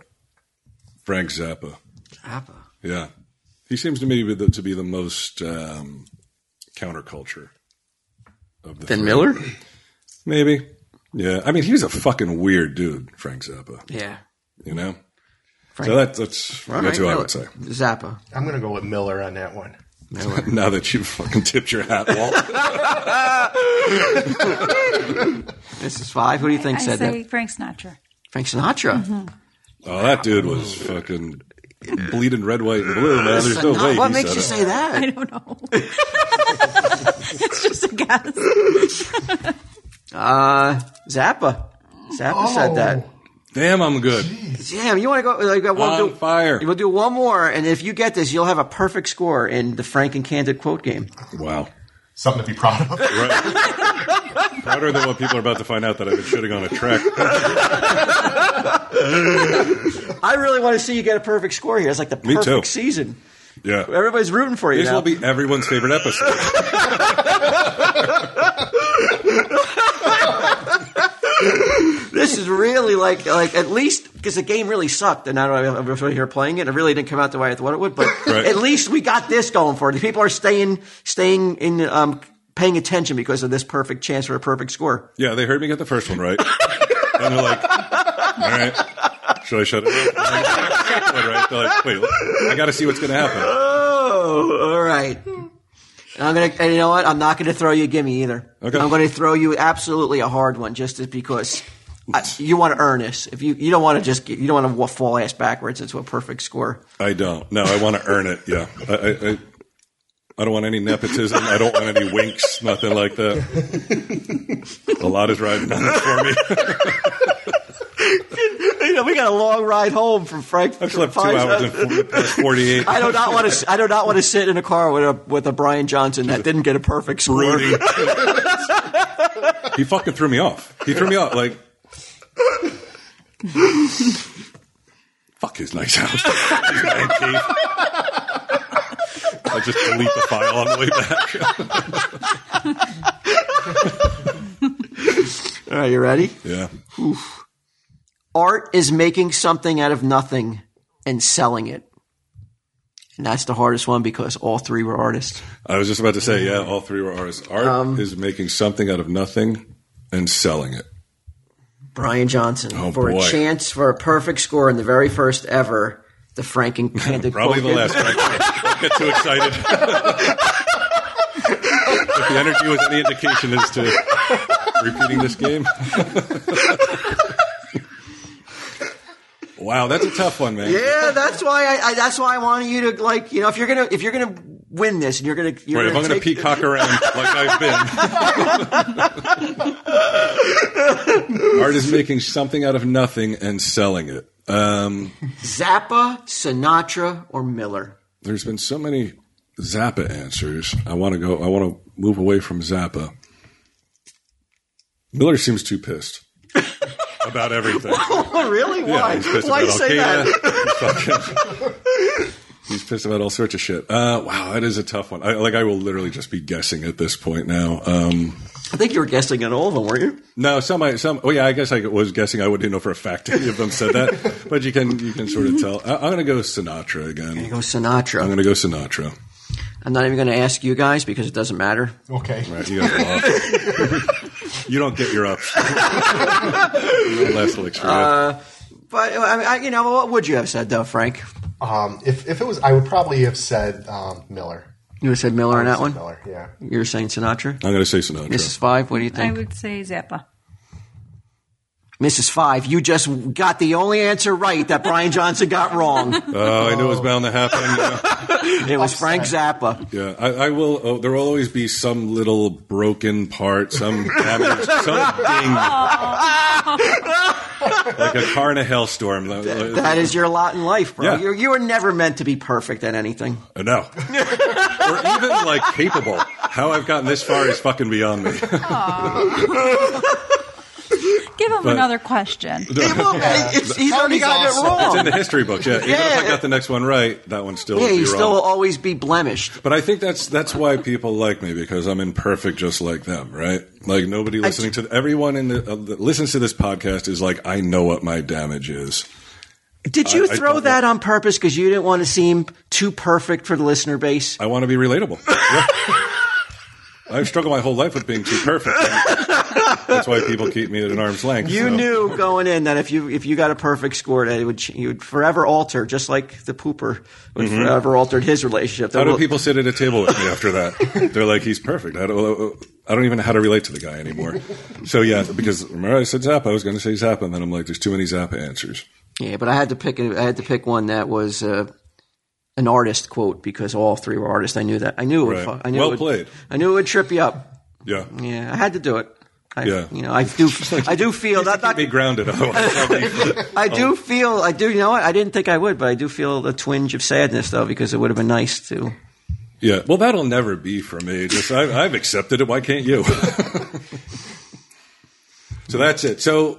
Speaker 1: Frank Zappa.
Speaker 2: Zappa.
Speaker 1: Yeah. He seems to me to be the, to be the most um, counterculture of the
Speaker 2: Then
Speaker 1: three.
Speaker 2: Miller.
Speaker 1: Maybe. Yeah, I mean, he was a fucking weird dude, Frank Zappa.
Speaker 2: Yeah.
Speaker 1: You know,
Speaker 2: Frank.
Speaker 1: so that, that's
Speaker 2: All
Speaker 1: that's
Speaker 2: right,
Speaker 1: who I
Speaker 2: well,
Speaker 1: would say.
Speaker 2: Zappa.
Speaker 3: I'm going to go with Miller on that one.
Speaker 1: Now that you've fucking tipped your hat, Walt.
Speaker 2: This is five. Who do you think
Speaker 5: I
Speaker 2: said
Speaker 5: say Mm-hmm.
Speaker 2: that?
Speaker 5: Frank Sinatra.
Speaker 2: Frank Sinatra.
Speaker 1: oh, that dude was fucking bleeding red, white, and blue. Man, there's no
Speaker 2: Sinatra.
Speaker 1: way.
Speaker 2: what
Speaker 1: he
Speaker 2: makes
Speaker 1: said
Speaker 2: you
Speaker 1: it.
Speaker 2: say
Speaker 5: I
Speaker 2: that?
Speaker 5: don't know. it's just a guess.
Speaker 2: Uh, Zappa. Zappa
Speaker 3: Oh.
Speaker 2: said that.
Speaker 1: Damn, I'm good.
Speaker 2: Damn, you want to go? Like, we'll
Speaker 1: On
Speaker 2: do,
Speaker 1: fire.
Speaker 2: We'll do one more, and if you get this, you'll have a perfect score in the Frank and Candid quote game.
Speaker 1: Wow.
Speaker 3: Something to be proud of.
Speaker 1: Right. Prouder than what people are about to find out that I've been shitting on a track.
Speaker 2: I really want to see you get a perfect score here. It's like the
Speaker 1: Me too.
Speaker 2: perfect season.
Speaker 1: Yeah.
Speaker 2: Everybody's rooting for you.
Speaker 1: This
Speaker 2: now.
Speaker 1: will be everyone's favorite episode.
Speaker 2: This is really like like at least because the game really sucked, and I don't know if you're playing it. It really didn't come out the way I thought it would, but
Speaker 1: Right.
Speaker 2: at least we got this going for it. The people are staying staying in um, paying attention because of this perfect chance for a perfect score.
Speaker 1: Yeah, they heard me get the first one right. and they're like, all right, should I shut it up? And I got the second one right. They're like, wait, I got to see what's going to happen.
Speaker 2: Oh, all right. And I'm gonna, and you know what? I'm not gonna throw you a gimme either.
Speaker 1: Okay.
Speaker 2: I'm gonna throw you absolutely a hard one, just as because I, you want to earn this. If you you don't want to just get, you don't want to fall ass backwards into a perfect score.
Speaker 1: I don't. No, I want to earn it. Yeah. I, I, I, I don't want any nepotism. I don't want any winks, nothing like that. A lot is riding on it for me.
Speaker 2: You know, we got a long ride home from Frank.
Speaker 1: I slept two hours and four- past 48.
Speaker 2: I do not want to. I do not want to sit in a car with a with a Brian Johnson that didn't get a perfect score.
Speaker 1: brooding. he fucking threw me off. He threw me off. Like, fuck his nice house. His man cave. I just delete the file on the way back.
Speaker 2: All right, you ready?
Speaker 1: yeah.
Speaker 2: Art is making something out of nothing and selling it, and that's the hardest one because all three were artists.
Speaker 1: I was just about to say, yeah, all three were artists. Art is making something out of nothing and selling it.
Speaker 2: Brian Johnson
Speaker 1: Oh,
Speaker 2: for
Speaker 1: boy.
Speaker 2: a chance for a perfect score in the very first ever the Frank and Candid
Speaker 1: Probably the
Speaker 2: Quote
Speaker 1: last
Speaker 2: Game.
Speaker 1: one. Don't get too excited. if the energy was any indication as to repeating this game. wow, that's a tough one, man.
Speaker 2: Yeah, that's why I, I that's why I wanted you to like you know if you're gonna if you're gonna win this and you're gonna you're
Speaker 1: Right, if
Speaker 2: gonna
Speaker 1: I'm going to
Speaker 2: take-
Speaker 1: peacock around like I've been, art is making something out of nothing and selling it. Um,
Speaker 2: Zappa, Sinatra, or Miller.
Speaker 1: there's been so many Zappa answers. I want to go. I want to move away from Zappa. Miller seems too pissed about everything.
Speaker 2: Oh, really? Why?
Speaker 1: he's pissed
Speaker 2: why
Speaker 1: about
Speaker 2: say that?
Speaker 1: Al-Qaeda. He's, fucking- he's pissed about all sorts of shit. Uh, wow, that is a tough one. I, like I will literally just be guessing at this point now. Um,
Speaker 2: I think you were guessing at all of them, weren't you?
Speaker 1: no, some, I, some. Oh yeah, I guess I was guessing. I wouldn't know for a fact any of them said that, but you can you can sort of tell. I, I'm going to go Sinatra again.
Speaker 2: Go
Speaker 1: I'm
Speaker 2: Sinatra.
Speaker 1: going to go Sinatra.
Speaker 2: I'm not even going to ask you guys because it doesn't matter.
Speaker 3: Okay.
Speaker 1: Right, you, gotta go off. You don't get your option. You don't last licks for
Speaker 2: Uh,
Speaker 1: that.
Speaker 2: But I mean, I, you know, what would you have said though, Frank?
Speaker 3: Um, if, if it was, I would probably have said um, Miller.
Speaker 2: You would have said Miller on that one.
Speaker 3: Miller, yeah.
Speaker 2: You were saying Sinatra.
Speaker 1: I'm going to say Sinatra.
Speaker 2: Mrs. Five, what do you
Speaker 5: I
Speaker 2: think?
Speaker 5: would say Zappa.
Speaker 2: Mrs. Five, you just got the only answer right that Brian Johnson got wrong.
Speaker 1: Oh, I knew it was bound to happen.
Speaker 2: It was Frank Zappa.
Speaker 1: Yeah, yeah. I, I will. Oh, there will always be some little broken part, some damage, some ding, like a car in a hailstorm.
Speaker 2: That is your lot in life, bro.
Speaker 1: Yeah.
Speaker 2: You're, you were never meant to be perfect at anything.
Speaker 1: no, or even like capable. How I've gotten this far is fucking beyond me.
Speaker 5: Give him
Speaker 1: But-
Speaker 5: another question.
Speaker 2: Well, it's, he's already gotten
Speaker 1: It's
Speaker 3: awesome.
Speaker 2: it
Speaker 1: in the
Speaker 2: wrong.
Speaker 1: history books. Yeah, even if I got the next one right, that one still.
Speaker 2: Yeah,
Speaker 1: would be
Speaker 2: you
Speaker 1: wrong.
Speaker 2: still will always be blemished.
Speaker 1: But I think that's that's why people like me because I'm imperfect, just like them, right? Like nobody listening to everyone in the, uh, that listens to this podcast is like, I know what my damage is.
Speaker 2: Did you
Speaker 1: I
Speaker 2: throw
Speaker 1: don't-
Speaker 2: that on purpose because you didn't want to seem too perfect for the listener base?
Speaker 1: I want to be relatable. Yeah. I've struggled my whole life with being too perfect. That's why people keep me at an arm's length.
Speaker 2: You
Speaker 1: so.
Speaker 2: knew going in that if you if you got a perfect score, that it would ch- you'd forever alter, just like the pooper would forever altered his relationship.
Speaker 1: Mm-hmm. How
Speaker 2: The
Speaker 1: do
Speaker 2: real-
Speaker 1: people sit at a table with me after that? They're like, he's perfect. I don't, I don't even know how to relate to the guy anymore. So, yeah, because remember I said Zappa, I was going to say Zappa, and then I'm like, there's too many Zappa answers.
Speaker 2: Yeah, but I had to pick. a- I had to pick one that was uh, an artist quote because all three were artists. I knew that. I knew it. Would,
Speaker 1: Right.
Speaker 2: fu- I knew
Speaker 1: Well
Speaker 2: it would,
Speaker 1: played.
Speaker 2: I knew it would trip you up.
Speaker 1: Yeah.
Speaker 2: Yeah, I had to do it. I,
Speaker 1: Yeah.
Speaker 2: you know, I do. I do feel that.
Speaker 1: Be grounded. Otherwise, I'll be-
Speaker 2: I do feel. I do. You know what? I didn't think I would, but I do feel a twinge of sadness though because it would have been nice to.
Speaker 1: yeah. Well, that'll never be for me. Just I, I've accepted it. Why can't you? so that's it. So,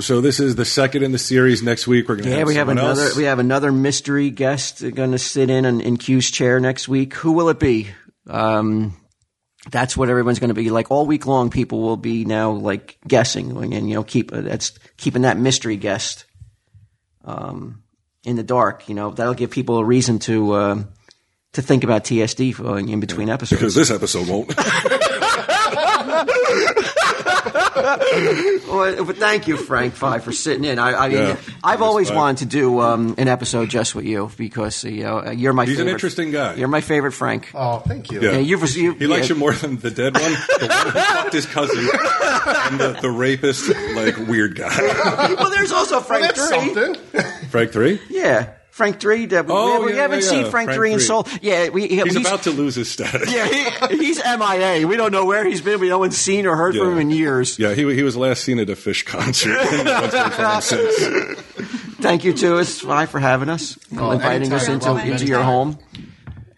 Speaker 1: so this is the second in the series. Next week we're going to
Speaker 2: Yeah,
Speaker 1: have
Speaker 2: we have
Speaker 1: someone
Speaker 2: another.
Speaker 1: else.
Speaker 2: We have another mystery guest going to sit in in, in Q's chair next week. Who will it be? Um, that's what everyone's going to be like all week long. People will be now like guessing and, and, you know keep uh, that's keeping that mystery guest um, in the dark. You know that'll give people a reason to uh, to think about TSD for, uh, in between episodes.
Speaker 1: because this episode won't.
Speaker 2: Well, uh, but thank you, Frank Five, for sitting in. I, I mean,
Speaker 1: Yeah.
Speaker 2: I've always
Speaker 1: Five.
Speaker 2: wanted to do um, an episode just with you because you know, you're my.
Speaker 1: He's an
Speaker 2: favorite.
Speaker 1: interesting guy.
Speaker 2: You're my favorite, Frank.
Speaker 3: Oh, thank you.
Speaker 1: Yeah.
Speaker 2: Yeah, you've, you
Speaker 1: He likes
Speaker 2: yeah.
Speaker 1: you more than the dead one, the one who fucked his cousin, and the, the rapist, like weird guy.
Speaker 2: Well, there's also
Speaker 3: Well,
Speaker 2: Frank
Speaker 3: that's
Speaker 2: Three.
Speaker 3: something.
Speaker 1: Frank three.
Speaker 2: Yeah, Frank Three. That we,
Speaker 1: Oh,
Speaker 2: we
Speaker 1: yeah,
Speaker 2: haven't
Speaker 1: yeah,
Speaker 2: seen
Speaker 1: yeah.
Speaker 2: Frank,
Speaker 1: Frank
Speaker 2: Three in
Speaker 1: Three.
Speaker 2: Soul. Yeah, we, he-
Speaker 1: He's, about to lose his status.
Speaker 2: Yeah, he, he's MIA. We don't know where he's been. We no one's seen or heard
Speaker 1: Yeah.
Speaker 2: from him in years.
Speaker 1: Yeah, he, he was last seen at a fish concert. in Winston-Salem since.
Speaker 2: Thank you to us, Sly, for having us, inviting us
Speaker 5: anytime.
Speaker 2: into,
Speaker 5: Welcome
Speaker 2: into your
Speaker 5: anytime.
Speaker 2: home.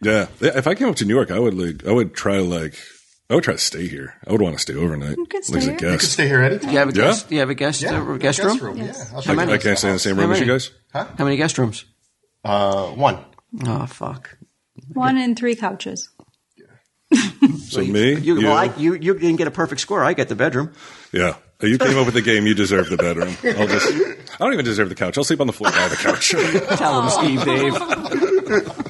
Speaker 1: yeah, Yeah, if I came up to New York, I would like, I would try to like, I would try to stay here. I would want to stay overnight.
Speaker 5: could stay
Speaker 1: like, as a
Speaker 5: here.
Speaker 1: guest.
Speaker 3: You could stay here anytime.
Speaker 2: You have a
Speaker 1: Yeah.
Speaker 2: guest. You have a guest.
Speaker 3: Yeah,
Speaker 2: uh,
Speaker 3: we're
Speaker 2: guest, room.
Speaker 3: Yeah, I'll
Speaker 2: How
Speaker 3: take
Speaker 2: many?
Speaker 1: I
Speaker 3: it.
Speaker 1: can't stay in the same room as you guys.
Speaker 2: How many guest rooms?
Speaker 3: Uh, one.
Speaker 2: Oh fuck.
Speaker 5: One in three couches.
Speaker 1: So me,
Speaker 2: You,
Speaker 1: you,
Speaker 2: Well, I, you you didn't get a perfect score. I get the bedroom.
Speaker 1: yeah. You came up with the game. You deserve the bedroom. I'll just. I don't even deserve the couch. I'll sleep on the floor by the couch.
Speaker 2: Tell him, Steve, Dave.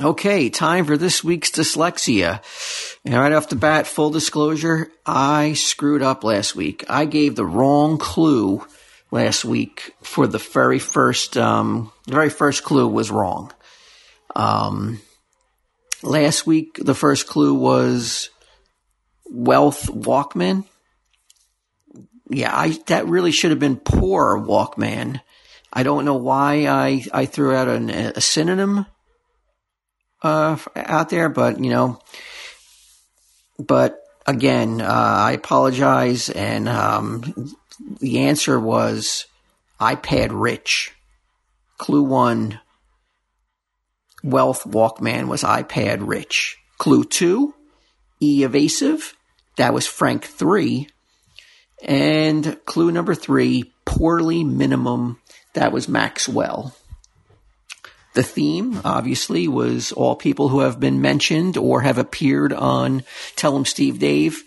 Speaker 2: Okay, time for this week's dyslexia. And right off the bat, full disclosure, I screwed up last week. I gave the wrong clue last week for the very first, um, the very first clue was wrong. Um, last week, the first clue was wealth Walkman. Yeah, I, that really should have been poor Walkman. I don't know why I, I threw out an, a synonym uh, f- out there, but you know, but again, uh, I apologize. And um, the answer was iPad Rich. Clue one, Wealth Walkman was iPad Rich. Clue two, E Evasive, that was Frank three. And clue number three, Poorly Minimum, that was Maxwell. The theme, obviously, was all people who have been mentioned or have appeared on Tell 'em Steve Dave.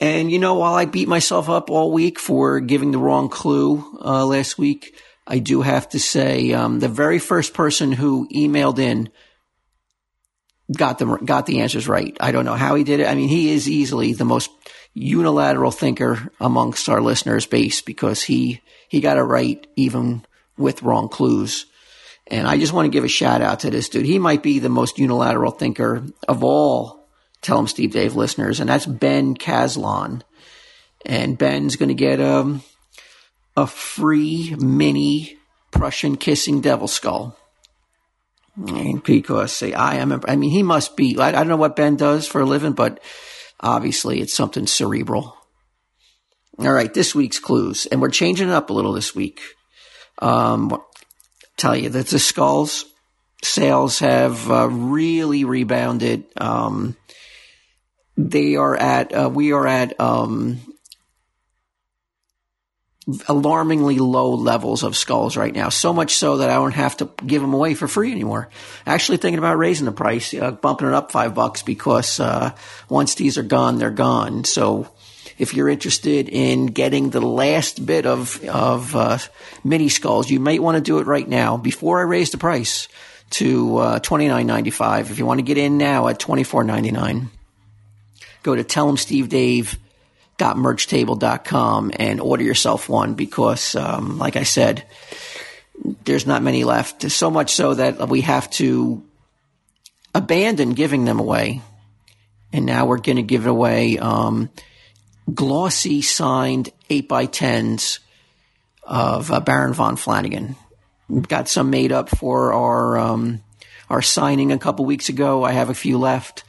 Speaker 2: And, you know, while I beat myself up all week for giving the wrong clue uh, last week, I do have to say um, the very first person who emailed in got the, got the answers right. I don't know how he did it. I mean, he is easily the most unilateral thinker amongst our listeners base because he, he got it right even with wrong clues. And I just want to give a shout out to this dude. He might be the most unilateral thinker of all Tell Him Steve Dave listeners, and that's Ben Caslon. And Ben's going to get um, a free mini Prussian kissing devil skull. And because see, I am, I mean, he must be, I, I don't know what Ben does for a living, but obviously it's something cerebral. All right, this week's clues, and we're changing it up a little this week. Um, tell you that the skulls sales have uh, really rebounded. Um, they are at uh, we are at um, alarmingly low levels of skulls right now. So much so that I don't have to give them away for free anymore. Actually, thinking about raising the price, uh, bumping it up five bucks because uh, once these are gone, they're gone. So. If you're interested in getting the last bit of of uh, mini skulls, you might want to do it right now before I raise the price to uh, twenty nine ninety five. If you want to get in now at twenty four ninety nine, go to tellemstevedave.merchtable.com and order yourself one because, um, like I said, there's not many left. So much so that we have to abandon giving them away. And now we're going to give away um, glossy signed 8x10s of uh, Baron von Flanagan. We've got some made up for our um, our signing a couple weeks ago. I have a few left,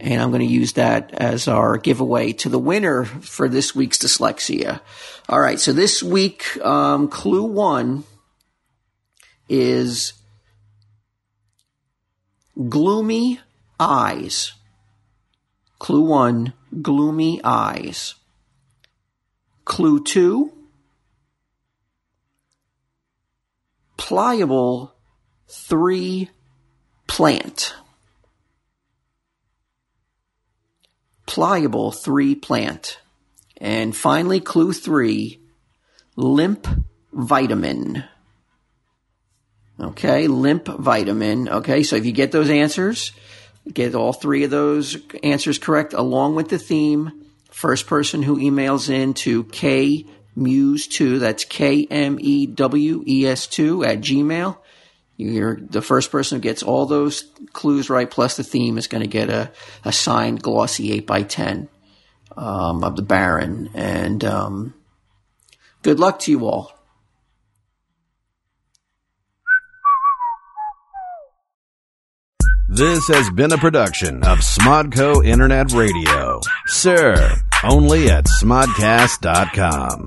Speaker 2: and I'm going to use that as our giveaway to the winner for this week's dyslexia. All right, so this week, um, clue one is gloomy eyes. Clue one, gloomy eyes. Clue two, pliable three plant. Pliable three plant. And finally, clue three, limp vitamin. Okay, limp vitamin. Okay, so if you get those answers, get all three of those answers correct along with the theme. First person who emails in to K Muse2, that's K M E W E S 2 at Gmail. You're the first person who gets all those clues right, plus the theme, is going to get a, a signed glossy 8x10 um, of the Baron. And um, good luck to you all.
Speaker 6: This has been a production of Smodco Internet Radio. Sir, only at smodcast.com.